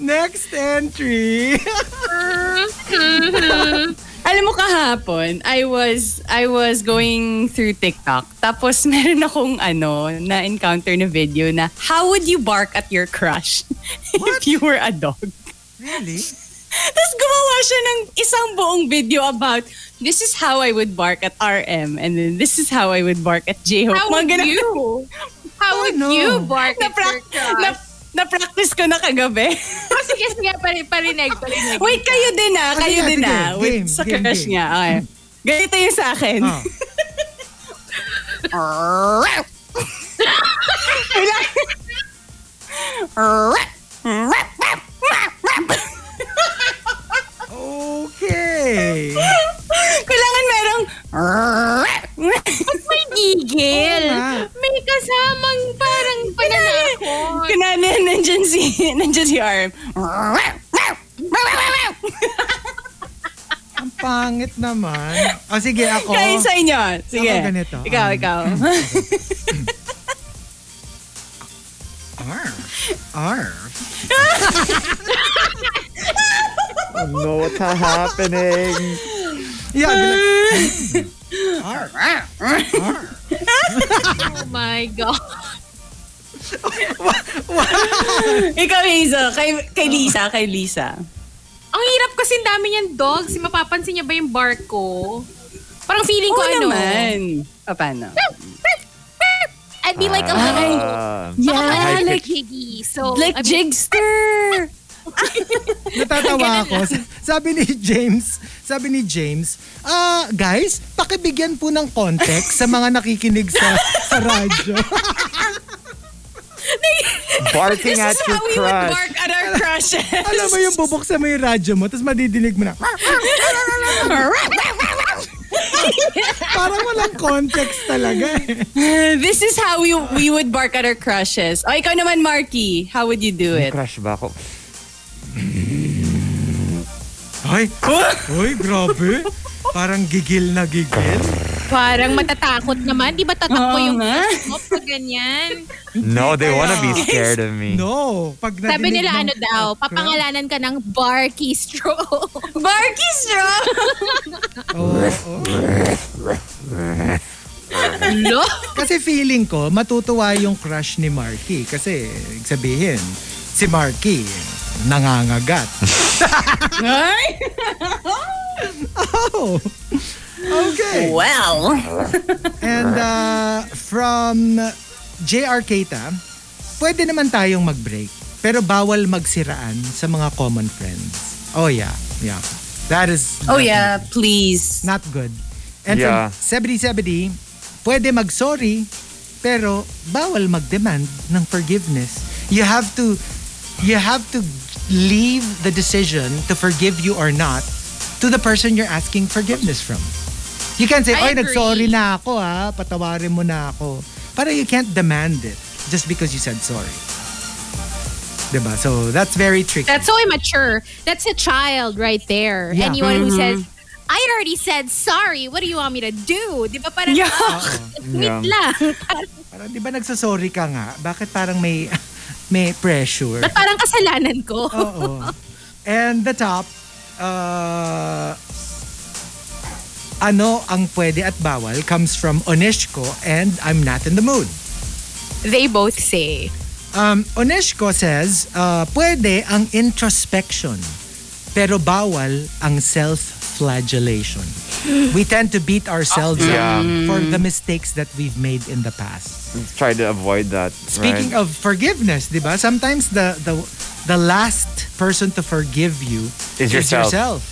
Speaker 3: next entry!
Speaker 6: Alam mo kahapon, I was I was going through TikTok. Tapos meron akong ano, na encounter na video na how would you bark at your crush if you were a dog?
Speaker 3: really?
Speaker 6: Tapos gumawa siya ng isang buong video about this is how I would bark at RM and then this is how I would bark at J-Hope.
Speaker 10: How
Speaker 6: Mga
Speaker 10: would
Speaker 6: ganun-
Speaker 10: you? How would
Speaker 3: Oh, no.
Speaker 10: you bark
Speaker 6: na,
Speaker 10: at your crush?
Speaker 6: practice ko na kagabi.
Speaker 10: Kasi kasi nga pari- parinig, parinig.
Speaker 6: Wait, kayo din ah.
Speaker 3: Ah,
Speaker 6: Kayo
Speaker 3: sige,
Speaker 6: din
Speaker 3: sige.
Speaker 6: ah. Wait,
Speaker 3: Game,
Speaker 6: sa
Speaker 3: game,
Speaker 6: crush
Speaker 3: game.
Speaker 6: niya. Okay. Ganito yung sa akin.
Speaker 3: Oh. Ah. Okay.
Speaker 6: Kailangan merong
Speaker 10: May gigil.
Speaker 3: Oo nga.
Speaker 10: May kasamang parang pananakot.
Speaker 6: Kanana, nandyan si, nandyan si RM.
Speaker 3: Ang pangit naman. O sige, ako.
Speaker 6: Kayo sa inyo. Sige.
Speaker 3: Ako ganito.
Speaker 6: Ikaw,
Speaker 3: Um,
Speaker 6: ikaw.
Speaker 3: Arr. Arr.
Speaker 4: Oh no, what's happening?
Speaker 3: Yeah, I'd be like, arr. Arr.
Speaker 10: Oh my God.
Speaker 6: ikaw, Hazel. Kay, kay Lisa. Kay Lisa.
Speaker 10: Ang hirap kasi ang dami niyang dogs. Mapapansin niya ba yung bark ko? Parang feeling ko ano.
Speaker 6: naman. O, paano?
Speaker 10: I'd be like a little.
Speaker 4: Ah,
Speaker 6: Yeah,
Speaker 4: High
Speaker 6: like,
Speaker 4: pitch.
Speaker 10: Higgy. So,
Speaker 6: like
Speaker 10: I'd be-
Speaker 6: Jigster.
Speaker 3: Natatawa ako. Sabi ni James, sabi ni James, ah, guys, pakibigyan po ng context sa mga nakikinig sa, sa radyo.
Speaker 4: Barking at your
Speaker 6: we would
Speaker 4: crush.
Speaker 6: bark at our crushes.
Speaker 3: Alam mo yung bubuksan mo yung radyo mo, tapos madidinig mo na, parang walang context talaga eh.
Speaker 6: This is how we we would bark at our crushes. O, ikaw naman, Marky. How would you do it?
Speaker 4: Crush ba ako?
Speaker 3: Ay, ay, grabe. Parang gigil na gigil.
Speaker 10: parang matatakot naman. Di ba tatakbo
Speaker 6: Oo
Speaker 10: yung
Speaker 6: nga.
Speaker 10: mo pag ganyan?
Speaker 4: No, they wanna be scared of me.
Speaker 3: No. Pag
Speaker 10: Sabi
Speaker 3: nadinig
Speaker 10: nila
Speaker 3: ng-
Speaker 10: ano daw, papangalanan ka ng Barky Stroke.
Speaker 6: Barky strong!
Speaker 3: Oo, oo.
Speaker 10: Lo?
Speaker 3: Kasi feeling ko, matutuwa yung crush ni Marky. Kasi, sabihin, si Marky, nangangagat.
Speaker 6: Ay!
Speaker 3: Oh! Okay.
Speaker 6: Well.
Speaker 3: And uh, from JR Keita, pwede naman tayong mag-break. Pero bawal magsiraan sa mga common friends. Oh yeah, yeah. That is
Speaker 6: Oh yeah, please.
Speaker 3: not good. And
Speaker 4: Yeah.
Speaker 3: from 7070, pwede mag-sorry, pero bawal mag-demand ng forgiveness. You have to, you have to leave the decision to forgive you or not to the person you're asking forgiveness from. You can't say,
Speaker 10: I
Speaker 3: Oy,
Speaker 10: agree.
Speaker 3: nag-sorry na ako ha, patawarin mo na ako. Para you can't demand it just because you said sorry. 'Di ba? So, that's very tricky.
Speaker 10: That's so immature. That's a child right there.
Speaker 3: Yeah.
Speaker 6: Mm-hmm.
Speaker 10: Anyone who says, I already said sorry. What do you want me to do? Di ba parang,
Speaker 3: Yeah.
Speaker 10: wait lang.
Speaker 3: Parang di ba nagsasorry ka nga? Bakit parang may may pressure?
Speaker 10: Ba't parang kasalanan ko?
Speaker 3: Oo. And the top, uh, ano ang pwede at bawal comes from Oneshko and I'm not in the mood.
Speaker 10: They both say.
Speaker 3: Um, Oneshko says, uh, pwede ang introspection, pero bawal ang self-flagellation. We tend to beat ourselves
Speaker 4: Ah, yeah.
Speaker 3: up
Speaker 4: Mm.
Speaker 3: for the mistakes that we've made in the past.
Speaker 4: Try to avoid that.
Speaker 3: Speaking of forgiveness, di ba? Sometimes the the the last person to forgive you
Speaker 4: Is yourself.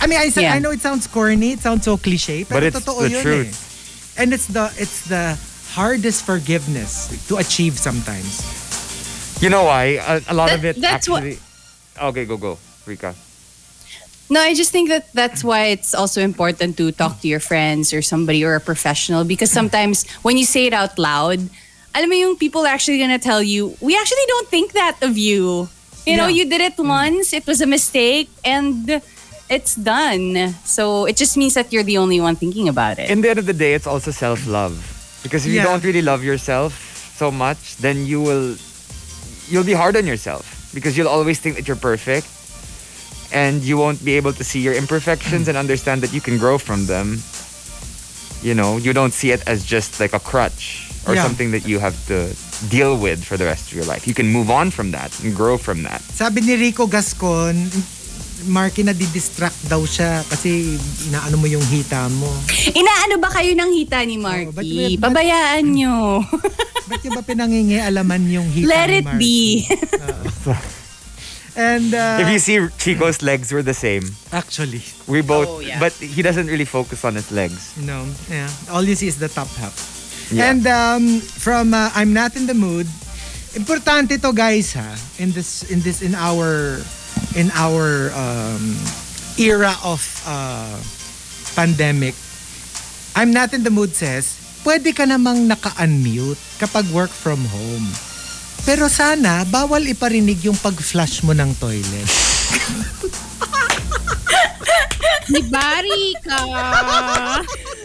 Speaker 3: I mean, I, sa-
Speaker 4: Yeah.
Speaker 3: I know it sounds corny, it sounds so cliche, pero
Speaker 4: But it's
Speaker 3: totoo
Speaker 4: the
Speaker 3: yun
Speaker 4: truth.
Speaker 3: eh. And it's the it's the hardest forgiveness to achieve sometimes.
Speaker 4: You know why? A, a lot
Speaker 6: That-
Speaker 4: of it
Speaker 6: that's what-
Speaker 4: actually. Okay, go go, Rika.
Speaker 6: No, I just think that that's why it's also important to talk to your friends or somebody or a professional because sometimes when you say it out loud, alam mo yung people are actually gonna tell you, we actually don't think that of you. You know, you
Speaker 10: Yeah.
Speaker 6: did it once, it was a mistake, and it's done. So it just means that you're the only one thinking about it.
Speaker 4: In the end of the day, it's also self love. Because if you
Speaker 6: Yeah.
Speaker 4: don't really love yourself so much, then you will you'll be hard on yourself because you'll always think that you're perfect, and you won't be able to see your imperfections and understand that you can grow from them. You know, you don't see it as just like a crutch or
Speaker 3: Yeah.
Speaker 4: something that you have to deal with for the rest of your life. You can move on from that and grow from that.
Speaker 3: Sabi ni Rico Gascon, Marky na didistract daw siya kasi inaano mo yung hita mo.
Speaker 6: Inaano ba kayo ng hita ni Marky?
Speaker 3: ba't-
Speaker 6: Pabayaan nyo.
Speaker 3: Ba't yung ba pinangingialaman yung hita
Speaker 6: Let
Speaker 3: ni
Speaker 6: it
Speaker 3: Marky?
Speaker 6: be.
Speaker 3: And uh,
Speaker 4: if you see Chico's legs were the same.
Speaker 3: Actually.
Speaker 4: We both
Speaker 3: Oh, yeah.
Speaker 4: but he doesn't really focus on his legs.
Speaker 3: No, yeah. All you see is the top half.
Speaker 4: Yeah.
Speaker 3: And um, from uh, I'm not in the mood. Importante to guys ha in this in this in our in our um, era of uh, pandemic. I'm not in the mood says, pwede ka namang naka-unmute kapag work from home. Pero sana, bawal iparinig yung pag-flush mo ng toilet.
Speaker 10: Ni Barika.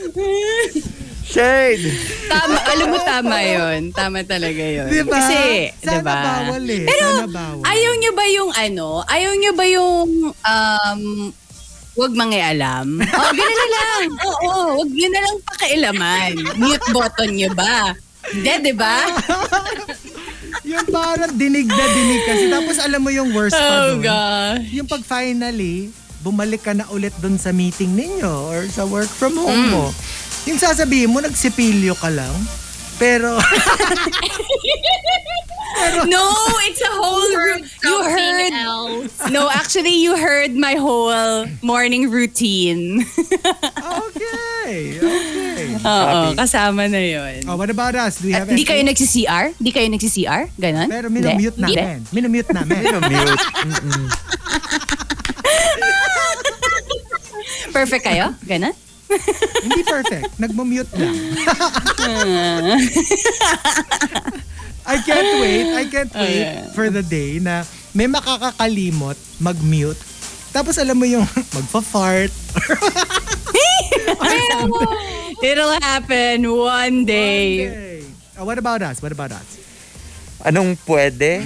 Speaker 4: Shade!
Speaker 6: Tama, alam mo tama yun. Tama talaga yun.
Speaker 3: Diba?
Speaker 6: Kasi,
Speaker 3: Sana
Speaker 6: diba?
Speaker 3: bawal eh.
Speaker 6: Pero,
Speaker 3: Sana bawal.
Speaker 6: ayaw nyo ba yung ano? Ayaw nyo ba yung, um, wag mangialam? O, oh, ganun na lang. Oo, wag nyo na lang pakialaman. Mute button nyo ba? Hindi, di ba?
Speaker 3: yung parang dinig na dinig kasi. Tapos alam mo yung worst pa
Speaker 6: Oh,
Speaker 3: dun.
Speaker 6: gosh.
Speaker 3: Yung pag finally, bumalik ka na ulit dun sa meeting ninyo or sa work from home
Speaker 12: Mm.
Speaker 3: mo. Yung sasabihin mo, nagsipilyo ka lang. Pero,
Speaker 6: No, it's a whole ru- you heard. No, actually you heard my whole morning routine.
Speaker 3: okay, okay.
Speaker 6: Oo, kasama na 'yon.
Speaker 3: Oh, what about us? Do we have anything?
Speaker 6: Hindi kayo nagsi-CR? Hindi kayo nagsi-CR? Ganon?
Speaker 3: Pero minumute
Speaker 6: Hindi.
Speaker 3: namin. Minumute namin.
Speaker 4: Minumute.
Speaker 6: Perfect kayo? Ganon?
Speaker 3: Hindi perfect. Nagmumute lang. I can't wait. I can't wait for the day na may makakakalimot mag-mute. Tapos alam mo yung magpa-fart.
Speaker 6: It'll happen one day.
Speaker 3: Uh, what about us? What about us?
Speaker 4: Anong pwede?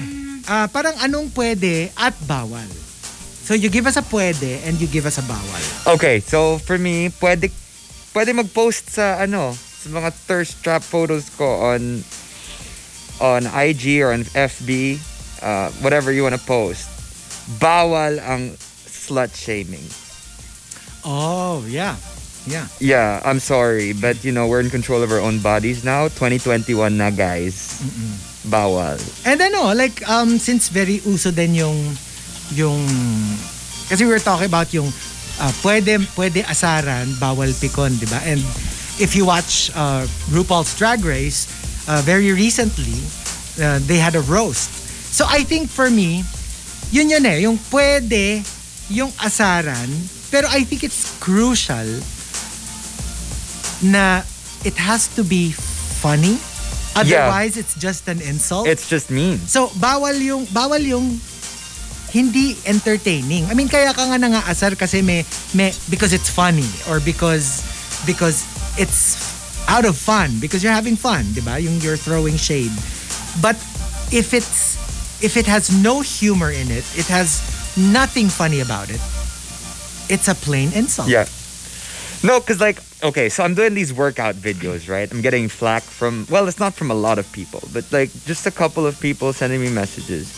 Speaker 3: Ah, parang anong pwede at bawal. So you give us a pwede and you give us a bawal.
Speaker 4: Okay, so for me, pwede, pwede mag-post sa ano, sa mga thirst trap photos ko on on IG or on FB, uh, whatever you wanna post. Bawal ang slut shaming.
Speaker 3: Oh, yeah. Yeah.
Speaker 4: Yeah, I'm sorry, but you know, we're in control of our own bodies now. 2021 na, guys. Bawal.
Speaker 3: And ano, like um since very uso din yung yung kasi we were talking about yung uh, pwede pwede asaran, bawal pikon, 'di ba? And if you watch uh, RuPaul's Drag Race uh, very recently, uh, they had a roast. So I think for me, yun yun eh, yung pwede, yung asaran, pero I think it's crucial na it has to be funny. Otherwise, it's just an insult.
Speaker 4: It's just mean.
Speaker 3: So, bawal yung, bawal yung hindi entertaining. I mean, kaya ka nga nangaasar kasi may, may, because it's funny or because, because it's out of fun. Because you're having fun, di ba? Yung you're throwing shade. But if it's, if it has no humor in it, it has nothing funny about it, it's a plain insult.
Speaker 4: Yeah. No, because like, okay, so I'm doing these workout videos, right? I'm getting flack from, well, it's not from a lot of people, but like just a couple of people sending me messages.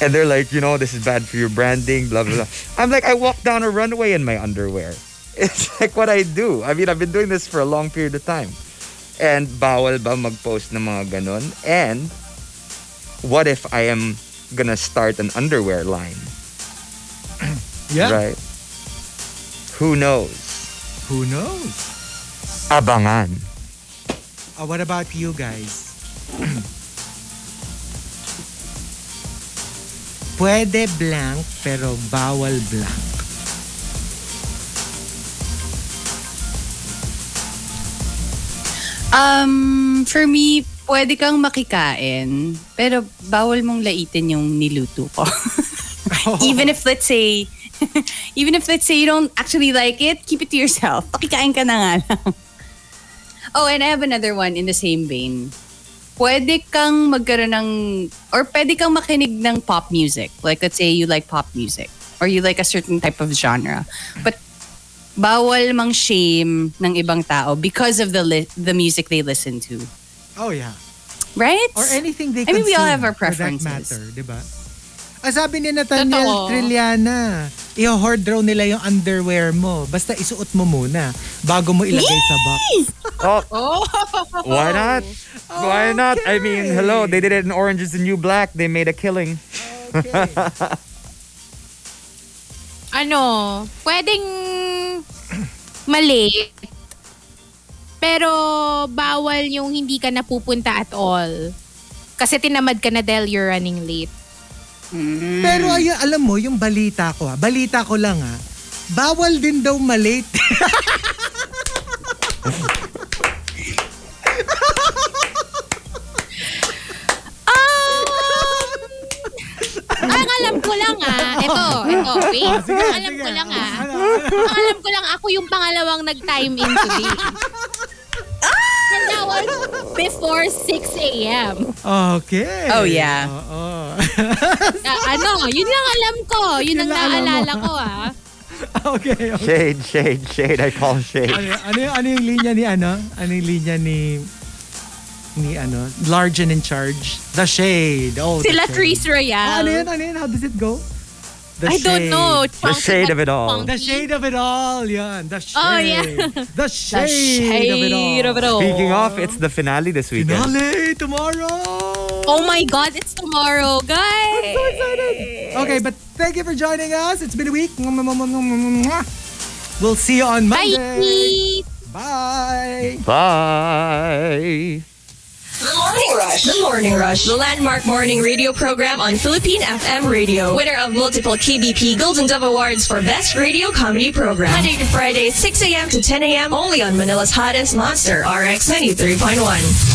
Speaker 4: And they're like, you know, this is bad for your branding, blah, blah, blah. I'm like, I walk down a runway in my underwear. It's like what I do. I mean, I've been doing this for a long period of time. And bawal ba mag-post ng mga ganun? And what if I am gonna start an underwear line?
Speaker 3: Yeah.
Speaker 4: Right? Who knows?
Speaker 3: Who knows?
Speaker 4: Abangan.
Speaker 3: Uh, what about you guys? Pwede blank pero bawal blank.
Speaker 6: Um, for me, pwede kang makikain, pero bawal mong laitin yung niluto ko.
Speaker 3: Oh,
Speaker 6: even if let's say, even if let's say you don't actually like it, keep it to yourself. Pakikain ka na nga lang. Oh, and I have another one in the same vein. Pwede kang magkaroon ng, or pwede kang makinig ng pop music. Like let's say you like pop music, or you like a certain type of genre. But bawal mang shame ng ibang tao because of the li- the music they listen to.
Speaker 3: Oh yeah.
Speaker 6: Right?
Speaker 3: Or anything they
Speaker 6: I mean, we all
Speaker 3: consume,
Speaker 6: have our
Speaker 3: for that
Speaker 6: preferences.
Speaker 3: matter, di ba? Ah, sabi ni Nathaniel
Speaker 6: Totoo.
Speaker 3: Trilliana, i-hoard raw nila yung underwear mo. Basta isuot mo muna bago mo ilagay sa box.
Speaker 4: Oh, why not? Why not? I mean, hello, they did it in Orange is the New Black. They made a killing.
Speaker 10: ano, pwedeng mali. Pero bawal yung hindi ka napupunta at all. Kasi tinamad ka na dahil you're running late.
Speaker 3: Pero ayun, alam mo, yung balita ko ha, balita ko lang ha, bawal din daw malate.
Speaker 10: Um, Ang alam ko lang ah, ito, ito, wait.
Speaker 4: Ah,
Speaker 10: Ang alam ko lang ah, ang alam ko lang ako yung pangalawang nag-time in today. And that was before 6 a.m.
Speaker 3: okay.
Speaker 10: Oh, yeah.
Speaker 3: Oo.
Speaker 10: Na- ano, yun lang alam ko. Yun ang naalala ko ah.
Speaker 3: okay, okay.
Speaker 4: Shade, shade, shade. I call shade.
Speaker 3: Ano, ano, yung- ano yung linya ni ano? Ano yung linya ni ni ano? Large and in charge. The Shade. Oh, the
Speaker 10: Sila
Speaker 3: shade.
Speaker 10: Tris
Speaker 3: Ah,
Speaker 10: Royale.
Speaker 3: ano yun? Ano yun? How does it go? The
Speaker 10: I don't know.
Speaker 4: The shade of it all.
Speaker 3: The shade of it all, yun. The shade.
Speaker 10: Oh, yeah.
Speaker 3: The shade, of it all.
Speaker 4: Speaking of, it's the finale this weekend.
Speaker 3: Finale tomorrow.
Speaker 10: Oh my God, it's tomorrow, guys! I'm so excited!
Speaker 3: Okay, but thank you for joining us. It's been a week. We'll see you on Monday. Bye.
Speaker 10: Bye!
Speaker 4: Bye.
Speaker 1: The Morning Rush. The Morning Rush. The landmark morning radio program on Philippine FM Radio. Winner of multiple KBP Golden Dove Awards for Best Radio Comedy Program. Monday to Friday, 6 a.m. to 10 a.m. Only on Manila's hottest monster, RX 93.1.